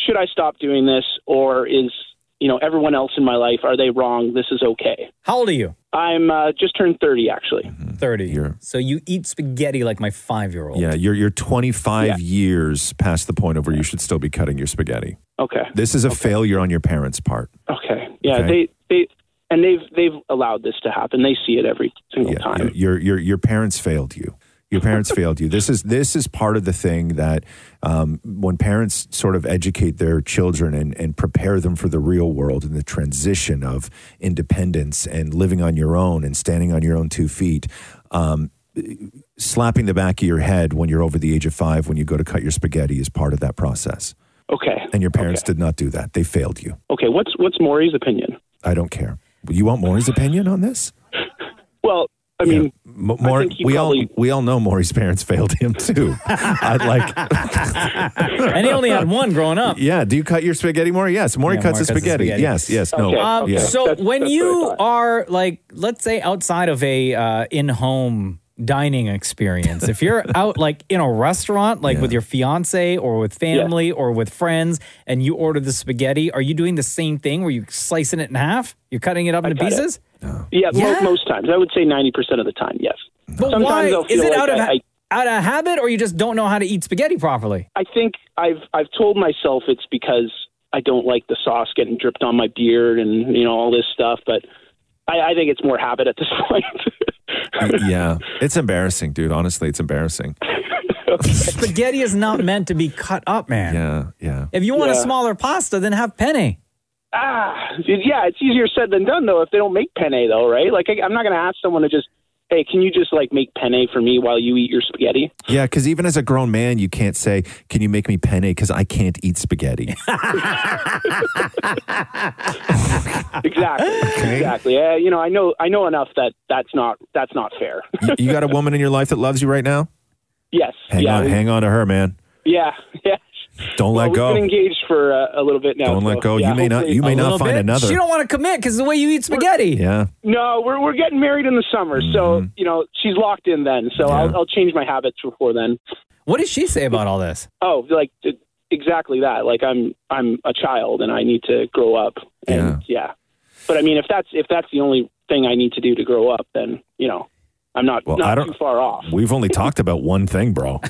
[SPEAKER 36] should I stop doing this, or is you know everyone else in my life are they wrong? This is okay.
[SPEAKER 3] How old are you?
[SPEAKER 36] I'm uh, just turned thirty, actually.
[SPEAKER 2] Mm,
[SPEAKER 3] 30 so you eat spaghetti like my five-year-old.
[SPEAKER 2] Yeah, you're you're 25 years past the point of where you should still be cutting your spaghetti.
[SPEAKER 36] Okay.
[SPEAKER 2] This is a failure on your parents' part.
[SPEAKER 36] Okay. Yeah.
[SPEAKER 2] Okay.
[SPEAKER 36] They they and they've they've allowed this to happen. They see it every single time.
[SPEAKER 2] Your- Your your your parents failed you. Your parents failed you. This is this is part of the thing that um, when parents sort of educate their children and, and prepare them for the real world and the transition of independence and living on your own and standing on your own two feet, um, slapping the back of your head when you're over the age of five when you go to cut your spaghetti is part of that process.
[SPEAKER 36] Okay.
[SPEAKER 2] And your parents did not do that. They failed you.
[SPEAKER 36] Okay. What's what's Maury's opinion?
[SPEAKER 2] I don't care. You want Maury's opinion on this?
[SPEAKER 36] Well, I mean,
[SPEAKER 2] M- Maury,
[SPEAKER 36] think he
[SPEAKER 2] we all
[SPEAKER 36] probably-
[SPEAKER 2] we all know Maury's parents failed him too. I'd like,
[SPEAKER 3] and he only had one growing up.
[SPEAKER 2] yeah. Do you cut your spaghetti, Maury? Yes, Maury
[SPEAKER 3] Yeah,
[SPEAKER 2] cuts
[SPEAKER 3] Maury cuts his
[SPEAKER 2] his spaghetti.
[SPEAKER 3] spaghetti.
[SPEAKER 2] Yes, yes. No.
[SPEAKER 3] Um,
[SPEAKER 2] yeah.
[SPEAKER 3] So when you are like, let's say outside of a uh, in-home dining experience. if you're out like in a restaurant, like with your fiance or with family or with friends, and you order the spaghetti, are you doing the same thing where you're slicing it in half? You're cutting it up
[SPEAKER 36] I
[SPEAKER 3] into
[SPEAKER 36] cut it.
[SPEAKER 3] pieces?
[SPEAKER 36] Yeah, mo-
[SPEAKER 3] Yeah?
[SPEAKER 36] most times. I would say 90% of the time, yes.
[SPEAKER 3] But
[SPEAKER 36] Sometimes
[SPEAKER 3] why
[SPEAKER 36] I'll feel
[SPEAKER 3] is it
[SPEAKER 36] like
[SPEAKER 3] out of
[SPEAKER 36] I-
[SPEAKER 3] ha-
[SPEAKER 36] I-
[SPEAKER 3] out of habit, or you just don't know how to eat spaghetti properly?
[SPEAKER 36] I think I've I've told myself it's because I don't like the sauce getting dripped on my beard and you know all this stuff, but I, I think it's more habit at this point.
[SPEAKER 2] yeah, it's embarrassing, dude. Honestly, it's embarrassing.
[SPEAKER 3] Spaghetti is not meant to be cut up, man.
[SPEAKER 2] Yeah, yeah.
[SPEAKER 3] If you want a
[SPEAKER 36] Yeah.
[SPEAKER 3] smaller pasta, then have penne.
[SPEAKER 36] ah, yeah, it's easier said than done though. If they don't make penne though, right? Like I, I'm not going to ask someone to just, hey, can you just like make penne for me while you eat your spaghetti?
[SPEAKER 2] Yeah, because even as a grown man, you can't say, "Can you make me penne?" Because I can't eat spaghetti.
[SPEAKER 36] exactly, exactly. Uh, you know, I know I know enough that that's not that's not fair.
[SPEAKER 2] you, you got a woman in your life that loves you right now.
[SPEAKER 36] yes.
[SPEAKER 2] Hang
[SPEAKER 36] yeah.
[SPEAKER 2] on,
[SPEAKER 36] we-
[SPEAKER 2] hang on to her, man.
[SPEAKER 36] Yeah. Yeah.
[SPEAKER 2] Don't
[SPEAKER 36] Well,
[SPEAKER 2] let
[SPEAKER 36] we've
[SPEAKER 2] go.
[SPEAKER 36] been engaged for uh, a little bit now.
[SPEAKER 2] Don't let
[SPEAKER 36] so,
[SPEAKER 2] go.
[SPEAKER 36] yeah,
[SPEAKER 2] You may not-
[SPEAKER 36] hopefully-
[SPEAKER 2] you may A not little find bit? another. You don't
[SPEAKER 3] want to commit because the way you eat spaghetti.
[SPEAKER 2] Yeah.
[SPEAKER 36] No, we're we're getting married in the summer,
[SPEAKER 3] Mm-hmm.
[SPEAKER 36] so you know she's locked in then. So I'll, I'll change my habits before then.
[SPEAKER 3] What does she say about all this?
[SPEAKER 36] Oh, like t- exactly that. Like I'm I'm a child and I need to grow up. And yeah. But I mean, if that's if that's the only thing I need to do to grow up, then you know I'm not
[SPEAKER 2] Well,
[SPEAKER 36] not
[SPEAKER 2] I don't-
[SPEAKER 36] too far off. Uh,
[SPEAKER 2] We've only talked about one thing, bro.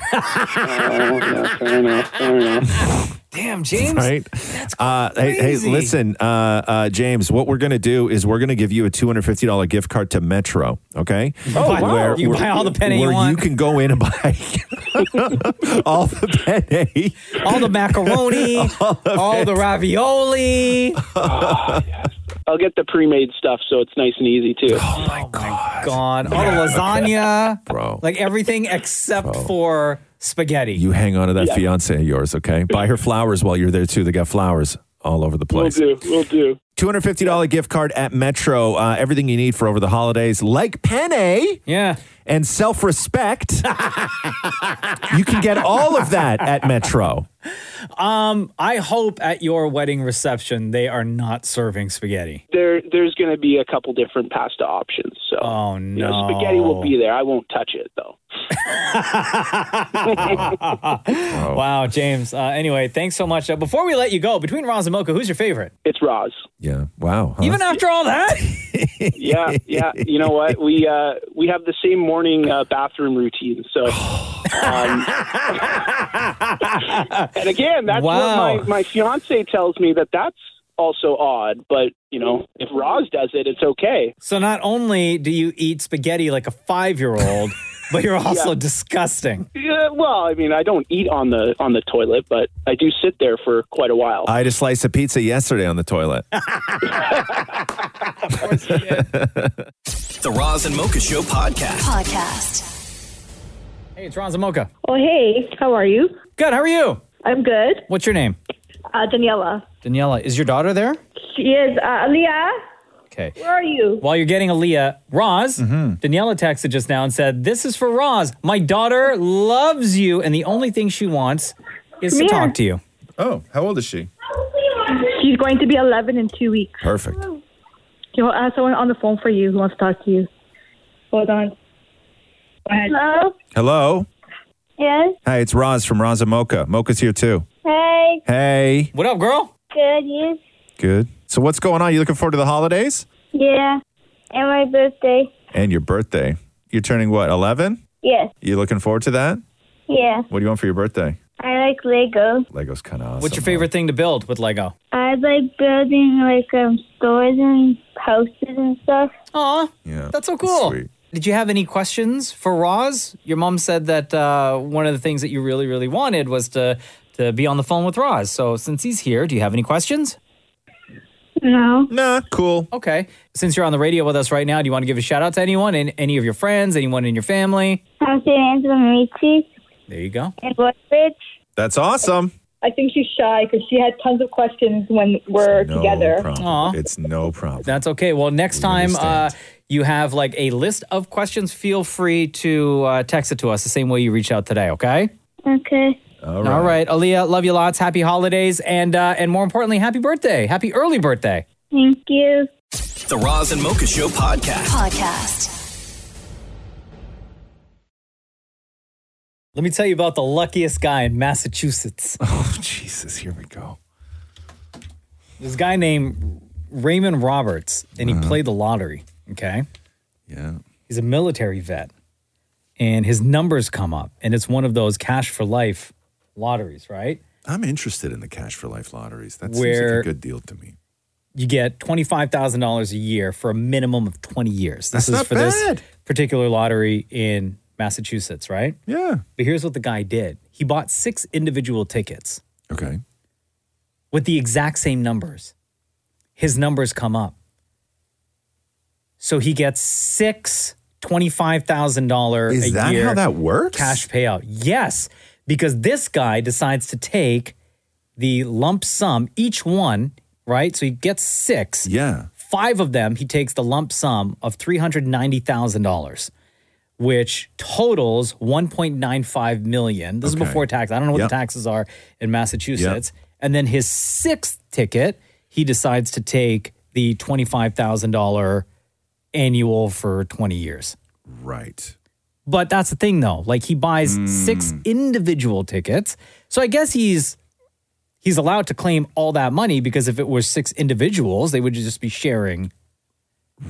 [SPEAKER 3] Damn, James.
[SPEAKER 2] Right? That's uh, hey, hey,
[SPEAKER 3] crazy.
[SPEAKER 2] listen, uh, uh, James, what we're going to do is we're going to give you a $250 gift card to Metro, okay?
[SPEAKER 3] Oh, wow. You can buy all the penne you
[SPEAKER 2] where
[SPEAKER 3] want.
[SPEAKER 2] can go in and buy all the penne.
[SPEAKER 3] All the macaroni, all, the ravioli.
[SPEAKER 36] Ah, I'll get the pre-made stuff, so it's nice and easy too. Oh
[SPEAKER 2] my
[SPEAKER 3] God, all the lasagna, bro. Like everything except for spaghetti.
[SPEAKER 2] You hang on to that
[SPEAKER 3] Yeah.
[SPEAKER 2] fiance of yours, okay? Buy her flowers while you're there, too. They got flowers all over the place.
[SPEAKER 36] We'll do. We'll do.
[SPEAKER 2] $250 gift card at Metro. Uh, everything you need for over the holidays, like penne.
[SPEAKER 3] Yeah.
[SPEAKER 2] And self respect. you can get all of that at Metro.
[SPEAKER 3] Um, I hope at your wedding reception they are not serving spaghetti.
[SPEAKER 36] There, there's going to be a couple different pasta options. So,
[SPEAKER 3] oh no,
[SPEAKER 36] you know, spaghetti will be there. I won't touch it though.
[SPEAKER 3] wow, James. Uh, anyway, thanks so much. Uh, before we let you go, between Roz and Mocha, who's your favorite?
[SPEAKER 36] It's Roz.
[SPEAKER 2] Yeah. Wow. huh?
[SPEAKER 3] Even after all that,
[SPEAKER 36] yeah, yeah. You know what? We uh, we have the same morning uh, bathroom routine. So, um, and again, that's what
[SPEAKER 3] Wow.
[SPEAKER 36] my my fiance tells me that that's also odd. But you know, if Roz does it, it's okay.
[SPEAKER 3] so not only do you eat spaghetti like a five-year-old, but you're also
[SPEAKER 36] Yeah.
[SPEAKER 3] disgusting.
[SPEAKER 36] Yeah, well, I mean, I don't eat on the on the toilet, but I do sit there for quite a while.
[SPEAKER 2] I had a slice of pizza yesterday on the toilet.
[SPEAKER 4] The Roz and Mocha Show podcast.
[SPEAKER 11] Podcast.
[SPEAKER 3] Hey, it's Roz and Mocha.
[SPEAKER 37] Oh, hey. How are you?
[SPEAKER 3] Good. How are you?
[SPEAKER 37] I'm good.
[SPEAKER 3] What's your name?
[SPEAKER 37] Uh, Daniela.
[SPEAKER 3] Daniela. Is your daughter there?
[SPEAKER 37] She is. Uh, Aaliyah,
[SPEAKER 3] Okay.
[SPEAKER 37] where are you?
[SPEAKER 3] While you're getting Aaliyah, Roz,
[SPEAKER 2] Mm-hmm.
[SPEAKER 3] Daniela texted just now and said, This is for Roz. My daughter loves you, and the only thing she wants is to
[SPEAKER 37] Come here.
[SPEAKER 3] talk to you.
[SPEAKER 2] Oh, how old is she?
[SPEAKER 37] She's going to be 11 in two weeks.
[SPEAKER 2] Perfect.
[SPEAKER 37] Can I have someone on the phone for you who wants to talk to you? Hold on. Go ahead. Hello?
[SPEAKER 2] Hello.
[SPEAKER 37] Yes?
[SPEAKER 2] Hi, it's Roz from Roz and Mocha. Mocha's here, too.
[SPEAKER 37] Hey.
[SPEAKER 2] Hey.
[SPEAKER 3] What up, girl?
[SPEAKER 37] Good, yes?
[SPEAKER 2] Good. So, what's going on? You looking forward to the holidays
[SPEAKER 37] Yeah. And my birthday?
[SPEAKER 2] and your birthday? You're turning what, 11?
[SPEAKER 37] Yes.
[SPEAKER 2] You looking forward to that?
[SPEAKER 37] Yeah.
[SPEAKER 2] What do you want for your birthday?
[SPEAKER 37] I like Lego.
[SPEAKER 2] Lego's kind of awesome.
[SPEAKER 3] What's your favorite thing to build with Lego?
[SPEAKER 37] I like building, like, um, stores and houses and stuff.
[SPEAKER 3] Aw.
[SPEAKER 2] Yeah.
[SPEAKER 3] That's so cool. Did you have any questions for Roz? Your mom said that uh, one of the things that you really, really wanted was to, to be on the phone with Roz. So, since he's here, do you have any questions?
[SPEAKER 37] No.
[SPEAKER 2] Nah, cool.
[SPEAKER 3] Okay. Since you're on the radio with us right now, do you want to give a shout out to anyone, and any of your friends, anyone in your family?
[SPEAKER 37] I'm saying Angela Marici
[SPEAKER 3] There you go.
[SPEAKER 37] and Woodbridge.
[SPEAKER 2] That's awesome.
[SPEAKER 37] I think she's shy because she had tons of questions when we're together.
[SPEAKER 3] Aw.
[SPEAKER 2] It's no problem.
[SPEAKER 3] That's okay. Well, next time uh, you have like a list of questions, feel free to uh, text it to us the same way you reach out today, okay?
[SPEAKER 37] Okay.
[SPEAKER 2] All
[SPEAKER 3] right. Aaliyah, love you lots. Happy holidays. And, uh, and more importantly, happy birthday. Happy early birthday.
[SPEAKER 37] Thank you.
[SPEAKER 4] The Roz and Mocha Show podcast.
[SPEAKER 11] Podcast.
[SPEAKER 3] Let me tell you about the luckiest guy in Massachusetts. Oh, Jesus, here we go. This guy named Raymond Roberts, and
[SPEAKER 2] Uh-huh.
[SPEAKER 3] he played the lottery. Okay. Yeah. He's a military vet, and his numbers come up, and it's one of those cash for life lotteries, right?
[SPEAKER 2] I'm interested in the cash for life lotteries. That seems like
[SPEAKER 3] Where-
[SPEAKER 2] a good deal to me.
[SPEAKER 3] you get $25,000 a year for a minimum of 20 years. This
[SPEAKER 2] That's
[SPEAKER 3] is
[SPEAKER 2] not
[SPEAKER 3] for
[SPEAKER 2] bad.
[SPEAKER 3] this particular lottery in Massachusetts, right?
[SPEAKER 2] Yeah.
[SPEAKER 3] But here's what the guy did he bought six individual tickets.
[SPEAKER 2] Okay.
[SPEAKER 3] With the exact same numbers. His numbers come up. So he gets six $25,000
[SPEAKER 2] Is
[SPEAKER 3] a
[SPEAKER 2] that
[SPEAKER 3] year
[SPEAKER 2] how that works?
[SPEAKER 3] cash payout. Yes, because this guy decides to take the lump sum, each one, right? So he gets six.
[SPEAKER 2] Yeah.
[SPEAKER 3] Five of them, he takes the lump sum of $390,000, which totals $1.95 million. This
[SPEAKER 38] Okay.
[SPEAKER 3] is before tax. I don't know what
[SPEAKER 38] Yep.
[SPEAKER 3] the taxes are in Massachusetts. And then his sixth ticket, he decides to take the $25,000 annual for 20 years.
[SPEAKER 2] Right. Hmm.
[SPEAKER 3] But that's the thing though. Like he buys six individual tickets. So I guess he's he's allowed to claim all that money because if it were six individuals, they would just be sharing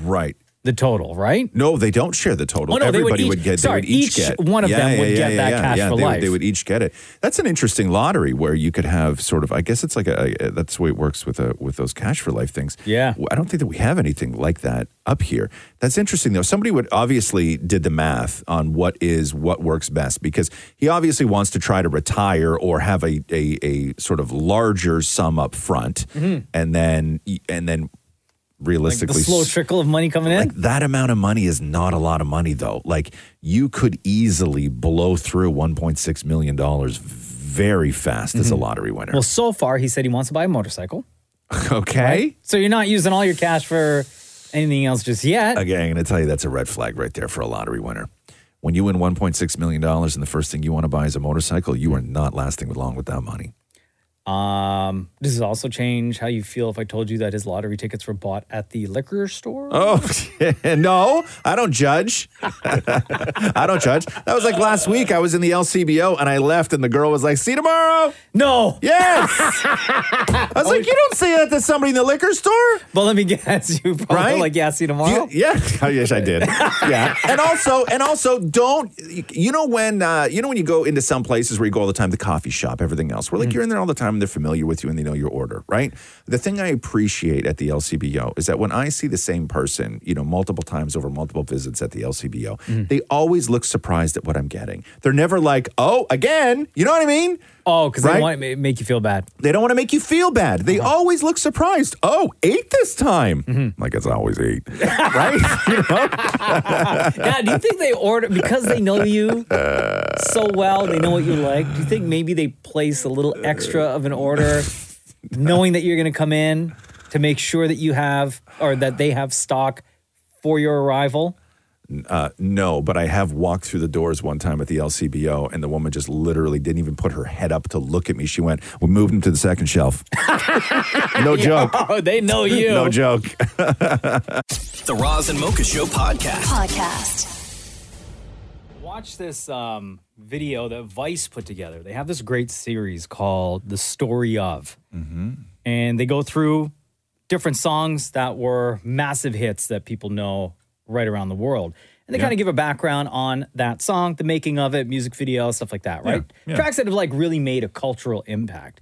[SPEAKER 2] Right.
[SPEAKER 3] The total, right?
[SPEAKER 2] No, they don't share the total.
[SPEAKER 3] Oh, no, they would
[SPEAKER 2] Everybody
[SPEAKER 3] each-
[SPEAKER 2] would, get.
[SPEAKER 3] sorry,
[SPEAKER 2] they would each,
[SPEAKER 3] each
[SPEAKER 2] get
[SPEAKER 3] one of them would get that cash for
[SPEAKER 2] they
[SPEAKER 3] life.
[SPEAKER 2] Would, they would each get it. That's an interesting lottery where you could have sort of. I guess it's like a. a- That's the way it works with a with those cash for life things.
[SPEAKER 3] Yeah.
[SPEAKER 2] I don't think that we have anything like that up here. That's interesting though. Somebody would obviously did the math on what is what works best because he obviously wants to try to retire or have a a, a sort of larger sum up front,
[SPEAKER 3] Mhm.
[SPEAKER 2] and then and then
[SPEAKER 3] like the
[SPEAKER 2] realistically
[SPEAKER 3] slow trickle of money coming in.
[SPEAKER 2] like that amount of money is not a lot of money though. Like you could easily blow through 1.6 million dollars very fast as a lottery winner.
[SPEAKER 3] Well, so far he said he wants to buy a motorcycle.
[SPEAKER 2] okay.
[SPEAKER 3] right? So you're not using all your cash for anything else just yet.
[SPEAKER 2] Again, I'm going to tell you that's a red flag right there for a lottery winner. When you win 1.6 million dollars and the first thing you want to buy is a motorcycle, you are not lasting long with that money.
[SPEAKER 3] Um, does it also change how you feel if I told you that his lottery tickets were bought at the liquor store?
[SPEAKER 2] Oh no, I don't judge. I don't judge. That was like last week. I was in the LCBO and I left, and the girl was like, "See you tomorrow."
[SPEAKER 3] No.
[SPEAKER 2] Yes. I was like, "You don't say that to somebody in the liquor store."
[SPEAKER 3] But let me guess, you probably
[SPEAKER 2] right?
[SPEAKER 3] like, yeah, see you tomorrow.
[SPEAKER 2] You- yeah, I wish I did. yeah, and also, and also, don't you know when uh, you know when you go into some places where you go all the time, the coffee shop, everything else.
[SPEAKER 3] Mm.
[SPEAKER 2] We're like you're in there all the time, and they're familiar with you, and they know your order, right? The thing I appreciate at the LCBO is that when I see the same person, you know, multiple times over multiple visits at the LCBO,
[SPEAKER 3] Mm.
[SPEAKER 2] they always look surprised at what I'm getting. They're never like, oh, again, you know what I mean?
[SPEAKER 3] Oh, because
[SPEAKER 2] Right?
[SPEAKER 3] they want to ma- make you feel bad.
[SPEAKER 2] They don't want to make you feel bad. They
[SPEAKER 3] Uh-huh.
[SPEAKER 2] always look surprised. Oh, eight this time.
[SPEAKER 3] Mm-hmm.
[SPEAKER 2] Like it's always eight, right? You know?
[SPEAKER 3] Now, do you think they order because they know you so well, they know what you like? Do you think maybe they place a little extra of an order, knowing that you're going to come in to make sure that you have or that they have stock for your arrival?
[SPEAKER 2] Uh, no, but I have walked through the doors one time at the LCBO, and the woman just literally didn't even put her head up to look at me. She went, "We moved him to the second shelf." no joke.
[SPEAKER 3] Oh, they know you.
[SPEAKER 2] no joke.
[SPEAKER 4] The Roz and Mocha Show podcast.
[SPEAKER 11] Podcast.
[SPEAKER 3] Watch this um, video that Vice put together. They have this great series called The Story of.
[SPEAKER 38] Mm-hmm.
[SPEAKER 3] and they go through different songs that were massive hits that people know right around the world. And they
[SPEAKER 38] Yeah.
[SPEAKER 3] kind of give a background on that song, the making of it, music video, stuff like that, right?
[SPEAKER 38] yeah.
[SPEAKER 3] Tracks that have like really made a cultural impact.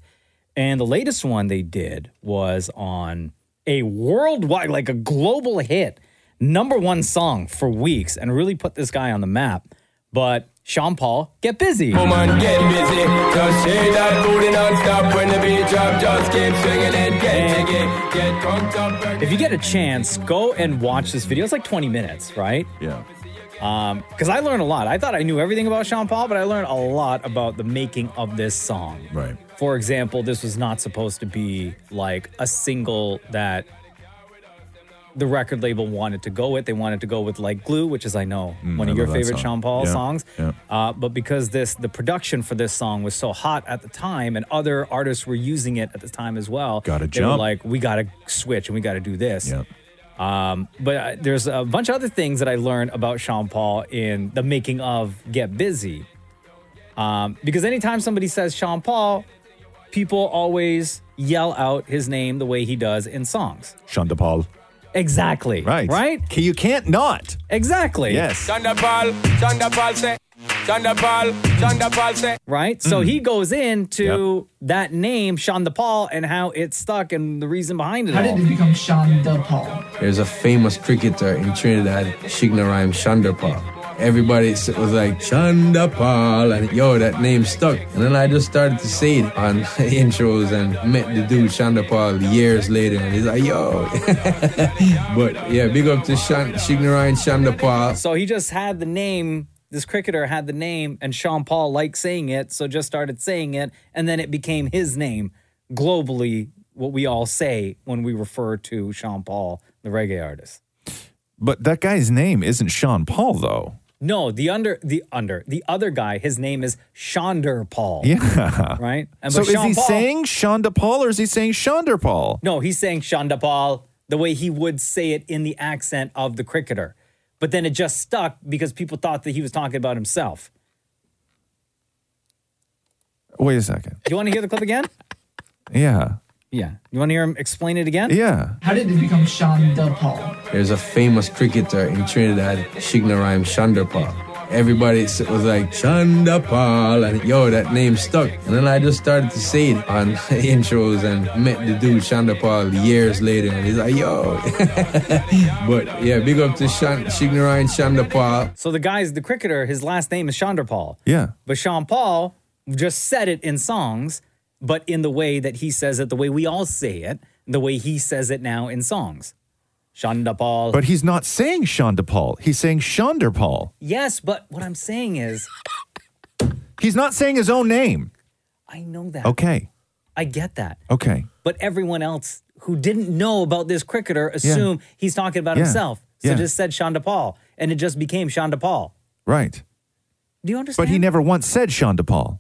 [SPEAKER 3] And the latest one they did was on a worldwide, like a global hit, number one song for weeks and really put this guy on the map. But Sean Paul, get busy.
[SPEAKER 23] Woman, get busy. Just shake that booty non-stop when the beat drop. Just keep swinging it, get jiggy, get drunk up.
[SPEAKER 3] If you get a chance, go and watch this video. It's like 20 minutes, right?
[SPEAKER 2] Yeah.
[SPEAKER 3] Um, because I learned a lot. I thought I knew everything about Sean Paul, but I learned a lot about the making of this song.
[SPEAKER 2] Right.
[SPEAKER 3] For example, this was not supposed to be like a single that the record label wanted to go with. They wanted to go with like Glue, which is I know
[SPEAKER 38] Mm,
[SPEAKER 3] one
[SPEAKER 38] I
[SPEAKER 3] of your
[SPEAKER 38] love that
[SPEAKER 3] favorite
[SPEAKER 38] song.
[SPEAKER 3] Sean Paul
[SPEAKER 38] Yeah,
[SPEAKER 3] songs.
[SPEAKER 38] yeah.
[SPEAKER 3] Uh, but because this the production for this song was so hot at the time, and other artists were using it at the time as well. Got to
[SPEAKER 2] jump.
[SPEAKER 3] like we got to switch and we got to do this. Um, but uh, there's a bunch of other things that I learned about Sean Paul in the making of Get Busy. Um, because anytime somebody says Sean Paul, people always yell out his name the way he does in songs.
[SPEAKER 2] Sean DePaul.
[SPEAKER 3] Exactly. Right. Right?
[SPEAKER 2] You can't not.
[SPEAKER 3] Exactly.
[SPEAKER 2] Yes.
[SPEAKER 23] Thunder Paul, Thunder Paul say, Thunder Paul, Thunder Paul say.
[SPEAKER 3] Right? So
[SPEAKER 23] Mm.
[SPEAKER 3] he goes into that name, Sean DePaul, and how it stuck and the reason behind it
[SPEAKER 38] How
[SPEAKER 3] all.
[SPEAKER 38] did you become Sean DePaul? There's a famous cricketer in Trinidad, Shignarim Shandapa. Everybody s- was like Shandapal, and yo, that name stuck. And then I just started to say it on intros and met the dude Shandapal years later, and he's like, yo. but yeah, big up to Shan- Shignarim Shandapal.
[SPEAKER 3] So he just had the name, this cricketer had the name, and Sean Paul liked saying it, so just started saying it, and then it became his name globally, what we all say when we refer to Sean Paul, the reggae artist.
[SPEAKER 2] But that guy's name isn't Sean Paul, though.
[SPEAKER 3] No, the under the under the other guy, his name is Shonder Paul.
[SPEAKER 2] Yeah.
[SPEAKER 3] Right?
[SPEAKER 2] so
[SPEAKER 3] but
[SPEAKER 2] is
[SPEAKER 3] Sean
[SPEAKER 2] he
[SPEAKER 3] Paul-
[SPEAKER 2] saying Sean DePaul or is he saying Shonder Paul?
[SPEAKER 3] No, he's saying Shonda Paul the way he would say it in the accent of the cricketer. But then it just stuck because people thought that he was talking about himself.
[SPEAKER 2] Wait a second.
[SPEAKER 3] Do you want to hear the clip again?
[SPEAKER 2] Yeah.
[SPEAKER 3] Yeah. You want to hear him explain it again?
[SPEAKER 2] Yeah.
[SPEAKER 38] How did you become Sean DePaul? There's a famous cricketer in Trinidad, Shignarim Shandapal. Everybody s- was like Shandapal, and yo, that name stuck. And then I just started to say it on intros and met the dude Shandapal years later, and he's like, yo. but yeah, big up to Shan- Shignarim Shandapal.
[SPEAKER 3] So the guy's the cricketer, his last name is Chandra Paul.
[SPEAKER 2] Yeah.
[SPEAKER 3] But Sean Paul just said it in songs, but in the way that he says it, the way we all say it, the way he says it now in songs. Chandra Paul.
[SPEAKER 2] But he's not saying Sean DePaul. He's saying Shonder Paul.
[SPEAKER 3] yes, but what I'm saying is,
[SPEAKER 2] He's not saying his own name.
[SPEAKER 3] I know that.
[SPEAKER 2] Okay.
[SPEAKER 3] I get that.
[SPEAKER 2] Okay.
[SPEAKER 3] But everyone else who didn't know about this cricketer assume he's talking about
[SPEAKER 2] Yeah.
[SPEAKER 3] himself. So
[SPEAKER 2] Yeah.
[SPEAKER 3] just said Shonda Paul, and it just became Shonda Paul.
[SPEAKER 2] Right.
[SPEAKER 3] Do you understand?
[SPEAKER 2] But he never once said Sean DePaul.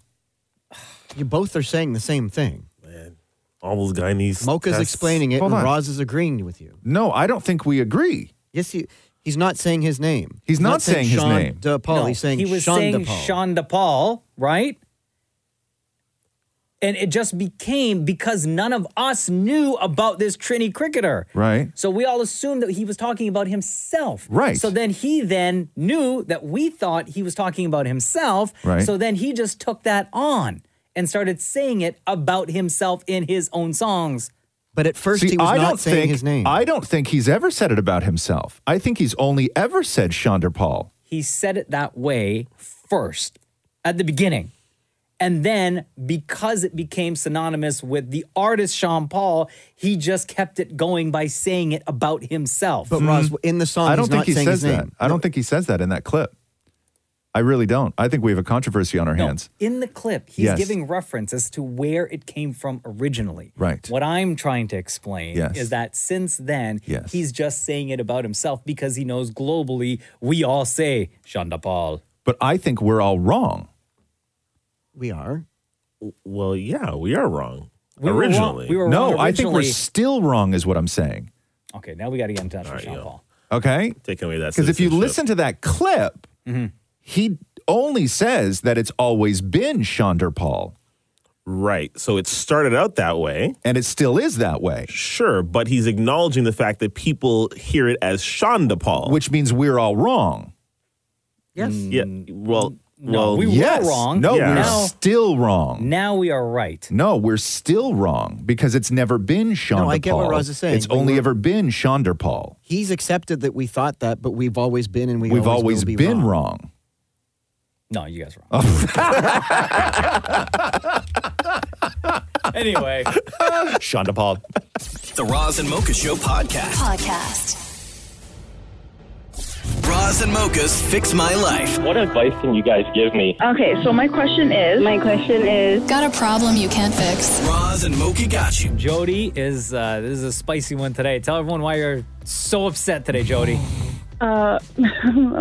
[SPEAKER 5] You both are saying the same thing.
[SPEAKER 8] All those Guyanese.
[SPEAKER 5] Mocha's
[SPEAKER 8] tests.
[SPEAKER 5] explaining it,
[SPEAKER 8] Hold
[SPEAKER 5] and
[SPEAKER 8] on.
[SPEAKER 5] Roz is agreeing with you.
[SPEAKER 2] No, I don't think we agree.
[SPEAKER 5] Yes, he, he's not saying his name.
[SPEAKER 2] He's not saying his
[SPEAKER 5] Sean
[SPEAKER 2] name.
[SPEAKER 5] DePaul.
[SPEAKER 3] No,
[SPEAKER 5] he's saying
[SPEAKER 3] he was
[SPEAKER 5] Sean
[SPEAKER 3] saying
[SPEAKER 5] DePaul.
[SPEAKER 3] Shonda Paul, right? And it just became because none of us knew about this Trini cricketer.
[SPEAKER 2] Right.
[SPEAKER 3] So we all assumed that he was talking about himself.
[SPEAKER 2] Right.
[SPEAKER 3] So then he then knew that we thought he was talking about himself.
[SPEAKER 2] Right.
[SPEAKER 3] So then he just took that on and started saying it about himself in his own songs.
[SPEAKER 5] But at first
[SPEAKER 2] See, I don't think, I don't think he's ever said it about himself. I think he's only ever said Shonder Paul.
[SPEAKER 3] he said it that way first at the beginning. And then because it became synonymous with the artist Sean Paul, he just kept it going by saying it about himself.
[SPEAKER 5] But Roz, in the song,
[SPEAKER 2] I don't
[SPEAKER 5] he's
[SPEAKER 2] think
[SPEAKER 5] not
[SPEAKER 2] he
[SPEAKER 5] saying
[SPEAKER 2] says
[SPEAKER 5] his
[SPEAKER 2] that.
[SPEAKER 5] name.
[SPEAKER 2] I don't think he says that in that clip. I really don't. I think we have a controversy on our hands.
[SPEAKER 3] in the clip, he's
[SPEAKER 2] Yes.
[SPEAKER 3] giving reference as to where it came from originally.
[SPEAKER 2] Right.
[SPEAKER 3] What I'm trying to explain
[SPEAKER 2] Yes.
[SPEAKER 3] is that since then,
[SPEAKER 2] Yes.
[SPEAKER 3] he's just saying it about himself because he knows globally we all say Shonda Paul.
[SPEAKER 2] But I think we're all wrong.
[SPEAKER 5] We are.
[SPEAKER 8] Well, yeah, we are wrong.
[SPEAKER 3] We were wrong-
[SPEAKER 2] originally.
[SPEAKER 3] we were
[SPEAKER 2] no,
[SPEAKER 3] wrong
[SPEAKER 2] I think we're
[SPEAKER 3] originally.
[SPEAKER 2] still wrong, is what I'm saying.
[SPEAKER 3] Okay, now we got to get in touch with Sean Paul.
[SPEAKER 2] Okay?
[SPEAKER 8] Taking away that
[SPEAKER 2] Because if you
[SPEAKER 8] citizenship.
[SPEAKER 2] listen to that clip,
[SPEAKER 5] Mm-hmm.
[SPEAKER 2] he only says that it's always been Shonder Paul.
[SPEAKER 8] Right. So it started out that way.
[SPEAKER 2] And it still is that way.
[SPEAKER 8] Sure. But he's acknowledging the fact that people hear it as Shonda Paul. Mm,
[SPEAKER 2] Which means we're all wrong.
[SPEAKER 5] Yes.
[SPEAKER 8] Yeah. Well,
[SPEAKER 3] No,
[SPEAKER 8] well,
[SPEAKER 3] we
[SPEAKER 2] yes.
[SPEAKER 3] were wrong.
[SPEAKER 2] No,
[SPEAKER 3] Yeah.
[SPEAKER 2] we're
[SPEAKER 3] Now-
[SPEAKER 2] still wrong.
[SPEAKER 3] Now we are right.
[SPEAKER 2] No, we're still wrong because it's never been Shonda
[SPEAKER 5] I get what
[SPEAKER 2] Paul.
[SPEAKER 5] Roz is saying.
[SPEAKER 2] It's
[SPEAKER 5] We
[SPEAKER 2] only
[SPEAKER 5] were-
[SPEAKER 2] ever been Shonder Paul.
[SPEAKER 5] He's accepted that we thought that, but we've always been and we
[SPEAKER 2] We've
[SPEAKER 5] always,
[SPEAKER 2] always
[SPEAKER 5] will be
[SPEAKER 2] been
[SPEAKER 5] wrong.
[SPEAKER 3] No,
[SPEAKER 2] wrong. Oh.
[SPEAKER 3] you guys are wrong. anyway.
[SPEAKER 2] Shonda Paul.
[SPEAKER 4] The Roz and Mocha Show podcast.
[SPEAKER 11] Podcast.
[SPEAKER 4] Roz and Mocha's Fix My Life.
[SPEAKER 15] What advice can you guys give me?
[SPEAKER 27] Okay, so my question is. My question is. Got a problem you can't fix?
[SPEAKER 4] Roz and Mocha got you.
[SPEAKER 3] Jody is uh, this is a spicy one today. Tell everyone why you're so upset today, Jody.
[SPEAKER 27] Uh,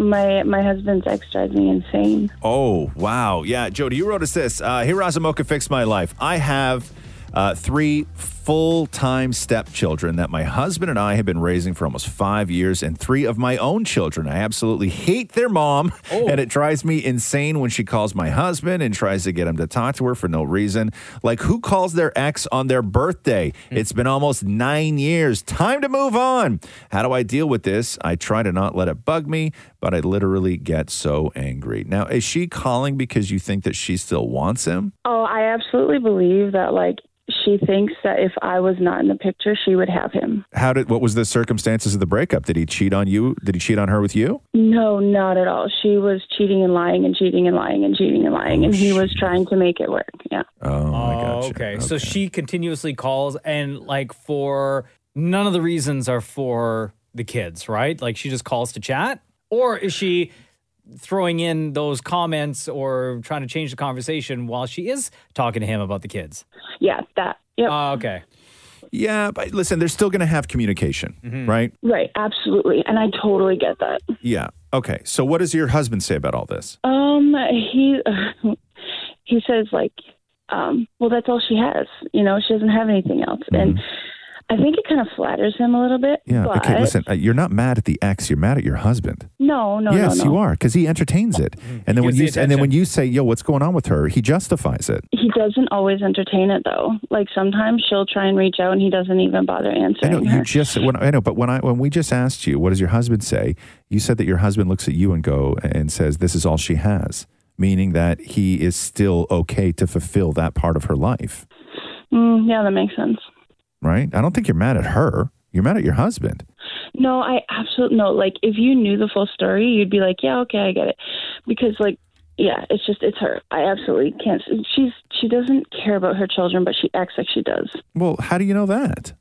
[SPEAKER 27] my my husband's ex drives me insane.
[SPEAKER 2] Oh, wow. Yeah, Jody, you wrote us this. Uh, hey, Razamoka, fix my life. I have Uh, three full time stepchildren that my husband and I have been raising for almost five years, and three of my own children. I absolutely hate their mom,
[SPEAKER 3] Oh.
[SPEAKER 2] and it drives me insane when she calls my husband and tries to get him to talk to her for no reason. Like, who calls their ex on their birthday? It's been almost nine years. Time to move on. How do I deal with this? I try to not let it bug me, but I literally get so angry. Now, is she calling because you think that she still wants him?
[SPEAKER 17] Oh, I absolutely believe that like she thinks that if I was not in the picture, she would have him.
[SPEAKER 2] How did what was the circumstances of the breakup? Did he cheat on you? Did he cheat on her with you?
[SPEAKER 17] No, not at all. She was cheating and lying and cheating and lying and cheating and lying, and he was trying to make it work. Yeah.
[SPEAKER 2] Oh,
[SPEAKER 3] okay. So she continuously calls, and like for none of the reasons are for the kids, right? Like she just calls to chat, or is she throwing in those comments or trying to change the conversation while she is talking to him about the kids?
[SPEAKER 17] Yeah, that. Yep.
[SPEAKER 3] Oh, okay.
[SPEAKER 2] Yeah, but listen, they're still going to have communication, right?
[SPEAKER 17] Right, absolutely. And I totally get that.
[SPEAKER 2] Yeah. Okay. So what does your husband say about all this?
[SPEAKER 17] Um, he he says like, um, well, that's all she has. You know, she doesn't have anything else, and I think it kind of flatters him a little bit.
[SPEAKER 2] Mm-hmm. Yeah.
[SPEAKER 17] But
[SPEAKER 2] okay. Listen, uh, you're not mad at the ex. You're mad at your husband.
[SPEAKER 17] No, no,
[SPEAKER 2] yes,
[SPEAKER 17] no, no.
[SPEAKER 2] you are, because he entertains it, and then when
[SPEAKER 17] Mm-hmm. gives
[SPEAKER 2] you
[SPEAKER 17] the
[SPEAKER 2] and then when you say, "Yo, what's going on with her?" he justifies it.
[SPEAKER 17] He doesn't always entertain it though. Like sometimes she'll try and reach out, and he doesn't even bother
[SPEAKER 2] I know
[SPEAKER 17] answering.
[SPEAKER 2] you just when I know, but when I when we just asked you, what does your husband say? You said that your husband looks at you and go and says, "This is all she has," meaning that he is still okay to fulfill that part of her life,
[SPEAKER 17] Mm, yeah, that makes sense.
[SPEAKER 2] right? I don't think you're mad at her. You're mad at your husband.
[SPEAKER 17] No, I absolutely no. Like if you knew the full story, you'd be like, yeah, okay, I get it, because like. Yeah, it's just it's her. I absolutely can't. She's she doesn't care about her children, but she acts like she does.
[SPEAKER 2] Well, how do you know that?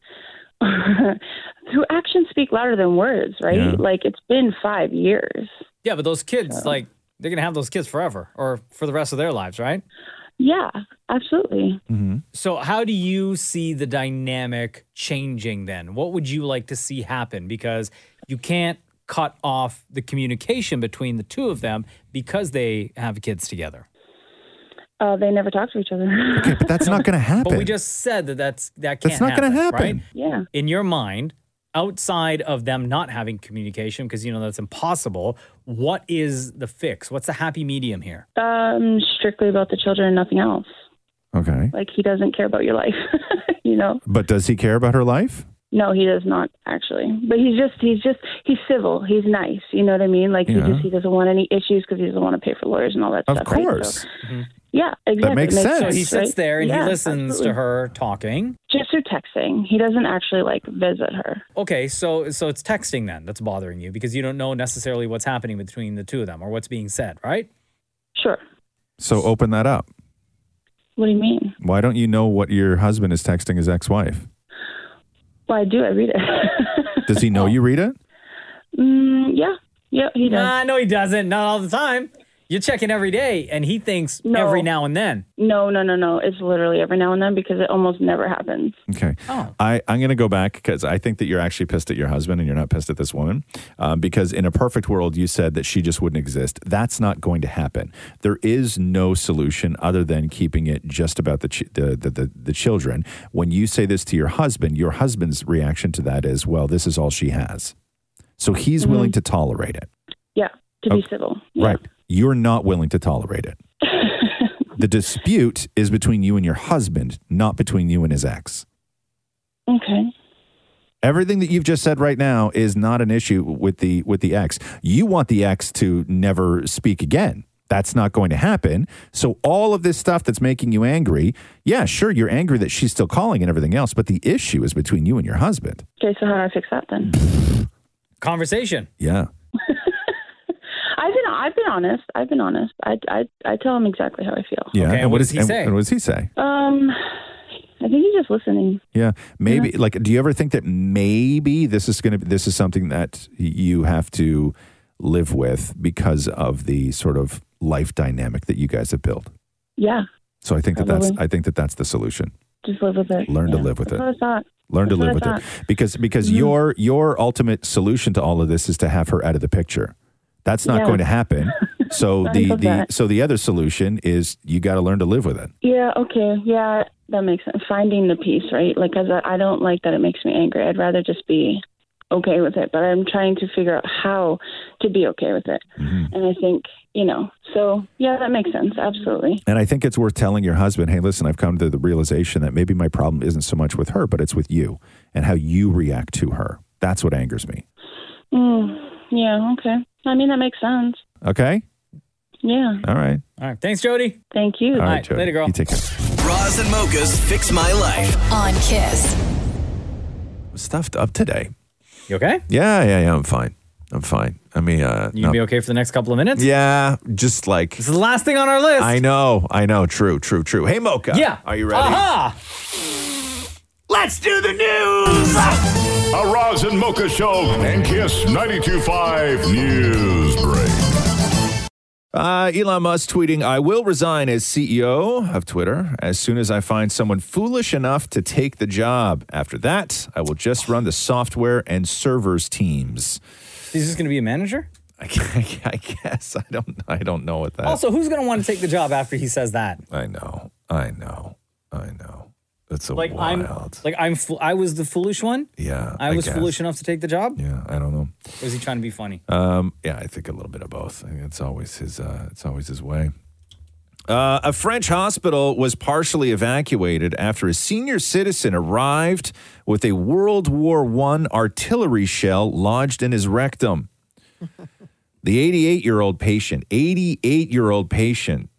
[SPEAKER 17] Do actions speak louder than words, right?
[SPEAKER 3] Yeah.
[SPEAKER 17] Like it's been five years.
[SPEAKER 3] Yeah, but those kids, like, they're gonna have those kids forever or for the rest of their lives, right?
[SPEAKER 17] Yeah, absolutely.
[SPEAKER 2] Mm-hmm.
[SPEAKER 3] So, how do you see the dynamic changing then? What would you like to see happen? Because you can't cut off the communication between the two of them because they have kids together.
[SPEAKER 17] Uh, they never talk to each other.
[SPEAKER 2] Okay, but that's not going to happen.
[SPEAKER 3] But we just said that that's that can't.
[SPEAKER 2] That's not gonna happen.
[SPEAKER 3] Right?
[SPEAKER 17] Yeah.
[SPEAKER 3] In your mind, outside of them not having communication, because you know that's impossible. What is the fix? What's the happy medium here?
[SPEAKER 17] Um, strictly about the children and nothing else.
[SPEAKER 2] Okay.
[SPEAKER 17] Like he doesn't care about your life, you know?
[SPEAKER 2] But does he care about her life?
[SPEAKER 17] No, he does not actually. But he's just he's just he's civil. He's nice. You know what I mean? Like
[SPEAKER 2] Yeah.
[SPEAKER 17] he just he doesn't want any issues because he doesn't want to pay for lawyers and all that
[SPEAKER 2] Of
[SPEAKER 17] stuff. right? So-
[SPEAKER 2] course.
[SPEAKER 17] yeah, exactly.
[SPEAKER 3] So he sits
[SPEAKER 17] right?
[SPEAKER 3] there and
[SPEAKER 17] Yeah,
[SPEAKER 3] he listens
[SPEAKER 17] absolutely.
[SPEAKER 3] to her talking.
[SPEAKER 17] Just through texting. He doesn't actually like visit her.
[SPEAKER 3] Okay, so so it's texting then that's bothering you because you don't know necessarily what's happening between the two of them or what's being said, right?
[SPEAKER 17] Sure.
[SPEAKER 2] So open that up.
[SPEAKER 17] What do you mean?
[SPEAKER 2] Why don't you know what your husband is texting his ex-wife?
[SPEAKER 17] Well, I do. I read it.
[SPEAKER 2] Does he know you read it?
[SPEAKER 17] mm, yeah. Yeah, he does.
[SPEAKER 3] Nah, no, he doesn't. Not all the time. You're checking every day, and he thinks
[SPEAKER 17] No.
[SPEAKER 3] every now and then.
[SPEAKER 17] No, no, no, no. It's literally every now and then because it almost never happens.
[SPEAKER 2] Okay. I, I'm going to go back because I think that you're actually pissed at your husband and you're not pissed at this woman. Um, because in a perfect world, you said that she just wouldn't exist. That's not going to happen. There is no solution other than keeping it just about the, ch- the, the, the, the children. When you say this to your husband, your husband's reaction to that is, well, this is all she has. So he's willing to tolerate it.
[SPEAKER 17] Yeah, to be
[SPEAKER 2] Okay.
[SPEAKER 17] civil.
[SPEAKER 2] Right. You're not willing to tolerate it. the dispute is between you and your husband, not between you and his ex.
[SPEAKER 17] Okay.
[SPEAKER 2] Everything that you've just said right now is not an issue with the with the ex. You want the ex to never speak again. That's not going to happen. So all of this stuff that's making you angry, yeah, sure, you're angry that she's still calling and everything else, but the issue is between you and your husband.
[SPEAKER 17] Okay, so how do I fix that then?
[SPEAKER 3] Conversation.
[SPEAKER 2] Yeah.
[SPEAKER 17] I've been I've been honest. I've been honest. I, I, I tell him exactly how I feel.
[SPEAKER 2] Yeah.
[SPEAKER 3] Okay, what
[SPEAKER 2] does
[SPEAKER 3] does he
[SPEAKER 2] and-
[SPEAKER 3] say?
[SPEAKER 2] And what does he say?
[SPEAKER 17] Um, I think he's just listening.
[SPEAKER 2] Yeah, maybe. Like, do you ever think that maybe this is going to this is something that you have to live with because of the sort of life dynamic that you guys have built?
[SPEAKER 17] Yeah,
[SPEAKER 2] So I think that that's
[SPEAKER 17] Probably.
[SPEAKER 2] I think that that's the solution.
[SPEAKER 17] just live with it.
[SPEAKER 2] Learn to live with
[SPEAKER 17] That's
[SPEAKER 2] it.
[SPEAKER 17] what I thought.
[SPEAKER 2] Learn to
[SPEAKER 17] That's
[SPEAKER 2] live
[SPEAKER 17] what
[SPEAKER 2] with
[SPEAKER 17] I
[SPEAKER 2] it because because
[SPEAKER 17] Mm-hmm.
[SPEAKER 2] your your ultimate solution to all of this is to have her out of the picture. That's not
[SPEAKER 17] Yeah.
[SPEAKER 2] going to happen. So
[SPEAKER 17] I
[SPEAKER 2] the
[SPEAKER 17] love
[SPEAKER 2] the
[SPEAKER 17] that.
[SPEAKER 2] so the other solution is you got to learn to live with it.
[SPEAKER 17] Yeah. Okay. Yeah. That makes sense. Finding the peace, right? Like, cause I, I don't like that it makes me angry. I'd rather just be okay with it. But I'm trying to figure out how to be okay with it.
[SPEAKER 2] Mm-hmm.
[SPEAKER 17] And I think, you know, so yeah, that makes sense. Absolutely.
[SPEAKER 2] And I think it's worth telling your husband, hey, listen, I've come to the realization that maybe my problem isn't so much with her, but it's with you and how you react to her. That's what angers me.
[SPEAKER 17] Mm, yeah. Okay. I mean, that makes sense.
[SPEAKER 2] Okay?
[SPEAKER 17] Yeah.
[SPEAKER 2] All right.
[SPEAKER 3] All right. Thanks, Jody.
[SPEAKER 17] Thank you.
[SPEAKER 2] All right, Jody.
[SPEAKER 3] later, girl.
[SPEAKER 2] You take care.
[SPEAKER 4] Roz and Mocha's Fix My Life.
[SPEAKER 27] On Kiss.
[SPEAKER 2] Stuffed up today.
[SPEAKER 3] You okay?
[SPEAKER 2] Yeah, yeah, yeah. I'm fine. I'm fine. I mean, uh,
[SPEAKER 3] You gonna be okay for the next couple of minutes?
[SPEAKER 2] Yeah, just like this
[SPEAKER 3] is the last thing on our list.
[SPEAKER 2] I know, I know. True, true, true. Hey, Mocha.
[SPEAKER 3] Yeah. Uh-huh.
[SPEAKER 2] Are you ready?
[SPEAKER 3] Aha!
[SPEAKER 6] Let's do the news.
[SPEAKER 10] A Roz and Mocha Show and Kiss 92.5 News Break.
[SPEAKER 2] Uh, Elon Musk tweeting, I will resign as CEO of Twitter as soon as I find someone foolish enough to take the job. After that, I will just run the software and servers teams.
[SPEAKER 3] He's just gonna be a manager?
[SPEAKER 2] I, gu- I guess I don't. I don't know what that.
[SPEAKER 3] also, who's gonna want to take the job after he says that?
[SPEAKER 2] I know. I know. I know. That's a
[SPEAKER 3] Like
[SPEAKER 2] wild.
[SPEAKER 3] I'm like I'm fo- I was the foolish one.
[SPEAKER 2] yeah.
[SPEAKER 3] I was
[SPEAKER 2] Uh, guess.
[SPEAKER 3] foolish enough to take the job.
[SPEAKER 2] Yeah, I don't know.
[SPEAKER 3] Or is he trying to be funny?
[SPEAKER 2] Um, yeah, I think a little bit of both. I think it's always his. Uh, it's always his way. Uh, a French hospital was partially evacuated after a senior citizen arrived with a World War I artillery shell lodged in his rectum. the 88 year old patient, 88 year old patient,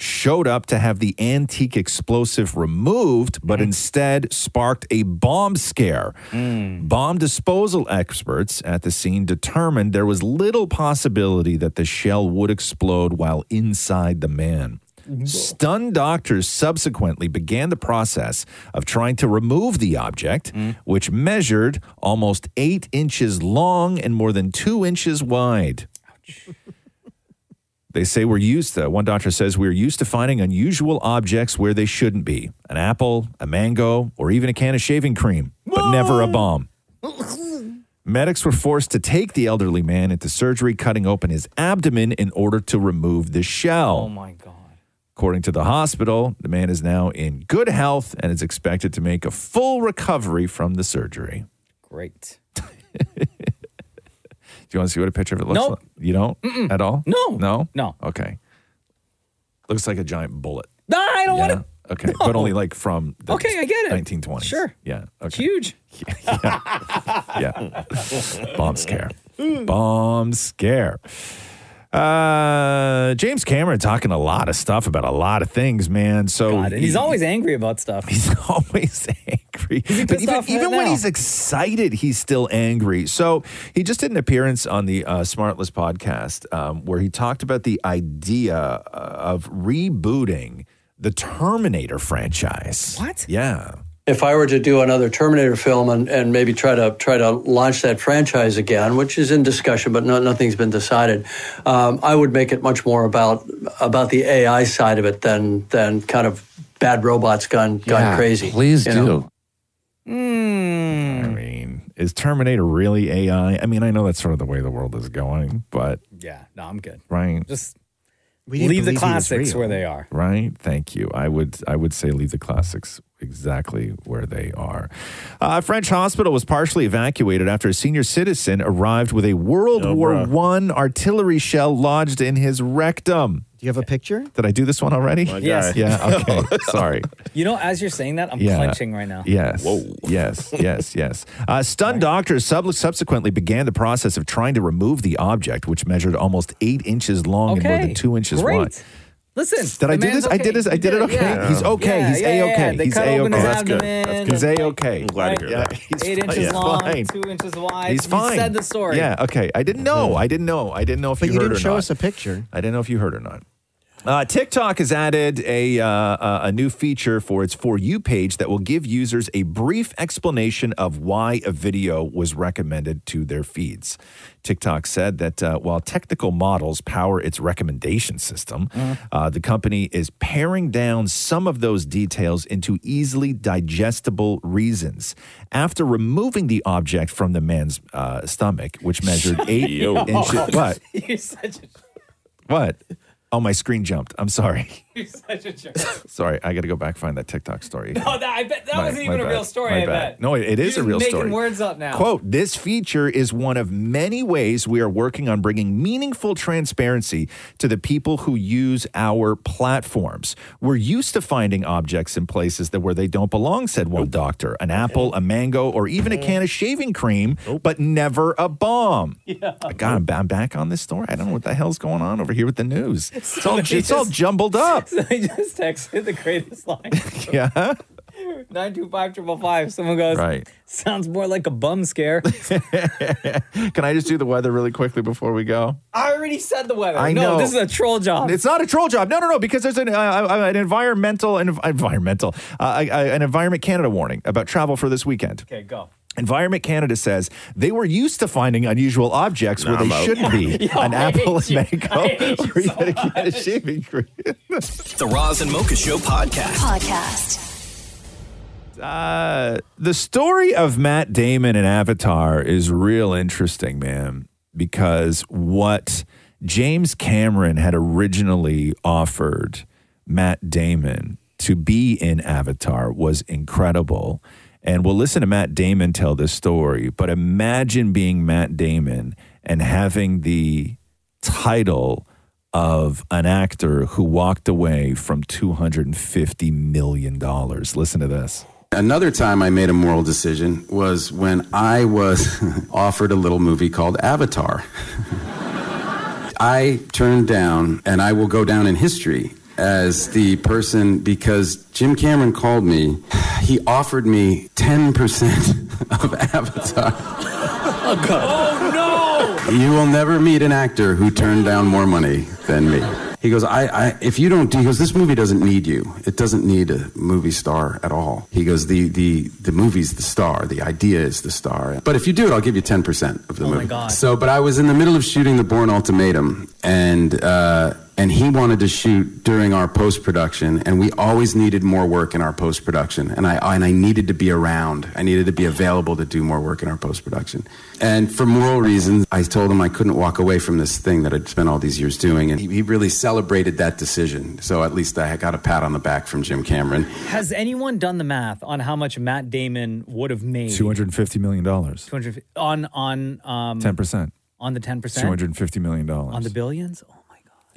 [SPEAKER 2] showed up to have the antique explosive removed, but instead sparked a bomb scare. Bomb disposal experts at the scene determined there was little possibility that the shell would explode while inside the man. Stunned doctors subsequently began the process of trying to remove the object, which measured almost eight inches long and more than two inches wide. They say we're used to, one doctor says, we're used to finding unusual objects where they shouldn't be an apple, a mango, or even a can of shaving cream, but never a bomb. Medics were forced to take the elderly man into surgery, cutting open his abdomen in order to remove the shell. Oh my God. According to the hospital, the man is now in good health and is expected to make a full recovery from the surgery.
[SPEAKER 3] Great.
[SPEAKER 2] Do you want to see what a picture of it looks
[SPEAKER 3] Nope.
[SPEAKER 2] like? You don't at all?
[SPEAKER 3] No.
[SPEAKER 2] No?
[SPEAKER 3] No.
[SPEAKER 2] Okay. Looks like a giant bullet.
[SPEAKER 3] No, I don't want
[SPEAKER 2] Yeah.
[SPEAKER 3] to.
[SPEAKER 2] Okay.
[SPEAKER 3] No.
[SPEAKER 2] But only like from the
[SPEAKER 3] Okay, I get it.
[SPEAKER 2] 1920s.
[SPEAKER 3] Sure.
[SPEAKER 2] Yeah. Okay.
[SPEAKER 3] Huge.
[SPEAKER 2] Yeah. Bomb scare. Bomb scare. Uh, James Cameron talking a lot of stuff about a lot of things, man. So
[SPEAKER 3] And he's always angry about stuff.
[SPEAKER 2] He's always angry. But
[SPEAKER 3] pissed
[SPEAKER 2] even,
[SPEAKER 3] off right
[SPEAKER 2] even when
[SPEAKER 3] now.
[SPEAKER 2] he's excited, he's still angry. So he just did an appearance on the uh, Smartless podcast um, where he talked about the idea uh, of rebooting the Terminator franchise. What? Yeah.
[SPEAKER 29] If I were to do another Terminator film and, and maybe try to try to launch that franchise again, which is in discussion, but no, nothing's been decided, um, I would make it much more about about the AI side of it than than kind of bad robots gone gone
[SPEAKER 2] Yeah,
[SPEAKER 29] crazy.
[SPEAKER 2] please
[SPEAKER 29] you know?
[SPEAKER 2] do. I mean, is Terminator really AI? I mean, I know that's sort of the way the world is going, but
[SPEAKER 3] Yeah. No, I'm good.
[SPEAKER 2] right.
[SPEAKER 3] Just
[SPEAKER 2] We didn't
[SPEAKER 3] leave the
[SPEAKER 2] believe he was
[SPEAKER 3] classics
[SPEAKER 2] real.
[SPEAKER 3] where they are.
[SPEAKER 2] Right? Thank you. I would I would say leave the classics exactly where they are. Uh, a French hospital was partially evacuated after a senior citizen arrived with a World War One artillery shell lodged in his rectum. Do you have a Oh picture? Did I do this one already?
[SPEAKER 3] My Yes. guy.
[SPEAKER 2] Yeah. Okay. Sorry.
[SPEAKER 3] You know, as you're saying that, I'm
[SPEAKER 2] Yeah.
[SPEAKER 3] clenching right now.
[SPEAKER 2] Yes. Yes. Yes. Yes. Uh, stunned doctors sub- subsequently began the process of trying to remove the object, which measured almost eight inches long and more
[SPEAKER 3] Okay.
[SPEAKER 2] than two inches
[SPEAKER 3] Great.
[SPEAKER 2] wide.
[SPEAKER 3] Listen.
[SPEAKER 2] Did I
[SPEAKER 3] the
[SPEAKER 2] do
[SPEAKER 3] man's
[SPEAKER 2] this? I
[SPEAKER 3] okay.
[SPEAKER 2] did this. I
[SPEAKER 3] You
[SPEAKER 2] did it. Okay.
[SPEAKER 3] yeah.
[SPEAKER 2] He's okay.
[SPEAKER 3] Yeah,
[SPEAKER 2] He's
[SPEAKER 3] yeah,
[SPEAKER 2] a
[SPEAKER 3] yeah.
[SPEAKER 2] okay.
[SPEAKER 3] They
[SPEAKER 2] He's Oh,
[SPEAKER 3] cut
[SPEAKER 2] a
[SPEAKER 3] open
[SPEAKER 2] okay.
[SPEAKER 3] his abdomen.
[SPEAKER 2] He's a okay.
[SPEAKER 8] Glad to hear
[SPEAKER 2] yeah.
[SPEAKER 8] that.
[SPEAKER 2] He's
[SPEAKER 3] Eight
[SPEAKER 2] fine.
[SPEAKER 3] inches
[SPEAKER 2] He's
[SPEAKER 3] long,
[SPEAKER 2] fine.
[SPEAKER 3] two inches wide.
[SPEAKER 2] He's fine.
[SPEAKER 3] You said the story.
[SPEAKER 2] Yeah. Okay. I
[SPEAKER 8] Mm-hmm.
[SPEAKER 2] didn't know. I didn't know. I didn't know if
[SPEAKER 5] But
[SPEAKER 2] you,
[SPEAKER 5] you
[SPEAKER 2] heard
[SPEAKER 5] didn't
[SPEAKER 2] or
[SPEAKER 5] show
[SPEAKER 2] not.
[SPEAKER 5] us a picture.
[SPEAKER 2] I didn't know if you heard or not. Uh, TikTok has added a uh, uh, a new feature for its For You page that will give users a brief explanation of why a video was recommended to their feeds. TikTok said that uh, while technical models power its recommendation system, uh, the company is paring down some of those details into easily digestible reasons. After removing the object from the man's uh, stomach, which measured eight
[SPEAKER 3] Yo.
[SPEAKER 2] inches, what?
[SPEAKER 3] You're such a
[SPEAKER 2] What? Oh, my screen jumped. I'm sorry.
[SPEAKER 3] You're such a jerk.
[SPEAKER 2] Sorry, I got to go back find that TikTok story.
[SPEAKER 3] No, that, I bet that
[SPEAKER 2] My-
[SPEAKER 3] wasn't
[SPEAKER 2] my
[SPEAKER 3] even a
[SPEAKER 2] bad.
[SPEAKER 3] real story.
[SPEAKER 2] My
[SPEAKER 3] I
[SPEAKER 2] bad.
[SPEAKER 3] bet.
[SPEAKER 2] No, it- it
[SPEAKER 3] You're
[SPEAKER 2] is a
[SPEAKER 3] just
[SPEAKER 2] real
[SPEAKER 3] making
[SPEAKER 2] story.
[SPEAKER 3] words up now.
[SPEAKER 2] Quote, this feature is one of many ways we are working on bringing meaningful transparency to the people who use our platforms. We're used to finding objects in places that where they don't belong, said one doctor. An apple, a mango, or even a can of shaving cream, but never a bomb.
[SPEAKER 3] Yeah.
[SPEAKER 2] God, I'm, I'm back on this story. I don't know what the hell's going on over here with the news. It's all,
[SPEAKER 3] Somebody
[SPEAKER 2] it's all
[SPEAKER 3] just-
[SPEAKER 2] jumbled up.
[SPEAKER 3] So I just texted the greatest line.
[SPEAKER 2] Yeah.
[SPEAKER 3] Nine two five triple five. Someone goes.
[SPEAKER 2] Right.
[SPEAKER 3] Sounds more like a bum scare.
[SPEAKER 2] Can I just do the weather really quickly before we go?
[SPEAKER 3] I already said the weather.
[SPEAKER 2] I
[SPEAKER 3] Uh, no,
[SPEAKER 2] know.
[SPEAKER 3] this is a troll job.
[SPEAKER 2] It's not a troll job. No, no, no. Because there's an, uh, uh, an environmental an environmental uh, uh, an Environment Canada warning about travel for this weekend.
[SPEAKER 3] Okay, go.
[SPEAKER 2] Environment Canada says they were used to finding unusual objects
[SPEAKER 3] Nah,
[SPEAKER 2] where they
[SPEAKER 3] I'm out.
[SPEAKER 2] shouldn't be.
[SPEAKER 3] Yo,
[SPEAKER 2] an
[SPEAKER 3] I
[SPEAKER 2] apple and
[SPEAKER 3] hate you.
[SPEAKER 2] mango,
[SPEAKER 3] I hate you
[SPEAKER 2] or
[SPEAKER 3] so
[SPEAKER 2] even a can of shaving cream.
[SPEAKER 4] The Roz and Mocha Show podcast.
[SPEAKER 39] Podcast.
[SPEAKER 2] Uh, the story of Matt Damon and Avatar is real interesting, man, because what James Cameron had originally offered Matt Damon to be in Avatar was incredible. And we'll listen to Matt Damon tell this story, but imagine being Matt Damon and having the title of an actor who walked away from $250 million. Listen to this.
[SPEAKER 40] Another time I made a moral decision was when I was offered a little movie called Avatar. I turned down, and I will go down in history as the person because Jim Cameron called me. He offered me 10% of Avatar.
[SPEAKER 41] Oh, God.
[SPEAKER 40] You will never meet an actor who turned down more money than me. He goes, I, I, if you don't, he goes, this movie doesn't need you. It doesn't need a movie star at all. He goes, the, the, the movie's the star. The idea is the star. But if you do it, I'll give you 10% of the movie. God. So, but I was in the middle of shooting The Born Ultimatum and, uh, and he wanted to shoot during our post production, and we always needed more work in our post production. And I, and I needed to be around. I needed to be available to do more work in our post production. And for moral reasons, I told him I couldn't walk away from this thing that I'd spent all these years doing. And he, he really celebrated that decision. So at least I got a pat on the back from Jim Cameron.
[SPEAKER 3] Has anyone done the math on how much Matt Damon would have made?
[SPEAKER 2] $250 million.
[SPEAKER 3] 200 on on um
[SPEAKER 2] 10%.
[SPEAKER 3] on the ten percent
[SPEAKER 2] $250 million.
[SPEAKER 3] on the billions.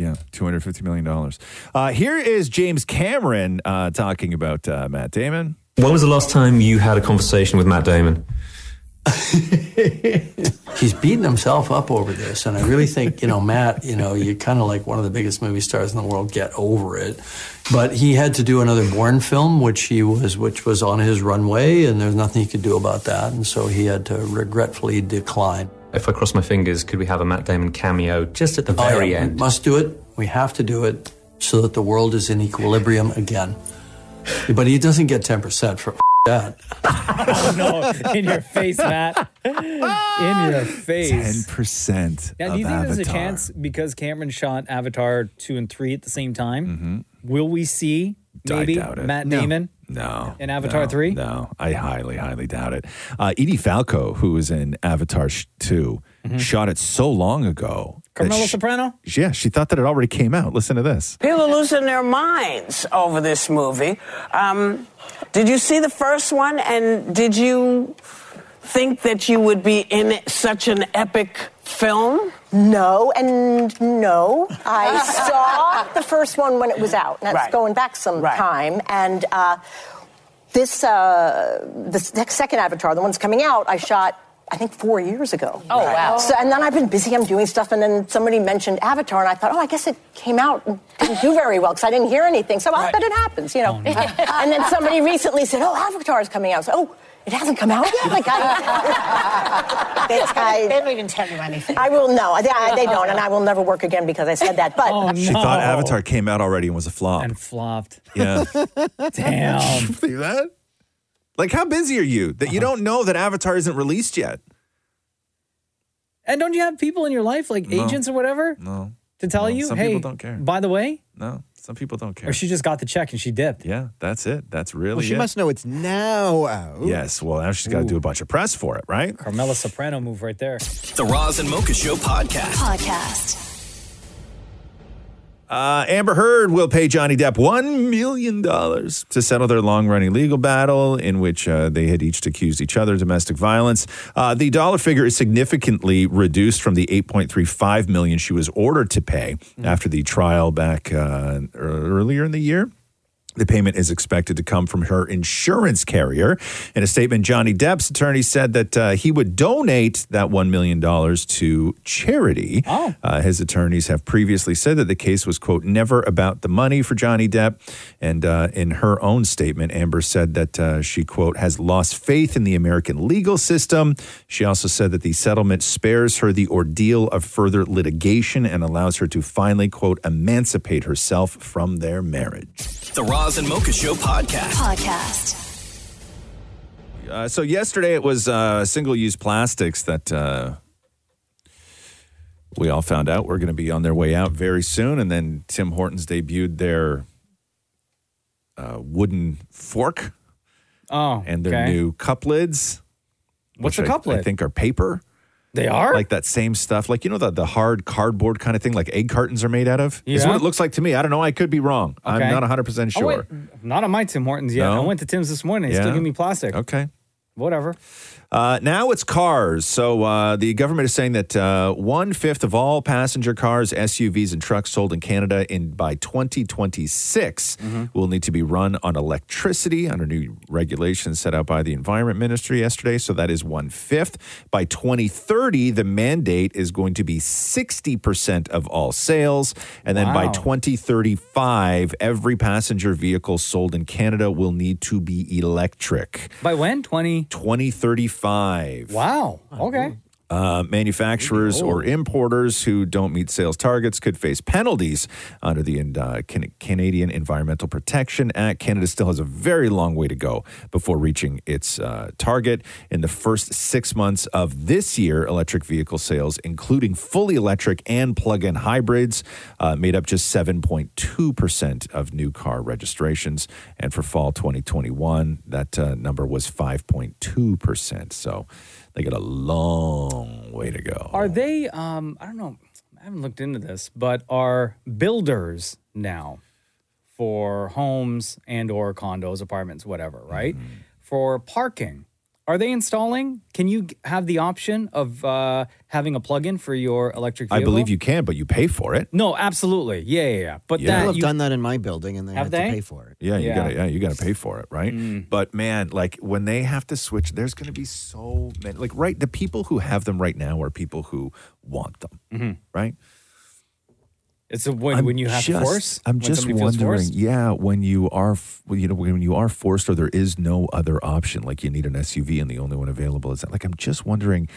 [SPEAKER 3] Oh,
[SPEAKER 2] Yeah, $250 million. Uh, here is James Cameron uh, talking about uh, Matt Damon.
[SPEAKER 23] When was the last time you had a conversation with Matt Damon?
[SPEAKER 30] he's beating himself up over this, and I really think you know Matt. You know, you're kind of like one of the biggest movie stars in the world. Get over it. But he had to do another Bourne film, which he was, which was on his runway, and there's nothing he could do about that, and so he had to regretfully decline.
[SPEAKER 23] If I cross my fingers, could we have a Matt Damon cameo just at the
[SPEAKER 30] Oh, yeah,
[SPEAKER 23] very
[SPEAKER 30] We
[SPEAKER 23] end?
[SPEAKER 30] must do it. We have to do it so that the world is in equilibrium again. But he doesn't get ten percent for that.
[SPEAKER 3] Oh, no, in your face, Matt. In your face.
[SPEAKER 2] 10%.
[SPEAKER 3] Now,
[SPEAKER 2] of
[SPEAKER 3] do you think
[SPEAKER 2] Avatar.
[SPEAKER 3] there's a chance because Cameron shot Avatar two and three at the same time? Will we see
[SPEAKER 2] Mm-hmm. I
[SPEAKER 3] maybe
[SPEAKER 2] doubt it.
[SPEAKER 3] Matt
[SPEAKER 2] No.
[SPEAKER 3] Damon?
[SPEAKER 2] No.
[SPEAKER 3] In Avatar
[SPEAKER 2] no,
[SPEAKER 3] 3?
[SPEAKER 2] No, I highly, highly doubt it. Uh, Edie Falco, who was in Avatar sh- 2,
[SPEAKER 3] Mm-hmm.
[SPEAKER 2] shot it so long ago. that
[SPEAKER 10] Carmela
[SPEAKER 2] she-
[SPEAKER 10] Soprano?
[SPEAKER 2] Yeah, she thought that it already came out. Listen to this.
[SPEAKER 10] People are losing their minds over this movie. Um, did you see the first one, and did you think that you would be in such an epic film?
[SPEAKER 42] No, and no. I saw the first one when it was out. That's
[SPEAKER 10] Right.
[SPEAKER 42] going back some time. And uh, this, uh, this next second Avatar, the one's coming out, I shot. I think four years ago.
[SPEAKER 29] Oh, Right. wow.
[SPEAKER 42] So, and then I've been busy. I'm doing stuff, and then somebody mentioned Avatar, and I thought, oh, I guess it came out and didn't do very well because I didn't hear anything. So, well, but it happens, you know. and then somebody recently said, oh, Avatar is coming out. So, oh, it hasn't come out yet. Like I, that's, I, they don't even tell you anything. I will no. They, I- they don't, and I will never work again because I said that. But
[SPEAKER 2] She thought Avatar came out already and was a flop. And
[SPEAKER 3] Oh, flopped.
[SPEAKER 2] Yeah.
[SPEAKER 3] Damn.
[SPEAKER 2] Believe that? Like, how busy are you that you don't know that Avatar isn't released yet?
[SPEAKER 3] And don't you have people in your life, like
[SPEAKER 2] No.
[SPEAKER 3] agents or whatever,
[SPEAKER 2] No,
[SPEAKER 3] to tell
[SPEAKER 2] No,
[SPEAKER 3] you,
[SPEAKER 2] some
[SPEAKER 3] hey,
[SPEAKER 2] people don't care."
[SPEAKER 3] by the way?
[SPEAKER 2] no. Some people don't care.
[SPEAKER 3] Or she just got the check and she dipped.
[SPEAKER 2] Yeah, that's it. That's really
[SPEAKER 3] Well, she
[SPEAKER 2] it.
[SPEAKER 3] must
[SPEAKER 43] know it's now out.
[SPEAKER 2] Yes. Well, now she's got to do a bunch of press for it, right?
[SPEAKER 3] Carmela Soprano move right there.
[SPEAKER 4] The Roz and Mocha Show podcast.
[SPEAKER 39] Podcast.
[SPEAKER 2] Uh, Amber Heard will pay Johnny Depp $1 million to settle their long running legal battle in which uh, they had each accused each other of domestic violence. Uh, the dollar figure is significantly reduced from the $8.35 million she was ordered to pay after the trial back uh, ear- earlier in the year. The payment is expected to come from her insurance carrier. In a statement, Johnny Depp's attorney said that uh, he would donate that $1 million to charity. Uh, his attorneys have previously said that the case was, quote, never about the money for Johnny Depp. And uh, in her own statement, Amber said that uh, she, quote, has lost faith in the American legal system. She also said that the settlement spares her the ordeal of further litigation and allows her to finally, quote, emancipate herself from their marriage.
[SPEAKER 4] The Roz and Mocha Show podcast.
[SPEAKER 44] Podcast.
[SPEAKER 2] Uh, so yesterday it was uh, single-use plastics that uh, we all found out were going to be on their way out very soon, and then Tim Hortons debuted their uh, wooden fork
[SPEAKER 3] Oh,
[SPEAKER 2] and their
[SPEAKER 3] okay.
[SPEAKER 2] new cup lids.
[SPEAKER 3] What's
[SPEAKER 2] which
[SPEAKER 3] a
[SPEAKER 2] I-
[SPEAKER 3] cup lid?
[SPEAKER 2] I think are paper.
[SPEAKER 3] They are?
[SPEAKER 2] like that same stuff, like you know the the hard cardboard kind of thing, like egg cartons are made out of. Is
[SPEAKER 3] Yeah.
[SPEAKER 2] what it looks like to me. I don't know. I could be wrong.
[SPEAKER 3] Okay.
[SPEAKER 2] I'm not 100 percent
[SPEAKER 3] Oh,
[SPEAKER 2] sure.
[SPEAKER 3] wait, not on my Tim Hortons yet.
[SPEAKER 2] No?
[SPEAKER 3] I went to Tim's this morning. They still
[SPEAKER 2] Yeah.
[SPEAKER 3] give me plastic.
[SPEAKER 2] Okay.
[SPEAKER 3] Whatever.
[SPEAKER 2] Uh, now it's cars. So uh, the government is saying that uh, one fifth of all passenger cars, SUVs, and trucks sold in Canada in by 2026
[SPEAKER 9] Mm-hmm.
[SPEAKER 2] will need to be run on electricity under new regulations set out by the Environment Ministry yesterday. So that is one fifth. By 2030, the mandate is going to be 60% of all sales, and then by
[SPEAKER 3] Wow.
[SPEAKER 2] 2035, every passenger vehicle sold in Canada will need to be electric.
[SPEAKER 3] By when? 20?
[SPEAKER 2] 2035.
[SPEAKER 3] Wow. Okay.
[SPEAKER 2] Uh, manufacturers or importers who don't meet sales targets could face penalties under the uh, Can- Canadian Environmental Protection Act. Canada still has a very long way to go before reaching its uh, target. In the first six months of this year, electric vehicle sales, including fully electric and plug in hybrids, uh, made up just 7.2% of new car registrations. And for fall 2021, that uh, number was 5.2%. So, they got a long way to go.
[SPEAKER 3] Are they, um, I don't know, I haven't looked into this, but are builders now for homes and or condos, apartments, whatever, right?
[SPEAKER 2] Mm-hmm.
[SPEAKER 3] For parking, are they installing? Can you g- have the option of uh, having a plug-in for your electric
[SPEAKER 2] I
[SPEAKER 3] vehicle?
[SPEAKER 2] believe you can, but you pay for it.
[SPEAKER 3] No, absolutely. Yeah, yeah, yeah. But
[SPEAKER 2] Yeah.
[SPEAKER 3] that
[SPEAKER 2] People have
[SPEAKER 3] you,
[SPEAKER 5] done that in my building, and they
[SPEAKER 3] Have
[SPEAKER 5] had to
[SPEAKER 3] they?
[SPEAKER 5] pay for it.
[SPEAKER 2] Yeah, you
[SPEAKER 5] Yeah.
[SPEAKER 2] gotta yeah, you gotta pay for it, right? But man, like when they have to switch, there's gonna be so many like right, the people who have them right now are people who want them,
[SPEAKER 3] Mhm.
[SPEAKER 2] right?
[SPEAKER 3] It's a, when,
[SPEAKER 2] I'm
[SPEAKER 3] when you have
[SPEAKER 2] just-
[SPEAKER 3] force.
[SPEAKER 2] I'm
[SPEAKER 3] when
[SPEAKER 2] just
[SPEAKER 3] somebody feels
[SPEAKER 2] wondering,
[SPEAKER 3] forced?
[SPEAKER 2] yeah, when you are f- you know, when you are forced or there is no other option, like you need an SUV and the only one available is that like I'm just wondering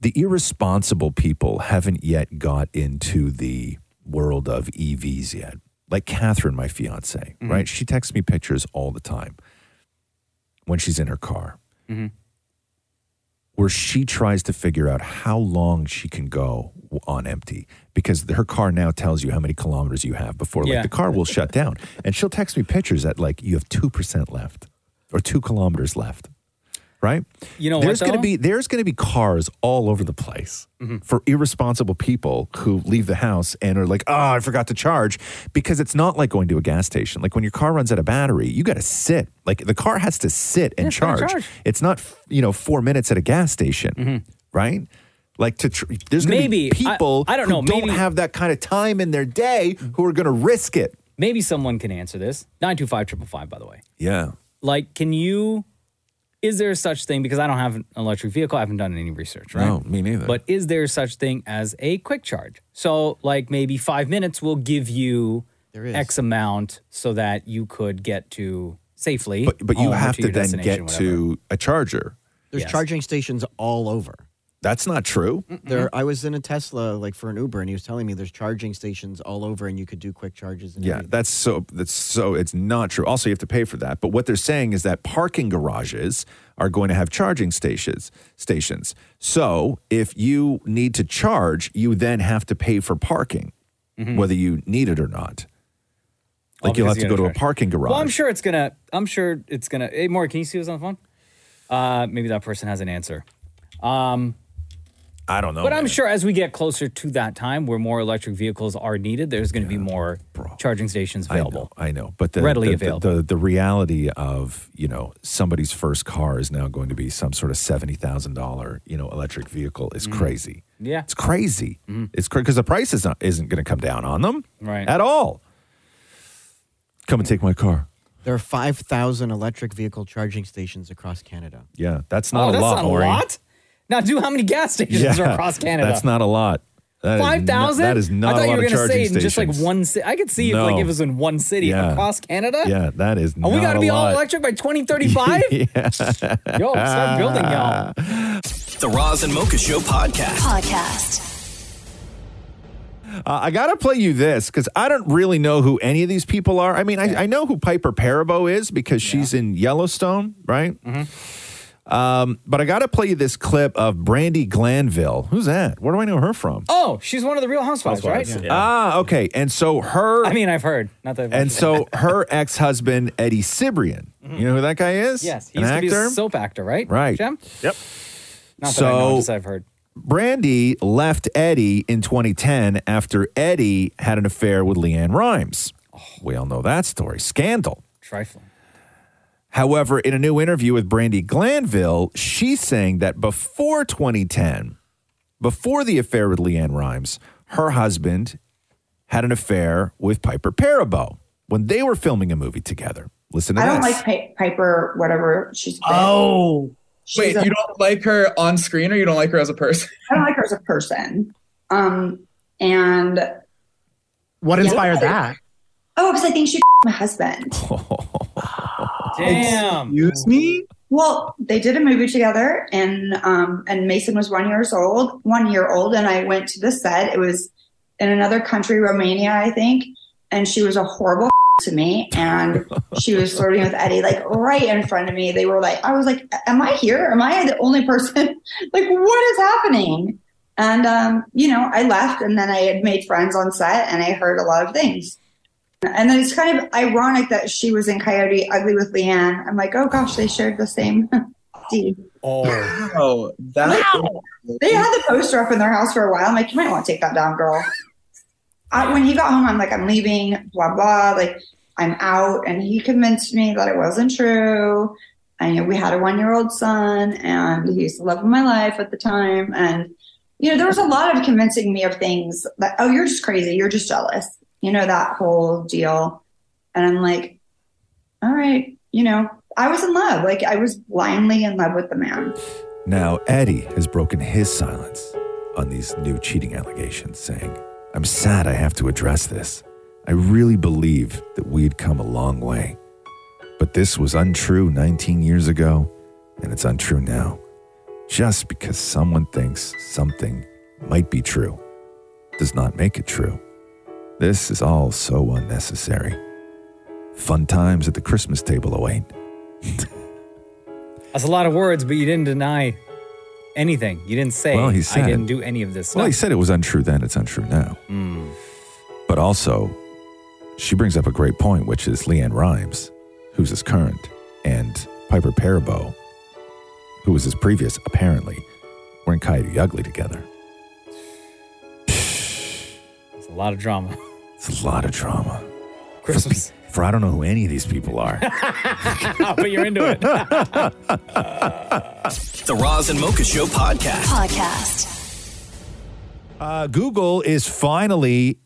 [SPEAKER 2] the irresponsible people haven't yet got into the world of EVs yet. Like Catherine, my fiance,
[SPEAKER 3] Mm-hmm.
[SPEAKER 2] right? She texts me pictures all the time when she's in her car
[SPEAKER 3] Mhm.
[SPEAKER 2] where she tries to figure out how long she can go w- on empty because her car now tells you how many kilometers you have before
[SPEAKER 3] Yeah.
[SPEAKER 2] like the car will shut down and she'll text me pictures at like you have 2% left or 2 kilometers left right
[SPEAKER 3] You know what,
[SPEAKER 2] there's
[SPEAKER 3] though?
[SPEAKER 2] to be there's going to be cars all over the place
[SPEAKER 3] Mm-hmm.
[SPEAKER 2] for irresponsible people who leave the house and are like, "Oh, I forgot to charge," because it's not like going to a gas station. Like when your car runs out of battery, you got to sit. Like the car has to sit and
[SPEAKER 3] Yeah, it's gotta
[SPEAKER 2] charge.
[SPEAKER 3] charge. Mm-hmm.
[SPEAKER 2] It's not you know four minutes at a gas station, right? Like to tr- there's going to be
[SPEAKER 3] Maybe. I-
[SPEAKER 2] people
[SPEAKER 3] I don't
[SPEAKER 2] who
[SPEAKER 3] know.
[SPEAKER 2] don't
[SPEAKER 3] Maybe-
[SPEAKER 2] have that kind of time in their day who are going to risk it.
[SPEAKER 3] Maybe someone can answer this. 925 by the way.
[SPEAKER 2] Yeah.
[SPEAKER 3] Like, can you? Is there such thing? Because I don't have an electric vehicle. I haven't done any research, right?
[SPEAKER 2] No, me neither.
[SPEAKER 3] But is there such thing as a quick charge? So, like, maybe five minutes will give you X amount so that you could get to safely.
[SPEAKER 2] But but you
[SPEAKER 3] home or
[SPEAKER 2] have to,
[SPEAKER 3] your
[SPEAKER 2] then
[SPEAKER 3] destination,
[SPEAKER 2] get
[SPEAKER 3] whatever.
[SPEAKER 2] to a charger.
[SPEAKER 5] There's charging stations all over.
[SPEAKER 2] That's not true.
[SPEAKER 5] There, I was in a Tesla, like for an Uber, and he was telling me there's charging stations all over, and you could do quick charges. And
[SPEAKER 2] Yeah, that's so that's so it's not true. Also, you have to pay for that. But what they're saying is that parking garages are going to have charging stations stations. So if you need to charge, you then have to pay for parking, whether you need it or not.
[SPEAKER 3] Oh,
[SPEAKER 2] Like you'll
[SPEAKER 3] Mm-hmm. because
[SPEAKER 2] have
[SPEAKER 3] you
[SPEAKER 2] to
[SPEAKER 3] gotta
[SPEAKER 2] go to a
[SPEAKER 3] charge.
[SPEAKER 2] parking garage.
[SPEAKER 3] Well, I'm sure it's gonna. I'm sure it's gonna. Hey, Maury, can you see who's on the phone? Uh, maybe that person has an answer. Um,
[SPEAKER 2] I don't know.
[SPEAKER 3] but I'm sure as we get closer to that time where more electric vehicles are needed, there's going to be more charging stations available.
[SPEAKER 2] Oh, I know, but the,
[SPEAKER 3] Readily
[SPEAKER 2] the,
[SPEAKER 3] available.
[SPEAKER 2] The, the the reality of you know somebody's first car is now going to be some sort of seventy thousand dollar you know electric vehicle
[SPEAKER 3] Mm-hmm.
[SPEAKER 2] is crazy.
[SPEAKER 3] Yeah.
[SPEAKER 2] It's crazy.
[SPEAKER 3] Mm.
[SPEAKER 2] It's crazy because the price is not, isn't going to come down on them
[SPEAKER 45] Right.
[SPEAKER 2] at all. Come and take my car.
[SPEAKER 5] There are 5,000 electric vehicle charging stations across Canada.
[SPEAKER 2] Yeah, that's not
[SPEAKER 5] Oh,
[SPEAKER 2] a
[SPEAKER 5] that's
[SPEAKER 2] lot.
[SPEAKER 5] not a
[SPEAKER 2] Maureen.
[SPEAKER 5] lot?
[SPEAKER 3] Now, do how many gas stations are across Canada?
[SPEAKER 2] That's not a lot. That is no-
[SPEAKER 3] Five thousand.
[SPEAKER 2] That is not
[SPEAKER 3] I thought
[SPEAKER 2] a lot
[SPEAKER 3] you were
[SPEAKER 2] of
[SPEAKER 3] gonna
[SPEAKER 2] charging
[SPEAKER 3] say in
[SPEAKER 2] stations.
[SPEAKER 3] just like one. Ci- I could see if
[SPEAKER 2] No.
[SPEAKER 3] like it was in one city
[SPEAKER 2] Yeah.
[SPEAKER 3] across Canada.
[SPEAKER 2] Yeah, that is.
[SPEAKER 3] Are we
[SPEAKER 2] got to
[SPEAKER 3] be all electric by 2035?
[SPEAKER 2] yeah.
[SPEAKER 3] Yo, start building, y'all.
[SPEAKER 4] The Roz and Mocha Show podcast.
[SPEAKER 46] Podcast.
[SPEAKER 2] Uh, I gotta play you this because I don't really know who any of these people are. I mean, I, I know who Piper Parabo is because she's in Yellowstone, right?
[SPEAKER 3] Mm-hmm.
[SPEAKER 2] Um, but I gotta play you this clip of Brandy Glanville. Who's that? Where do I know her from?
[SPEAKER 3] Oh, she's one of the Real Housewives, right?
[SPEAKER 2] Ah, okay. And so her.
[SPEAKER 3] I mean, I've heard. Not that. I've
[SPEAKER 2] And
[SPEAKER 3] watched it. Mm-hmm.
[SPEAKER 2] so her ex husband Eddie Cibrian. You know who that guy is?
[SPEAKER 3] yes, he
[SPEAKER 2] an
[SPEAKER 3] used to
[SPEAKER 2] actor.
[SPEAKER 3] be a soap actor, right?
[SPEAKER 2] Right.
[SPEAKER 3] Jem?
[SPEAKER 47] Yep.
[SPEAKER 3] Not that I know,
[SPEAKER 2] so
[SPEAKER 3] just I've heard.
[SPEAKER 2] Brandy left Eddie in 2010 after Eddie had an affair with Leanne Rhymes. We all know that story. Scandal.
[SPEAKER 3] Trifling.
[SPEAKER 2] However, in a new interview with Brandy Glanville, she's saying that before 2010, before the affair with Leanne Rhymes, her husband had an affair with Piper Parabo when they were filming a movie together. Listen to
[SPEAKER 1] I
[SPEAKER 2] this.
[SPEAKER 1] don't like Pi- Piper, whatever she's. been.
[SPEAKER 10] Oh, wait,
[SPEAKER 1] She's a-
[SPEAKER 10] you don't like her on screen, or you don't like her as a person?
[SPEAKER 1] I don't like her as a person. Um, and
[SPEAKER 5] What
[SPEAKER 1] Yeah.
[SPEAKER 5] inspired that?
[SPEAKER 1] oh, because I think she my husband.
[SPEAKER 10] Oh.
[SPEAKER 3] Damn.
[SPEAKER 1] Excuse me. Well, they did a movie together, and um, and Mason was one years old, one year old, and I went to the set. It was in another country, Romania, I think, and she was a horrible to me, and she was flirting with Eddie like right in front of me. They were like, I was like, am I here? Am I the only person? like, what is happening? And um, you know, I left, and then I had made friends on set, and I heard a lot of things. And then it's kind of ironic that she was in Coyote Ugly with Leanne. I'm like, oh gosh, they shared the same D.
[SPEAKER 10] Oh, wow,
[SPEAKER 3] Oh.
[SPEAKER 10] that
[SPEAKER 1] Wow. They had the poster up in their house for a while. I'm like, you might want to take that down, girl. I, when he got home, I'm like, I'm leaving, blah, blah. Like, I'm out. And he convinced me that it wasn't true. I know we had a one year old son, and he's the love of my life at the time. And, you know, there was a lot of convincing me of things that, oh, you're just crazy. You're just jealous. You know, that whole deal. And I'm like, all right, you know, I was in love. Like, I was blindly in love with the man.
[SPEAKER 2] Now, Eddie has broken his silence on these new cheating allegations, saying, I'm sad I have to address this. I really believe that we'd come a long way. But this was untrue 19 years ago, and it's untrue now. Just because someone thinks something might be true does not make it true. This is all so unnecessary. Fun times at the Christmas table await.
[SPEAKER 3] That's a lot of words, but you didn't deny anything. You didn't say
[SPEAKER 2] Well, he
[SPEAKER 3] I
[SPEAKER 2] said-
[SPEAKER 3] didn't do any of this.
[SPEAKER 2] Well, he
[SPEAKER 3] stuff."
[SPEAKER 2] said it was untrue then, it's untrue now.
[SPEAKER 3] Mm.
[SPEAKER 2] But also, she brings up a great point, which is Leanne Rhymes, who's his current, and Piper Parabo, who was his previous, apparently, were in Coyote Ugly together.
[SPEAKER 3] It's a lot of drama.
[SPEAKER 2] It's a lot of drama.
[SPEAKER 3] Christmas.
[SPEAKER 2] For, I don't know who any of these people are.
[SPEAKER 3] but you're into it.
[SPEAKER 4] The Roz and Mocha Show podcast.
[SPEAKER 46] Podcast.
[SPEAKER 2] Uh, Google is finally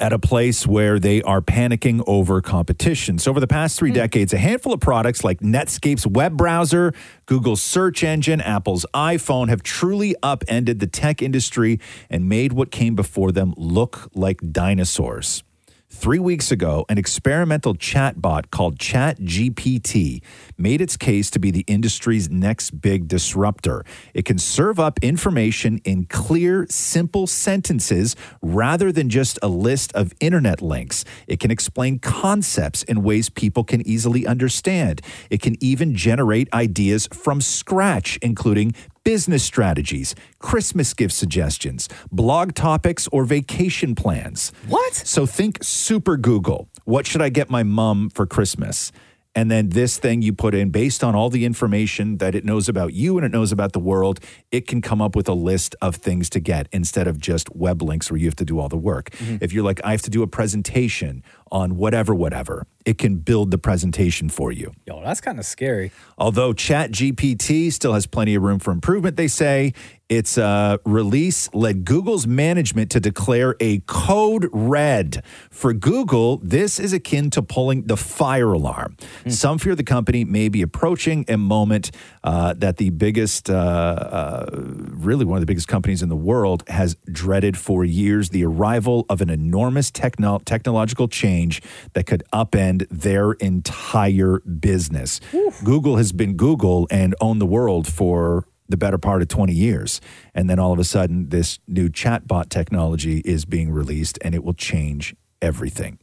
[SPEAKER 2] at a place where they are panicking over competition. So, over the past three decades, a handful of products like Netscape's web browser, Google's search engine, Apple's iPhone have truly upended the tech industry and made what came before them look like dinosaurs. Three weeks ago, an experimental chatbot called ChatGPT made its case to be the industry's next big disruptor. It can serve up information in clear, simple sentences rather than just a list of internet links. It can explain concepts in ways people can easily understand. It can even generate ideas from scratch, including business strategies, Christmas gift suggestions, blog topics, or vacation plans. What? So think Super Google. What should I get my mom for Christmas? And then this thing you put in, based on all the information that it knows about you and it knows about the world, it can come up with a list of things to get instead of just web links where you have to do all the work. If you're like, I have to do a presentation on whatever, whatever, it can build the presentation for you.
[SPEAKER 3] Yo, that's kind of scary.
[SPEAKER 2] Although ChatGPT still has plenty of room for improvement, they say its uh, release led Google's management to declare a code red. For Google, this is akin to pulling the fire alarm.
[SPEAKER 3] Hmm.
[SPEAKER 2] Some fear the company may be approaching a moment uh, that the biggest, uh, uh, really one of the biggest companies in the world, has dreaded for years the arrival of an enormous techno- technological change that could upend their entire business. Google has been Google and owned the world for the better part of 20 years. And then all of a sudden, this new chatbot technology is being released and it will change everything.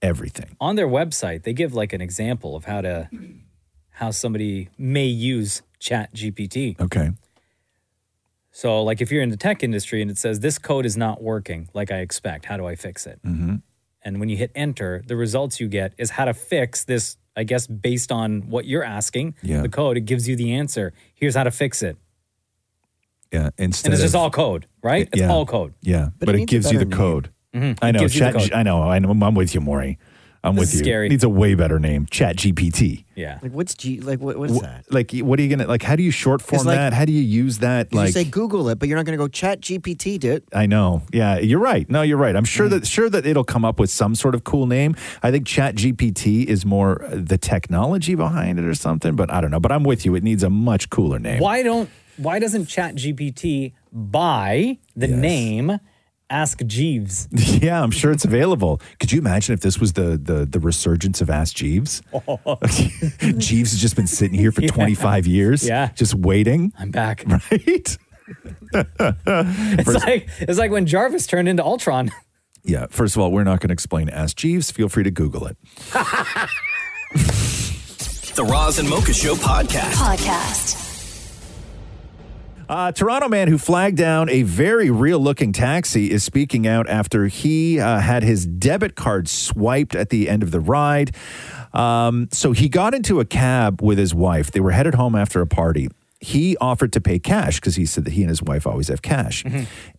[SPEAKER 2] Everything.
[SPEAKER 3] On their website, they give like an example of how to how somebody may use Chat GPT.
[SPEAKER 2] Okay.
[SPEAKER 3] So, like if you're in the tech industry and it says this code is not working like I expect, how do I fix it?
[SPEAKER 2] Mm-hmm.
[SPEAKER 3] And when you hit enter, the results you get is how to fix this, I guess, based on what you're asking,
[SPEAKER 2] Yeah.
[SPEAKER 3] the code, it gives you the answer. Here's how to fix it.
[SPEAKER 2] Yeah. Instead
[SPEAKER 3] and it's
[SPEAKER 2] of,
[SPEAKER 3] just all code, right? It's
[SPEAKER 2] yeah.
[SPEAKER 3] all code.
[SPEAKER 2] Yeah. But, it, gives you the code.
[SPEAKER 3] Mhm.
[SPEAKER 2] I
[SPEAKER 3] It
[SPEAKER 2] know.
[SPEAKER 3] gives you the
[SPEAKER 2] Chat,
[SPEAKER 3] code.
[SPEAKER 2] I know. I know. I'm with you, Maury. I'm
[SPEAKER 3] This
[SPEAKER 2] with
[SPEAKER 3] is
[SPEAKER 2] you.
[SPEAKER 3] scary.
[SPEAKER 2] Needs a way better name. Chat GPT.
[SPEAKER 3] Yeah.
[SPEAKER 5] Like what's G? Like what? What is
[SPEAKER 2] Wh-
[SPEAKER 5] that?
[SPEAKER 2] Like, what are you gonna like? How do you short form
[SPEAKER 5] like-
[SPEAKER 2] that? How do you use that?
[SPEAKER 5] 'Cause
[SPEAKER 2] Like,
[SPEAKER 5] you say Google it, but you're not going to go Chat GPT it.
[SPEAKER 2] I know. Yeah, you're right. No, you're right. I'm sure that sure that it'll come up with some sort of cool name. I think Chat GPT is more uh, the technology behind it or something, but I don't know. But I'm with you. It needs a much cooler name.
[SPEAKER 3] Why don't why doesn't ChatGPT buy the name Ask Jeeves?
[SPEAKER 2] Yeah, I'm sure it's available. Could you imagine if this was the the the resurgence of Ask Jeeves? Jeeves has just been sitting here for 25 years,
[SPEAKER 3] Yeah.
[SPEAKER 2] just waiting.
[SPEAKER 3] I'm back.
[SPEAKER 2] Mm-hmm. Right?
[SPEAKER 3] It's like it's like when Jarvis turned into Ultron.
[SPEAKER 2] Yeah. First of all, we're not going to explain Ask Jeeves. Feel free to Google it.
[SPEAKER 4] The Roz and Mocha Show podcast.
[SPEAKER 48] Podcast.
[SPEAKER 2] A Uh, Toronto man who flagged down a very real looking taxi is speaking out after he uh, had his debit card swiped at the end of the ride. Um, so he got into a cab with his wife. They were headed home after a party. He offered to pay cash because he said that he and his wife always have cash.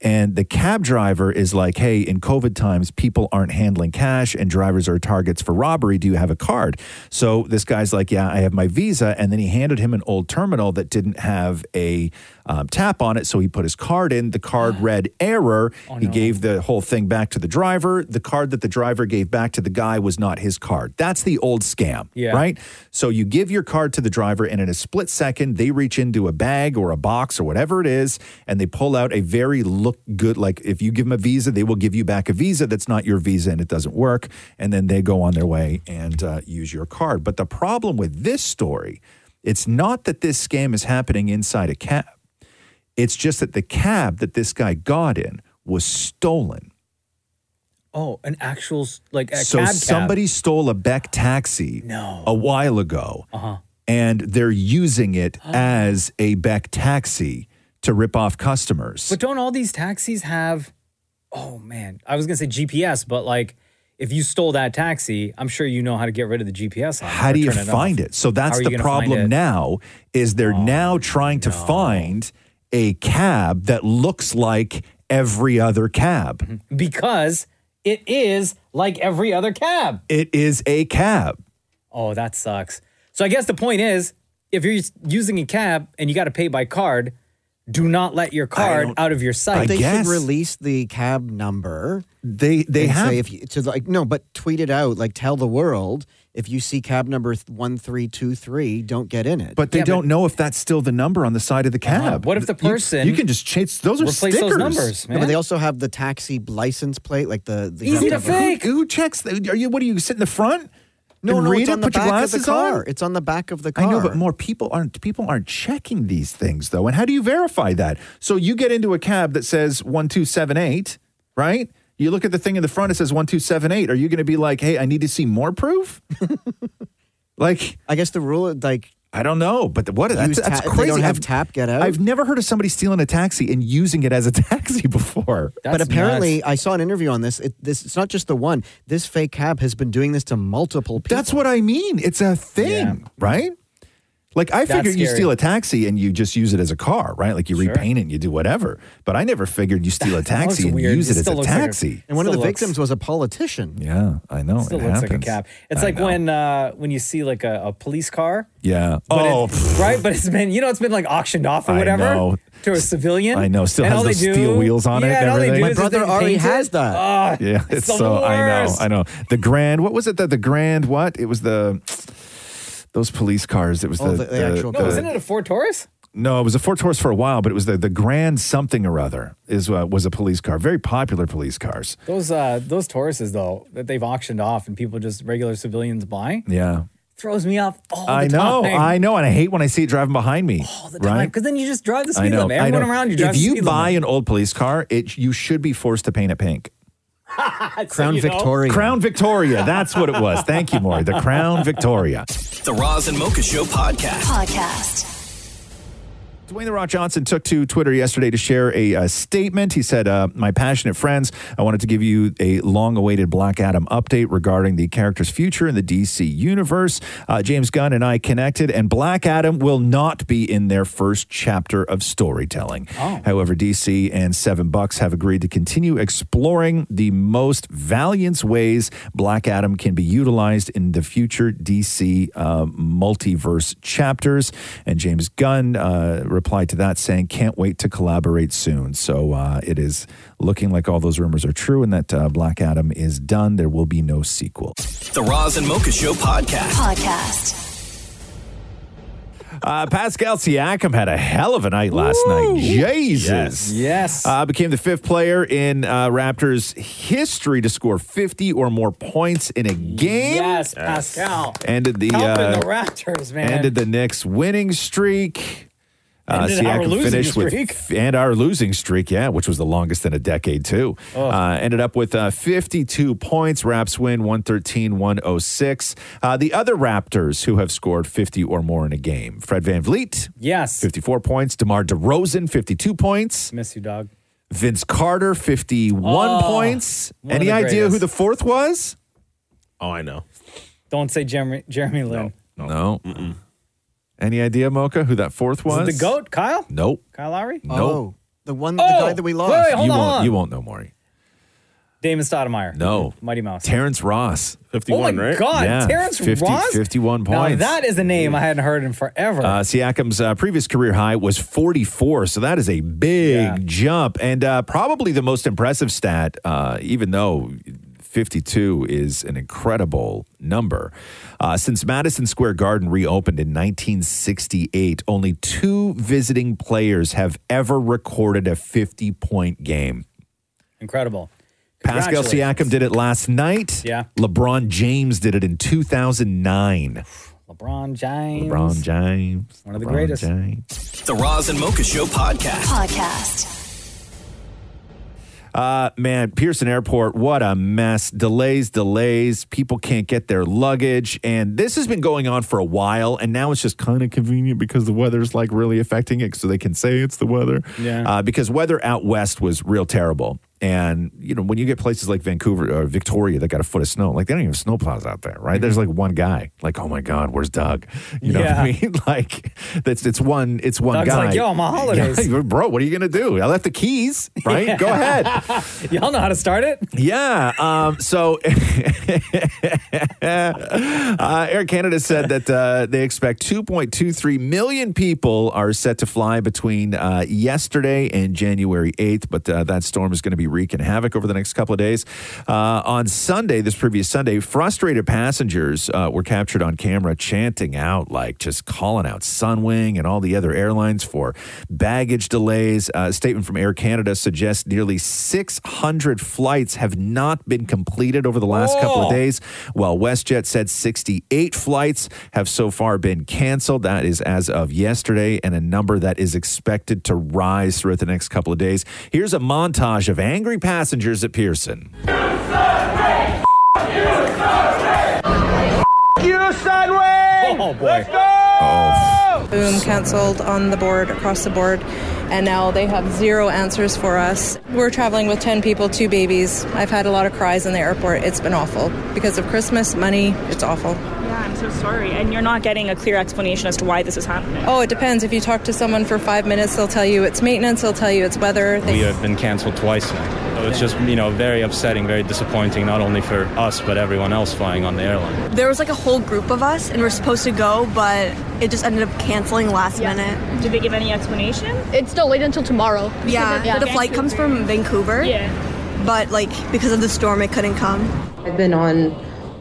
[SPEAKER 2] And the cab driver is like, hey, in COVID times, people aren't handling cash and drivers are targets for robbery. Do you have a card? So this guy's like, yeah, I have my Visa. And then he handed him an old terminal that didn't have a um, tap on it. So he put his card in. The card read error. He gave the whole thing back to the driver. The card that the driver gave back to the guy was not his card. That's the old scam,
[SPEAKER 49] Yeah.
[SPEAKER 2] right? So you give your card to the driver, and in a split second, they reach into a bag or a box or whatever it is, and they pull out a very look good. Like if you give them a visa, they will give you back a visa that's not your visa and it doesn't work. And then they go on their way and uh, use your card. But the problem with this story, it's not that this scam is happening inside a cab. It's just that the cab that this guy got in was stolen.
[SPEAKER 3] Oh, an actual s- like a
[SPEAKER 2] so
[SPEAKER 3] cab cab.
[SPEAKER 2] somebody stole a Beck taxi a while ago,
[SPEAKER 3] Uh-huh.
[SPEAKER 2] and they're using it as a Beck taxi to rip off customers.
[SPEAKER 3] But don't all these taxis have Oh man, I was going to say GPS, but like if you stole that taxi, I'm sure you know how to get rid of the GPS on it
[SPEAKER 2] How
[SPEAKER 3] or
[SPEAKER 2] do you
[SPEAKER 3] turn off.
[SPEAKER 2] find it? So
[SPEAKER 3] How
[SPEAKER 2] that's
[SPEAKER 3] are you
[SPEAKER 2] the
[SPEAKER 3] gonna find
[SPEAKER 2] problem
[SPEAKER 3] it? Oh,
[SPEAKER 2] now is they're now trying to find a cab that looks like every other cab.
[SPEAKER 3] Mm-hmm. because it is like every other cab.
[SPEAKER 2] It is a cab.
[SPEAKER 3] Oh, that sucks. So I guess the point is, if you're us- using a cab and you got to pay by card, do not let your card out of your sight.
[SPEAKER 5] they should release the cab number.
[SPEAKER 2] They
[SPEAKER 3] they have-
[SPEAKER 5] say if you, to like no, but tweet it out. Like tell the world if you see cab number one three two three, don't get in it.
[SPEAKER 2] But they don't know if that's still the number on the side of the
[SPEAKER 3] Uh-huh.
[SPEAKER 5] uh,
[SPEAKER 2] cab.
[SPEAKER 5] what if the
[SPEAKER 2] You-
[SPEAKER 5] person
[SPEAKER 2] You, can just change those are stickers.
[SPEAKER 5] No, but they also have the taxi license plate, like the, the
[SPEAKER 2] Easy
[SPEAKER 5] you
[SPEAKER 2] to
[SPEAKER 5] have have a-
[SPEAKER 2] fake. Who, who checks? The, are you? What are you sit in the front?
[SPEAKER 5] No,
[SPEAKER 2] and
[SPEAKER 5] no,
[SPEAKER 2] read
[SPEAKER 5] it's
[SPEAKER 2] it.
[SPEAKER 5] on the
[SPEAKER 2] put your
[SPEAKER 5] back of
[SPEAKER 2] glasses
[SPEAKER 5] the car.
[SPEAKER 2] on.
[SPEAKER 5] It's on the back of the car.
[SPEAKER 2] I know, but more people aren't people aren't checking these things though. And how do you verify that? So you get into a cab that says one two seven eight, right? You look at the thing in the front. It says one two seven eight. Are you going to be like, hey, I need to see more proof? like,
[SPEAKER 5] I guess the rule, like
[SPEAKER 2] I don't know, but what that's,
[SPEAKER 5] Use
[SPEAKER 2] that's
[SPEAKER 5] ta- if they
[SPEAKER 2] crazy.
[SPEAKER 5] don't have
[SPEAKER 2] I've-
[SPEAKER 5] tap, get out?
[SPEAKER 2] I've never heard of somebody stealing a taxi and using it as a taxi before.
[SPEAKER 5] but apparently, I saw an interview on this. It, this it's not just the one. This fake cab has been doing this to multiple people.
[SPEAKER 2] That's what I mean. It's a thing, right? Like I
[SPEAKER 5] That's
[SPEAKER 2] figured you
[SPEAKER 5] scary.
[SPEAKER 2] steal a taxi and you just use it as a car, right? Like you repaint it and you do whatever. But I never figured you steal a taxi and use it, as a taxi.
[SPEAKER 5] and one of the victims was a politician.
[SPEAKER 2] Yeah, I know.
[SPEAKER 3] Still
[SPEAKER 2] it
[SPEAKER 3] looks
[SPEAKER 2] happens.
[SPEAKER 3] like a cab. It's like when uh, when you see like a, a police car,
[SPEAKER 2] Yeah.
[SPEAKER 3] but it-
[SPEAKER 2] oh, pff,
[SPEAKER 3] right? But it's been you know it's been like auctioned off or
[SPEAKER 2] I
[SPEAKER 3] whatever
[SPEAKER 2] know.
[SPEAKER 3] to a civilian.
[SPEAKER 2] I know. Still
[SPEAKER 3] and
[SPEAKER 2] has
[SPEAKER 3] all they
[SPEAKER 2] those steel
[SPEAKER 3] do-
[SPEAKER 2] wheels on it.
[SPEAKER 3] yeah,
[SPEAKER 2] and
[SPEAKER 3] and all they do
[SPEAKER 2] everything.
[SPEAKER 3] is they paint it. Ah,
[SPEAKER 2] yeah, it's,
[SPEAKER 3] the
[SPEAKER 2] so I know.
[SPEAKER 3] worst.
[SPEAKER 2] I know. The grand. What was it? The the grand. What? It was the those police cars. It was the,
[SPEAKER 3] no, isn't it a Ford Taurus?
[SPEAKER 2] No, it was a Ford Taurus for a while, but it was the the Grand something or other is uh, was a police car, very popular police cars.
[SPEAKER 3] Those uh those Tauruses though that they've auctioned off and people just regular civilians buy
[SPEAKER 2] Yeah,
[SPEAKER 3] throws me off all the
[SPEAKER 2] I know,
[SPEAKER 3] time.
[SPEAKER 2] I know, and I hate when I see it driving behind me. All the Right?
[SPEAKER 3] because then you just drive the
[SPEAKER 2] I
[SPEAKER 3] speed
[SPEAKER 2] know,
[SPEAKER 3] limit.
[SPEAKER 2] I
[SPEAKER 3] Everyone
[SPEAKER 2] know.
[SPEAKER 3] around you
[SPEAKER 2] If
[SPEAKER 3] drives the
[SPEAKER 2] you
[SPEAKER 3] speed
[SPEAKER 2] buy an old police car, it you should be forced to paint it pink.
[SPEAKER 3] limit.
[SPEAKER 4] you know.
[SPEAKER 2] Crown Victoria. That's what it was. Thank you, Maury. The Crown Victoria.
[SPEAKER 4] The Roz and Mocha Show podcast.
[SPEAKER 50] Podcast.
[SPEAKER 2] Dwayne The Rock Johnson took to Twitter yesterday to share a, uh statement. He said, uh, My passionate friends, I wanted to give you a long awaited Black Adam update regarding the character's future in the DC universe. Uh, James Gunn and I connected, and Black Adam will not be in their first chapter of storytelling. However, DC and Seven Bucks have agreed to continue exploring the most valiant ways Black Adam can be utilized in the future DC uh, multiverse chapters. And James Gunn uh, replied to that saying, can't wait to collaborate soon. So uh, it is looking like all those rumors are true and that uh, Black Adam is done. There will be no sequel.
[SPEAKER 4] The Roz and Mocha Show podcast.
[SPEAKER 50] Podcast.
[SPEAKER 2] Uh, Pascal Siakam had a hell of a night last night.
[SPEAKER 3] Yes.
[SPEAKER 2] Jesus.
[SPEAKER 3] yes.
[SPEAKER 2] Uh, became the fifth player in uh, Raptors history to score 50 or more points in a game.
[SPEAKER 3] Yes, Pascal.
[SPEAKER 2] Ended the,
[SPEAKER 3] Helping
[SPEAKER 2] uh,
[SPEAKER 3] the Raptors, man.
[SPEAKER 2] ended the Knicks winning streak. Uh,
[SPEAKER 3] Ended our losing streak.
[SPEAKER 2] with and our losing streak, yeah, which was the longest in a decade too.
[SPEAKER 3] Oh.
[SPEAKER 2] Uh, ended up with uh, 52 points. Raps win 113-106. Uh, the other Raptors who have scored 50 or more in a game: Fred Van VanVleet,
[SPEAKER 3] yes,
[SPEAKER 2] 54 points. DeMar DeRozan, 52 points.
[SPEAKER 3] Miss you, dog.
[SPEAKER 2] Vince Carter, 51
[SPEAKER 3] Oh,
[SPEAKER 2] points.
[SPEAKER 3] one of
[SPEAKER 2] Any
[SPEAKER 3] the
[SPEAKER 2] idea who
[SPEAKER 3] greatest.
[SPEAKER 2] the fourth was?
[SPEAKER 51] Oh, I know.
[SPEAKER 3] Don't say Jeremy Jeremy Lin.
[SPEAKER 2] No. Any idea, Mocha, who that fourth
[SPEAKER 3] Is it
[SPEAKER 2] was?
[SPEAKER 3] the goat, Kyle?
[SPEAKER 2] Nope.
[SPEAKER 3] Kyle Lowry?
[SPEAKER 2] Nope. Oh,
[SPEAKER 5] the one,
[SPEAKER 3] the
[SPEAKER 5] guy that we lost.
[SPEAKER 3] Wait, wait, hold
[SPEAKER 2] you
[SPEAKER 3] on,
[SPEAKER 2] won't.
[SPEAKER 3] hold on.
[SPEAKER 2] You won't know, Maury.
[SPEAKER 3] Damon Stoudemire.
[SPEAKER 2] No.
[SPEAKER 3] Mighty Mouse.
[SPEAKER 2] Terrence Ross,
[SPEAKER 3] oh my God, Terrence
[SPEAKER 2] 50
[SPEAKER 3] Ross.
[SPEAKER 2] 51
[SPEAKER 3] Now
[SPEAKER 2] points.
[SPEAKER 3] that is a name I hadn't heard in forever.
[SPEAKER 2] Uh, Siakam's uh, previous career high was 44, so that is a big jump. And uh, probably the most impressive stat, uh, even though 52 is an incredible number. Uh, since Madison Square Garden reopened in 1968, only two visiting players have ever recorded a 50 point game.
[SPEAKER 3] Incredible.
[SPEAKER 2] Pascal Siakam
[SPEAKER 3] Congratulations.
[SPEAKER 2] did it last night.
[SPEAKER 3] Yeah.
[SPEAKER 2] LeBron James did it in 2009.
[SPEAKER 3] LeBron James.
[SPEAKER 2] LeBron James.
[SPEAKER 3] One of the
[SPEAKER 2] LeBron
[SPEAKER 3] greatest.
[SPEAKER 2] James.
[SPEAKER 4] The Roz and Mocha Show podcast.
[SPEAKER 50] Podcast.
[SPEAKER 2] Uh, man, Pearson Airport, what a mess. Delays, delays. People can't get their luggage. And this has been going on for a while. And now it's just kind of convenient because the weather's like really affecting it. So they can say it's the weather.
[SPEAKER 8] Yeah.
[SPEAKER 2] Uh, because weather out west was real terrible. And, you know, when you get places like Vancouver or Victoria that got a foot of snow, like they don't even have snow plows out there, right? There's like one guy, like, oh my God, where's Doug? You know what I
[SPEAKER 3] Yeah.
[SPEAKER 2] mean? Like, that's it's one, it's one
[SPEAKER 3] Doug's
[SPEAKER 2] guy.
[SPEAKER 3] like, yo, I'm on holidays.
[SPEAKER 2] Yeah, bro, what are you going to do? I left the keys, right? Go ahead.
[SPEAKER 3] Y'all know how to start it.
[SPEAKER 2] Yeah. Um, so uh, Air Canada said that uh, they expect 2.23 million people are set to fly between uh, yesterday and January 8th, but uh, that storm is going to be wreaking havoc over the next couple of days. Uh, on Sunday, this previous Sunday, frustrated passengers uh, were captured on camera chanting out, like just calling out Sunwing and all the other airlines for baggage delays. Uh, a statement from Air Canada suggests nearly 600 flights have not been completed over the last couple of
[SPEAKER 8] Oh.
[SPEAKER 2] days, while WestJet said 68 flights have so far been canceled. That is as of yesterday, and a number that is expected to rise throughout the next couple of days. Here's a montage of angry passengers at Pearson.
[SPEAKER 10] You Sunway!
[SPEAKER 3] Oh boy. Let's
[SPEAKER 10] go!
[SPEAKER 37] Boom canceled on the board, across the board, and now they have zero answers for us. We're traveling with 10 people, two babies. I've had a lot of cries in the airport. It's been awful. Because of Christmas, money, it's awful.
[SPEAKER 52] Yeah, I'm so sorry. And you're not getting a clear explanation as to why this is happening.
[SPEAKER 37] Oh, it depends. If you talk to someone for five minutes, they'll tell you it's maintenance, they'll tell you it's weather. They-
[SPEAKER 18] We have been canceled twice now. So it's just, you know, very upsetting, very disappointing, not only for us, but everyone else flying on the airline.
[SPEAKER 53] There was like a whole group of us, and we're supposed to go, but it just ended up canceling last minute. Did they give any explanation?
[SPEAKER 11] It's delayed until tomorrow.
[SPEAKER 53] Yeah,
[SPEAKER 11] Yeah.
[SPEAKER 53] the flight comes from Vancouver. Yeah, but like because of the storm, it couldn't come.
[SPEAKER 54] I've been on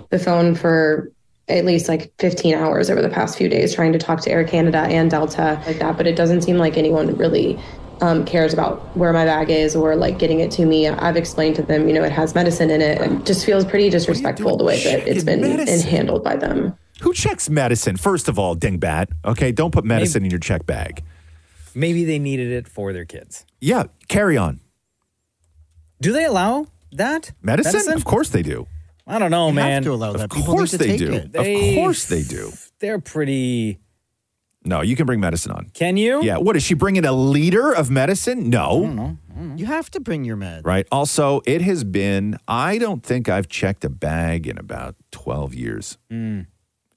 [SPEAKER 54] the phone for at least like 15 hours over the past few days trying to talk to Air Canada and Delta like that, but it doesn't seem like anyone really um, cares about where my bag is or like getting it to me. I've explained to them, you know, it has medicine in it. It just feels pretty disrespectful the way that it's been and
[SPEAKER 2] medicine?
[SPEAKER 54] handled by them.
[SPEAKER 2] Who checks medicine? First of all, dingbat. Okay, don't put medicine in your check bag.
[SPEAKER 3] Maybe they needed it for their kids.
[SPEAKER 2] Yeah, carry on.
[SPEAKER 3] Do they allow that?
[SPEAKER 2] Oh. Medicine? Of course they do.
[SPEAKER 3] I don't know,
[SPEAKER 2] They have
[SPEAKER 3] man.
[SPEAKER 2] to allow that. Of People need course to they take do. it. Of course they do.
[SPEAKER 3] They're pretty.
[SPEAKER 2] No, you can bring medicine on.
[SPEAKER 3] Can you?
[SPEAKER 2] Yeah. What is she bringing? A liter of medicine? No.
[SPEAKER 5] You have to bring your meds.
[SPEAKER 2] Right. Also, it has been, I don't think I've checked a bag in about 12 years. And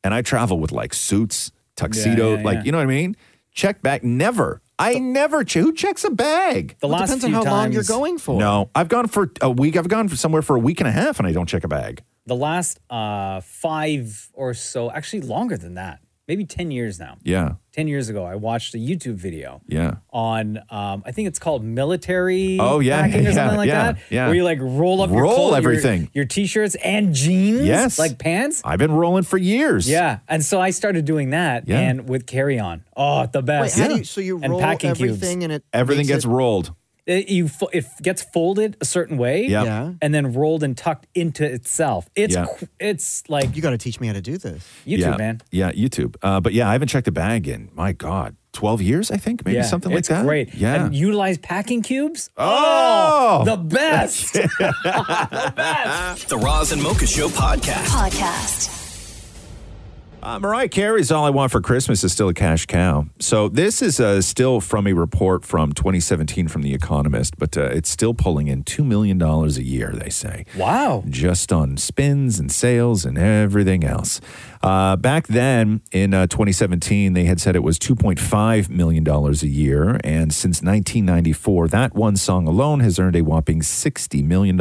[SPEAKER 2] I travel with like suits, tuxedo,
[SPEAKER 3] yeah,
[SPEAKER 2] like,
[SPEAKER 3] yeah.
[SPEAKER 2] you know what I mean? Check bag, never. I never check. Who checks a bag?
[SPEAKER 3] The Well, it last depends on few how long you're times- going for.
[SPEAKER 2] No, I've gone for a week. I've gone for somewhere for a week and a half, and I don't check a bag.
[SPEAKER 3] The last uh, five or so, actually longer than that, maybe 10 years now.
[SPEAKER 2] Yeah,
[SPEAKER 3] 10 years ago, I watched a YouTube video
[SPEAKER 2] yeah.
[SPEAKER 3] on, um, I think it's called military
[SPEAKER 2] Oh, yeah,
[SPEAKER 3] packing or
[SPEAKER 2] yeah,
[SPEAKER 3] something like
[SPEAKER 2] yeah,
[SPEAKER 3] that.
[SPEAKER 2] yeah.
[SPEAKER 3] Where you like roll up your
[SPEAKER 2] Roll
[SPEAKER 3] clothes- your-
[SPEAKER 2] everything.
[SPEAKER 3] Your t shirts and jeans.
[SPEAKER 2] Yes.
[SPEAKER 3] Like pants.
[SPEAKER 2] I've been rolling for years.
[SPEAKER 3] Yeah. And so I started doing that
[SPEAKER 2] Yeah.
[SPEAKER 3] and with carry on. Oh, the best.
[SPEAKER 2] how do you-
[SPEAKER 5] so you
[SPEAKER 3] and
[SPEAKER 5] roll
[SPEAKER 3] packing
[SPEAKER 5] everything
[SPEAKER 3] cubes.
[SPEAKER 5] and it
[SPEAKER 2] Everything
[SPEAKER 5] makes
[SPEAKER 2] gets rolled.
[SPEAKER 3] It, you fo- it gets folded a certain way,
[SPEAKER 2] Yeah. Yeah.
[SPEAKER 3] and then rolled and tucked into itself. It's
[SPEAKER 2] Yeah.
[SPEAKER 3] qu- it's like
[SPEAKER 5] you got to teach me how to do this.
[SPEAKER 3] YouTube,
[SPEAKER 2] yeah.
[SPEAKER 3] man.
[SPEAKER 2] Yeah, YouTube. Uh, but yeah, I haven't checked a bag in, my God, 12 years, I think, maybe
[SPEAKER 3] Yeah,
[SPEAKER 2] something like
[SPEAKER 3] it's
[SPEAKER 2] that.
[SPEAKER 3] Great.
[SPEAKER 2] Yeah.
[SPEAKER 3] And utilize packing cubes.
[SPEAKER 2] Oh!
[SPEAKER 3] the best.
[SPEAKER 4] The Roz and Mocha Show podcast.
[SPEAKER 55] Podcast.
[SPEAKER 2] Uh, Mariah Carey's All I Want for Christmas is still a cash cow. So this is uh, still from a report from 2017 from The Economist, but uh, it's still pulling in $2 million a year, they say.
[SPEAKER 3] Wow.
[SPEAKER 2] Just on spins and sales and everything else. Uh, back then in uh, 2017, they had said it was $2.5 million a year. And since 1994, that one song alone has earned a whopping $60 million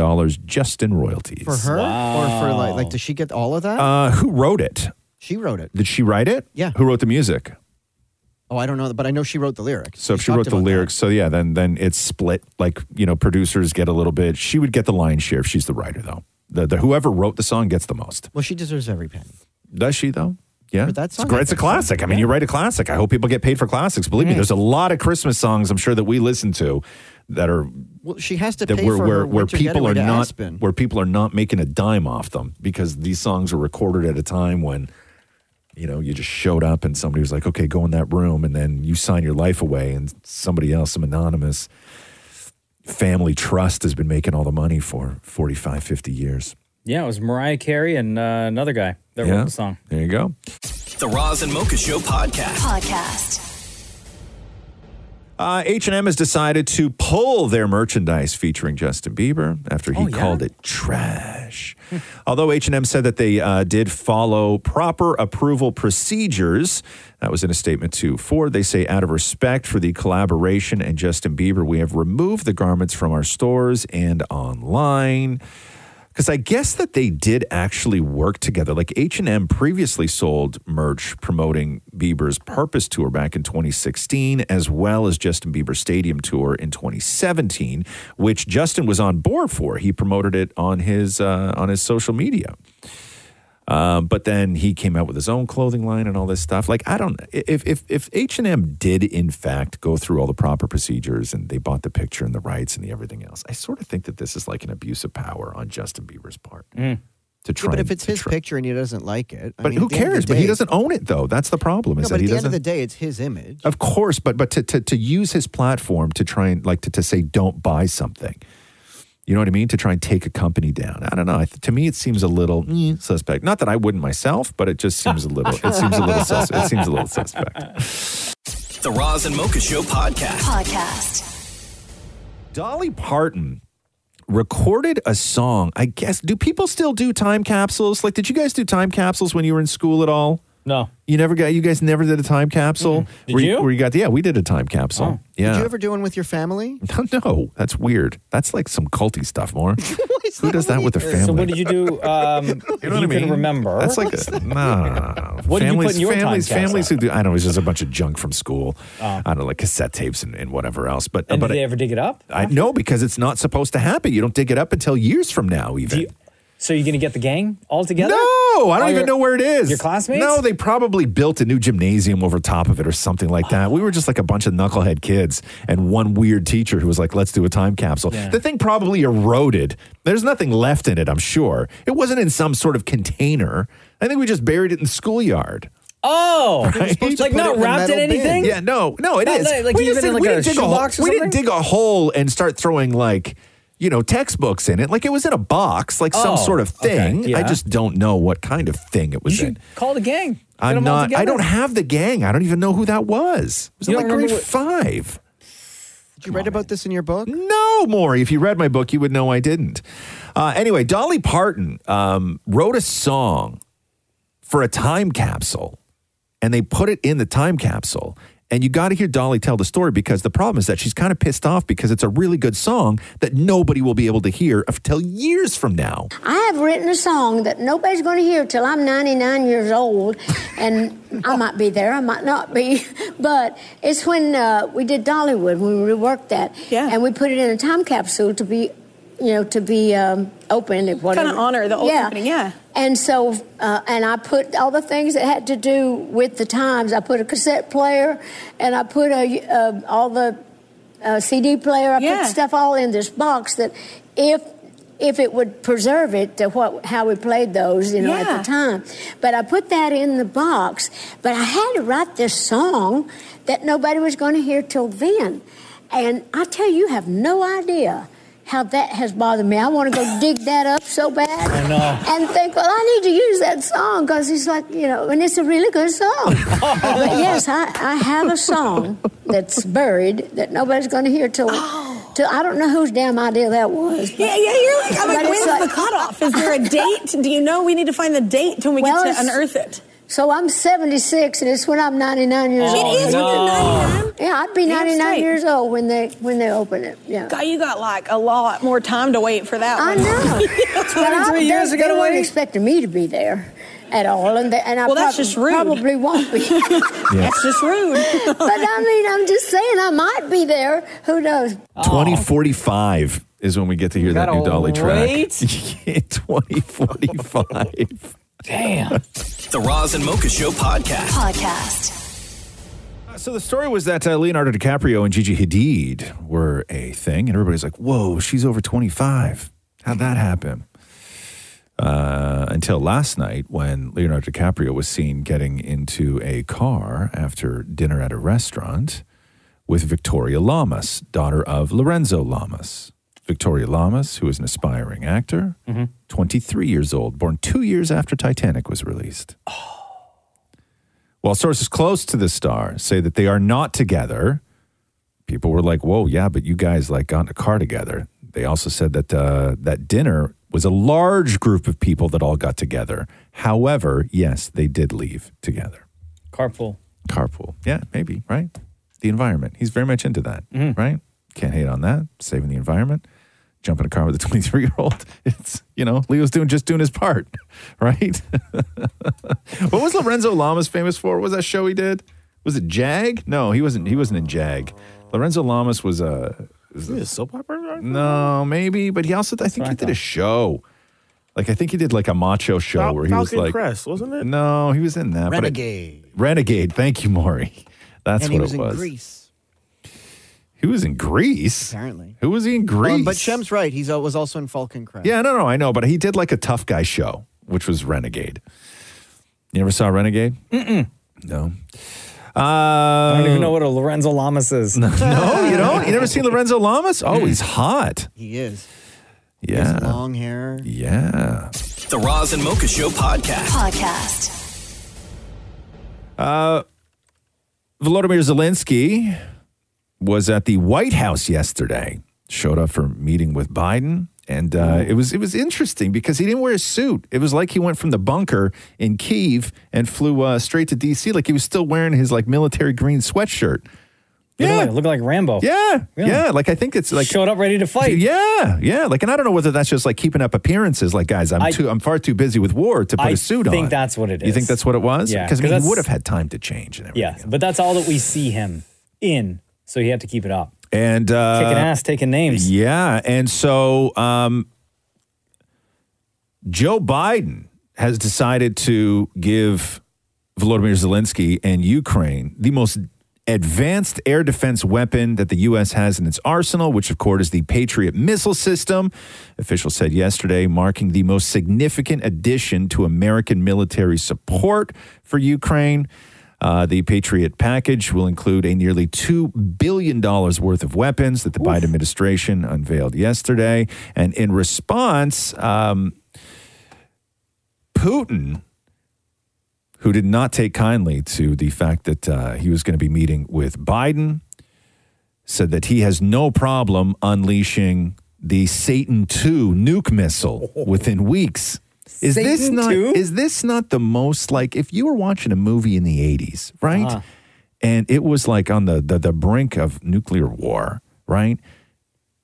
[SPEAKER 2] just in royalties.
[SPEAKER 5] For her or for like, like, does she get all of that?
[SPEAKER 2] Uh, who wrote it?
[SPEAKER 5] she wrote it.
[SPEAKER 2] Did she write it?
[SPEAKER 5] Yeah.
[SPEAKER 2] Who wrote the music?
[SPEAKER 5] Oh, I don't know, but I know she wrote the lyrics.
[SPEAKER 2] So if
[SPEAKER 5] We
[SPEAKER 2] she wrote
[SPEAKER 5] talked
[SPEAKER 2] the
[SPEAKER 5] about that.
[SPEAKER 2] lyrics, so yeah, then then it's split. Like you know, producers get a little bit. She would get the lion's share if she's the writer, though. The, the whoever wrote the song gets the most.
[SPEAKER 5] Well, she deserves every penny.
[SPEAKER 2] Does she though? Yeah,
[SPEAKER 5] For that
[SPEAKER 2] It's
[SPEAKER 5] song,
[SPEAKER 2] great.
[SPEAKER 5] I
[SPEAKER 2] It's a
[SPEAKER 5] think so.
[SPEAKER 2] classic. I mean, you write a classic. I hope people get paid for classics. Believe me,
[SPEAKER 5] Right.
[SPEAKER 2] there's a lot of Christmas songs I'm sure that we listen to that are
[SPEAKER 5] Well, she has to
[SPEAKER 2] that
[SPEAKER 5] pay
[SPEAKER 2] where
[SPEAKER 5] for
[SPEAKER 2] where,
[SPEAKER 5] her
[SPEAKER 2] where
[SPEAKER 5] winter
[SPEAKER 2] people
[SPEAKER 5] getaway
[SPEAKER 2] are
[SPEAKER 5] to
[SPEAKER 2] not
[SPEAKER 5] Aspen.
[SPEAKER 2] where people are not making a dime off them because these songs were recorded at a time when you know you just showed up and somebody was like okay go in that room and then you sign your life away and somebody else some anonymous family trust has been making all the money for 45 50 years
[SPEAKER 3] Yeah, it was Mariah Carey and uh, another guy that
[SPEAKER 2] Yeah.
[SPEAKER 3] wrote the song.
[SPEAKER 2] there you go
[SPEAKER 4] The Roz and Mocha Show podcast.
[SPEAKER 55] Podcast.
[SPEAKER 2] Uh, H&M has decided to pull their merchandise featuring Justin Bieber after he called it trash. Although H&M said that they uh, did follow proper approval procedures, that was in a statement to Ford. They say, out of respect for the collaboration and Justin Bieber, we have removed the garments from our stores and online because I guess that they did actually work together. Like H and M previously sold merch promoting Bieber's Purpose tour back in 2016, as well as Justin Bieber's Stadium tour in 2017, which Justin was on board for. He promoted it on his uh, on his social media. Um, but then he came out with his own clothing line and all this stuff. Like I don't if if if H and M did in fact go through all the proper procedures and they bought the picture and the rights and the everything else. I sort of think that this is like an abuse of power on Justin Bieber's part to
[SPEAKER 5] Yeah,
[SPEAKER 2] try.
[SPEAKER 5] but
[SPEAKER 2] and-
[SPEAKER 5] if it's his picture and he doesn't like it, I
[SPEAKER 2] but
[SPEAKER 5] mean,
[SPEAKER 2] who
[SPEAKER 5] at the end of
[SPEAKER 2] cares?
[SPEAKER 5] the
[SPEAKER 2] But he
[SPEAKER 5] day-
[SPEAKER 2] doesn't own it though. That's the problem.
[SPEAKER 5] No,
[SPEAKER 2] Is
[SPEAKER 5] but at
[SPEAKER 2] that he
[SPEAKER 5] the end
[SPEAKER 2] doesn't?
[SPEAKER 5] of the day, it's his image.
[SPEAKER 2] Of course, but but to, to to use his platform to try and like to, to say don't buy something You know what I mean? To try and take a company down. I don't know. I th- to me, it seems a little eh, suspect. Not that I wouldn't myself, but it just seems a little. It seems a little. Sus- it seems a little suspect.
[SPEAKER 4] The Roz and Mocha Show podcast.
[SPEAKER 56] Podcast.
[SPEAKER 2] Dolly Parton recorded a song. I guess. Do people still do time capsules? Like, did you guys do time capsules when you were in school at all?
[SPEAKER 3] No.
[SPEAKER 2] You never got. You guys never did a time capsule.
[SPEAKER 5] Did
[SPEAKER 2] where
[SPEAKER 5] you?
[SPEAKER 2] Where you got? Yeah, we did a time
[SPEAKER 3] Oh.
[SPEAKER 2] capsule. Yeah.
[SPEAKER 5] Did you ever do one with your family?
[SPEAKER 2] no, that's weird. That's like some culty stuff. More. Who does that with their family?
[SPEAKER 3] So what did you do? Um, if you
[SPEAKER 2] know what I
[SPEAKER 3] can
[SPEAKER 2] mean?
[SPEAKER 3] remember.
[SPEAKER 2] That's like a, nah, nah, nah.
[SPEAKER 3] What did you put in your time
[SPEAKER 2] families,
[SPEAKER 3] capsule? Oh.
[SPEAKER 2] families who do. I don't know. It was just a bunch of junk from school. I don't know, like cassette tapes and, and whatever else. But
[SPEAKER 3] and
[SPEAKER 2] but
[SPEAKER 3] did they
[SPEAKER 2] I,
[SPEAKER 3] ever dig it up?
[SPEAKER 2] I know because it's not supposed to happen. You don't dig it up until years from now. Even
[SPEAKER 3] So you're gonna get the gang all together?
[SPEAKER 2] no, I
[SPEAKER 3] All
[SPEAKER 2] don't even
[SPEAKER 3] your-
[SPEAKER 2] know where it is.
[SPEAKER 3] Your classmates?
[SPEAKER 2] No, they probably built a new gymnasium over top of it or something like that. We were just like a bunch of knucklehead kids and one weird teacher who was like, let's do a time capsule.
[SPEAKER 40] Yeah.
[SPEAKER 2] The thing probably eroded. There's nothing left in it, I'm sure. It wasn't in some sort of container. I think we just buried it in the schoolyard.
[SPEAKER 3] Oh,
[SPEAKER 2] Right?
[SPEAKER 3] like not wrapped in anything?
[SPEAKER 2] Yeah, no, no, it
[SPEAKER 3] Not
[SPEAKER 2] is.
[SPEAKER 3] Like, like
[SPEAKER 2] we
[SPEAKER 3] even
[SPEAKER 2] just
[SPEAKER 3] in
[SPEAKER 2] didn't-
[SPEAKER 3] like
[SPEAKER 2] we
[SPEAKER 3] a
[SPEAKER 2] didn't dig hole.
[SPEAKER 3] shoebox or
[SPEAKER 2] We
[SPEAKER 3] something.
[SPEAKER 2] didn't dig a hole and start throwing like, you know, textbooks in it. Like it was in a box, like
[SPEAKER 3] Oh,
[SPEAKER 2] some sort of
[SPEAKER 3] okay,
[SPEAKER 2] thing. I
[SPEAKER 3] yeah.
[SPEAKER 2] just don't know what kind of thing it was in.
[SPEAKER 3] Call the gang. Get
[SPEAKER 2] I'm
[SPEAKER 3] them all
[SPEAKER 2] not. I
[SPEAKER 3] together.
[SPEAKER 2] don't have the gang. I don't even know who that was. It was in
[SPEAKER 5] You
[SPEAKER 2] like
[SPEAKER 5] don't
[SPEAKER 2] grade
[SPEAKER 5] remember what-
[SPEAKER 2] five.
[SPEAKER 5] Did you write about this in your book?
[SPEAKER 2] No, Maury. If you read my book, you would know I didn't. Uh, anyway, Dolly Parton um, wrote a song for a time capsule, and they put it in the time capsule. And you got to hear Dolly tell the story because the problem is that she's kind of pissed off because it's a really good song that nobody will be able to hear until years from now.
[SPEAKER 9] I have written a song that nobody's going to hear till I'm 99 years old, and I might be there, I might not be. But it's when uh, we did Dollywood, when we reworked that, yeah. and we put it in a time capsule to be, you know, to be um, open at whatever.
[SPEAKER 10] honor the old
[SPEAKER 9] yeah.
[SPEAKER 10] opening, yeah.
[SPEAKER 9] And so, uh, and I put all the things that had to do with the times. I put a cassette player, and I put a, uh, all the uh, CD player. I
[SPEAKER 10] Yeah.
[SPEAKER 9] put stuff all in this box that if if it would preserve it to what how we played those, you know, at
[SPEAKER 10] Yeah.
[SPEAKER 9] the time. But I put that in the box. But I had to write this song that nobody was going to hear till then. And I tell you, you have no idea how that has bothered me. I want to go dig that up so bad
[SPEAKER 57] I know.
[SPEAKER 9] and think, well, I need to use that song because it's like, you know, and it's a really good song. but yes, I, I have a song that's buried that nobody's going to hear till, till I don't know whose damn idea that was.
[SPEAKER 10] Oh. Yeah, yeah, you're like, I'm
[SPEAKER 9] but
[SPEAKER 10] like,
[SPEAKER 9] it's
[SPEAKER 10] when's the cutoff? Is there a date? Do you know? We need to find the date when we
[SPEAKER 9] Well,
[SPEAKER 10] get to
[SPEAKER 9] it's-
[SPEAKER 10] unearth it.
[SPEAKER 9] So I'm 76, and it's when I'm 99 years
[SPEAKER 10] It
[SPEAKER 9] old.
[SPEAKER 10] is when you're Oh, 99?
[SPEAKER 9] Yeah, I'd be
[SPEAKER 10] Damn
[SPEAKER 9] 99
[SPEAKER 10] straight.
[SPEAKER 9] years old when they when they open it. Yeah.
[SPEAKER 10] God, you got like a lot more time to wait for that. I one. know.
[SPEAKER 9] But I-
[SPEAKER 10] 23 years
[SPEAKER 9] they,
[SPEAKER 10] ago,
[SPEAKER 9] they weren't
[SPEAKER 10] waiting.
[SPEAKER 9] expecting me to be there at all, and, they, and I
[SPEAKER 10] Well, that's
[SPEAKER 9] prob-
[SPEAKER 10] just rude.
[SPEAKER 9] probably won't be.
[SPEAKER 2] That's
[SPEAKER 10] just rude.
[SPEAKER 9] but I mean, I'm just saying I might be there. Who knows?
[SPEAKER 2] 2045 is when we get to hear that new
[SPEAKER 9] Oh. Gotta
[SPEAKER 2] Dolly track.
[SPEAKER 9] wait.
[SPEAKER 2] 2045.
[SPEAKER 4] Damn. The Roz and Mocha Show podcast.
[SPEAKER 56] Podcast.
[SPEAKER 2] So the story was that uh, Leonardo DiCaprio and Gigi Hadid were a thing, and everybody's like, "Whoa, she's over 25. How'd that happen?" Uh, until last night, when Leonardo DiCaprio was seen getting into a car after dinner at a restaurant with Victoria Lamas, daughter of Lorenzo Lamas. Victoria Lamas, who is an aspiring actor,
[SPEAKER 3] Mm-hmm.
[SPEAKER 2] 23 years old, born two years after Titanic was released. While sources close to the star say that they are not together, people were like, "Whoa, yeah, but you guys like got in a car together." They also said that uh, that dinner was a large group of people that all got together. However, yes, they did leave together.
[SPEAKER 3] Carpool.
[SPEAKER 2] Carpool, yeah, maybe right. The environment. He's very much into that, right? Can't hate on that. Saving the environment. Jump in a car with a 23 year old. It's you know Leo's doing just doing his part, right? what was Lorenzo Lamas famous for? What was that show he did? Was it Jag? No, he wasn't. He wasn't in Jag. Lorenzo Lamas was a. Was a soap opera? No, maybe, but he also I think he did a show. Like I think he did like a macho show where he was
[SPEAKER 8] Falcon
[SPEAKER 2] like
[SPEAKER 8] Crest, wasn't it?
[SPEAKER 2] No, he was in that. but it-
[SPEAKER 5] Renegade.
[SPEAKER 2] Renegade. Thank you, Maury. That's
[SPEAKER 5] and
[SPEAKER 2] what
[SPEAKER 5] he was
[SPEAKER 2] it was.
[SPEAKER 5] in Greece.
[SPEAKER 2] He was in Greece.
[SPEAKER 5] Apparently.
[SPEAKER 2] Who was he in Greece?
[SPEAKER 5] Um, but Shem's right. He was also in Falcon Crest.
[SPEAKER 2] Yeah, no, no, I know, but he did like a tough guy show, which was Renegade. You ever saw Renegade?
[SPEAKER 3] Mm-mm.
[SPEAKER 2] No. Uh, I
[SPEAKER 3] don't even know what a Lorenzo Lamas is.
[SPEAKER 2] No, you don't. You never seen Lorenzo Lamas? Oh, he's hot.
[SPEAKER 5] He is.
[SPEAKER 2] Yeah.
[SPEAKER 5] His long hair.
[SPEAKER 2] Yeah.
[SPEAKER 4] The Roz and Mocha Show podcast.
[SPEAKER 58] Podcast.
[SPEAKER 2] Uh, Volodymyr Zelensky was at the White House yesterday. Showed up for a meeting with Biden, and uh,
[SPEAKER 3] Mm-hmm.
[SPEAKER 2] it was it was interesting because he didn't wear a suit. It was like he went from the bunker in Kiev and flew uh, straight to D.C. Like he was still wearing his like military green sweatshirt.
[SPEAKER 3] Yeah, look like, look like Rambo.
[SPEAKER 2] Yeah, yeah, Like I think it's like
[SPEAKER 3] showed up ready to fight.
[SPEAKER 2] Yeah, yeah. Like, and I don't know whether that's just like keeping up appearances. Like, guys, I'm
[SPEAKER 3] I-
[SPEAKER 2] too, I'm far too busy with war to put
[SPEAKER 3] I
[SPEAKER 2] a suit on.
[SPEAKER 3] think that's what it
[SPEAKER 2] You think
[SPEAKER 3] is.
[SPEAKER 2] that's what it was?
[SPEAKER 3] Yeah,
[SPEAKER 2] because
[SPEAKER 3] 'cause
[SPEAKER 2] I mean, he
[SPEAKER 3] that's-
[SPEAKER 2] would have had time to change and everything.
[SPEAKER 3] Yeah, but that's all that we see him in. So he had to keep it up.
[SPEAKER 2] and uh,
[SPEAKER 3] Kicking ass, taking names.
[SPEAKER 2] Yeah, and so um, Joe Biden has decided to give Volodymyr Zelensky and Ukraine the most advanced air defense weapon that the U.S. has in its arsenal, which of course is the Patriot missile system. Officials said yesterday, marking the most significant addition to American military support for Ukraine. Uh, the Patriot package will include a nearly $2 billion worth of weapons that the Biden administration unveiled yesterday. And in response, um, Putin, who did not take kindly to the fact that uh, he was going to be meeting with Biden, said that he has no problem unleashing the Satan II nuke missile within weeks. Is this
[SPEAKER 29] Satan
[SPEAKER 2] not
[SPEAKER 29] II?
[SPEAKER 2] is this not the most like if you were watching a movie in the 80s, right? And it was like on the, the the brink of nuclear war, right?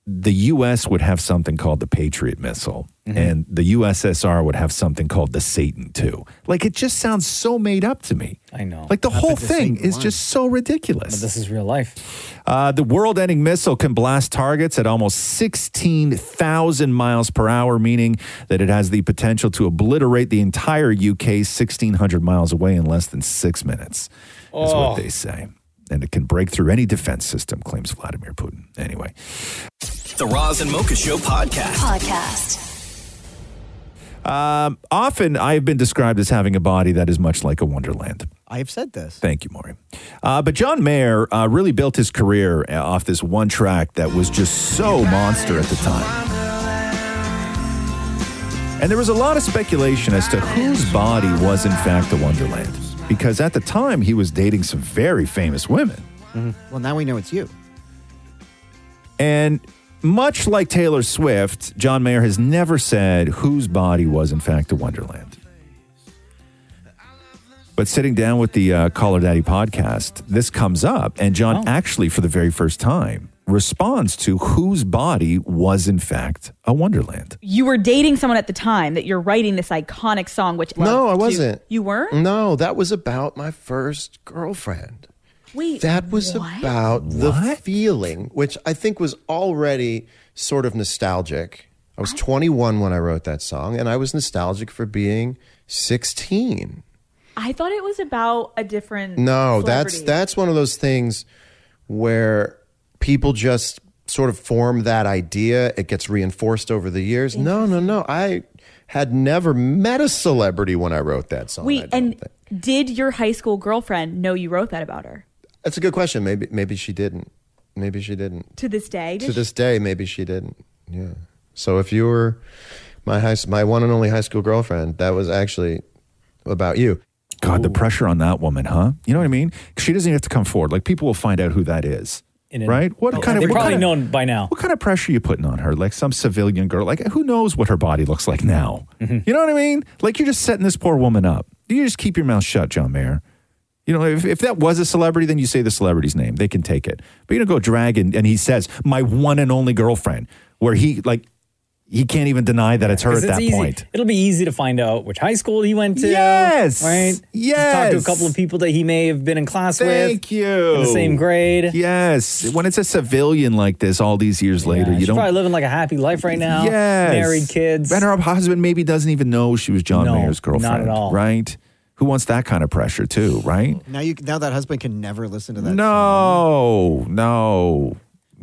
[SPEAKER 2] The US would have something called the Patriot missile and the USSR would have something called the Satan II. Like it just sounds so made up to me.
[SPEAKER 3] I know.
[SPEAKER 2] Like the
[SPEAKER 3] Up
[SPEAKER 2] whole
[SPEAKER 3] at the
[SPEAKER 2] thing
[SPEAKER 3] same
[SPEAKER 2] is
[SPEAKER 3] line.
[SPEAKER 2] just so ridiculous.
[SPEAKER 3] But this is real life.
[SPEAKER 2] Uh, the world ending missile can blast targets at almost 16,000 miles per hour, meaning that it has the potential to obliterate the entire UK 1,600 miles away in less than six minutes, is
[SPEAKER 4] Oh.
[SPEAKER 2] what they say. And it can break through any defense system, claims Vladimir Putin. Anyway.
[SPEAKER 4] The Roz and Mocha Show podcast.
[SPEAKER 58] Podcast.
[SPEAKER 2] Um, often I have been described as having a body that is much like a wonderland.
[SPEAKER 5] I've said this.
[SPEAKER 2] Thank you, Maury. Uh, but John Mayer uh, really built his career uh, off this one track that was just so monster at the time. And there was a lot of speculation as to whose body was, in fact, the Wonderland. Because at the time, he was dating some very famous women.
[SPEAKER 5] Well, now we know it's you.
[SPEAKER 2] And much like Taylor Swift, John Mayer has never said whose body was, in fact, the Wonderland. But sitting down with the uh, Caller Daddy podcast, this comes up, and John actually, for the very first time, responds to whose body was, in fact, a Wonderland.
[SPEAKER 11] You were dating someone at the time that you're writing this iconic song, which
[SPEAKER 28] No,
[SPEAKER 11] Love
[SPEAKER 28] I
[SPEAKER 11] to-
[SPEAKER 28] wasn't.
[SPEAKER 11] You were?
[SPEAKER 28] No, that was about my first girlfriend.
[SPEAKER 11] Wait,
[SPEAKER 28] That was about the feeling, which I think was already sort of nostalgic. I was 21 when I wrote that song, and I was nostalgic for being 16.
[SPEAKER 11] I thought it was about a different.
[SPEAKER 28] No, that's
[SPEAKER 11] celebrity.
[SPEAKER 28] that's one of those things where people just sort of form that idea. It gets reinforced over the years. No, no, no. I had never met a celebrity when I wrote that song.
[SPEAKER 11] Wait, and did your high school girlfriend know you wrote that about her?
[SPEAKER 28] That's a good question. Maybe maybe she didn't. Maybe she didn't.
[SPEAKER 11] To this day?
[SPEAKER 28] To this day, maybe she didn't. Yeah. So if you were my high, my one and only high school girlfriend, that was actually about you.
[SPEAKER 2] God, the pressure on that woman, huh? You know what I mean? 'Cause She doesn't even have to come forward. Like, people will find out who that is.
[SPEAKER 3] In an-
[SPEAKER 2] right? What
[SPEAKER 3] Yeah,
[SPEAKER 2] kind of
[SPEAKER 3] they've
[SPEAKER 2] what
[SPEAKER 3] probably
[SPEAKER 2] kind of-
[SPEAKER 3] known by now.
[SPEAKER 2] What kind of pressure are you putting on her? Like some civilian girl? Like who knows what her body looks like now?
[SPEAKER 3] Mm-hmm.
[SPEAKER 2] You know what I mean? Like you're just setting this poor woman up. You just keep your mouth shut, John Mayer. You know, if, if that was a celebrity, then you say the celebrity's name. They can take it. But you don't go drag and, and he says, my one and only girlfriend, where he like he can't even deny that it's her
[SPEAKER 3] 'Cause
[SPEAKER 2] at that
[SPEAKER 3] easy.
[SPEAKER 2] point.
[SPEAKER 3] It'll be easy to find out which high school he went to.
[SPEAKER 2] Yes.
[SPEAKER 3] Right? Talk
[SPEAKER 2] Yes.
[SPEAKER 3] to a couple of people that he may have been in class with.
[SPEAKER 2] Thank you.
[SPEAKER 3] In the same grade.
[SPEAKER 2] Oh. Yes. When it's a civilian like this all these years later, you
[SPEAKER 3] She's
[SPEAKER 2] don't
[SPEAKER 3] probably living like a happy life right now.
[SPEAKER 2] Yes.
[SPEAKER 3] Married kids.
[SPEAKER 2] And her husband maybe doesn't even know she was John
[SPEAKER 3] No,
[SPEAKER 2] Mayer's
[SPEAKER 3] not at
[SPEAKER 2] girlfriend.
[SPEAKER 3] all.
[SPEAKER 2] Right? Who wants that kind of pressure too, right?
[SPEAKER 5] Now you now that husband can never listen to that.
[SPEAKER 2] No, no.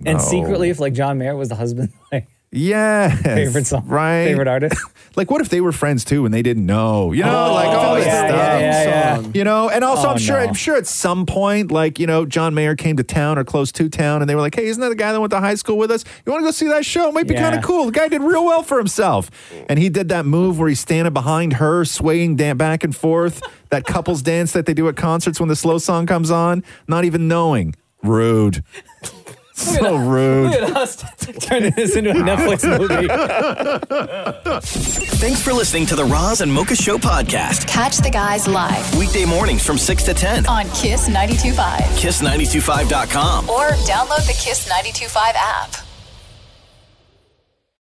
[SPEAKER 3] And
[SPEAKER 2] no.
[SPEAKER 3] secretly, if like John Mayer was the husband, like
[SPEAKER 2] Yes. Favorite song. Right. Favorite
[SPEAKER 3] artist.
[SPEAKER 2] like, what if they were friends too and they didn't know? You know, like all this
[SPEAKER 28] Oh, yeah,
[SPEAKER 2] stuff.
[SPEAKER 28] yeah, yeah, yeah.
[SPEAKER 2] You know, and also
[SPEAKER 28] Oh,
[SPEAKER 2] I'm sure
[SPEAKER 28] no.
[SPEAKER 2] I'm sure at some point, like, you know, John Mayer came to town or close to town and they were like, Hey, isn't that the guy that went to high school with us? You wanna go see that show? It might be
[SPEAKER 28] Yeah.
[SPEAKER 2] kind of cool. The guy did real well for himself. And he did that move where he's standing behind her, swaying dan- back and forth, that couples dance that they do at concerts when the slow song comes on, not even knowing. Rude. so rude.
[SPEAKER 3] Look at us turning this into a Netflix
[SPEAKER 4] Thanks for listening to the Roz and Mocha Show podcast.
[SPEAKER 11] Catch the guys live
[SPEAKER 4] Weekday mornings from 6 to 10.
[SPEAKER 11] on Kiss 92.5
[SPEAKER 4] Kiss925.com.
[SPEAKER 11] or download the Kiss 92.5 app.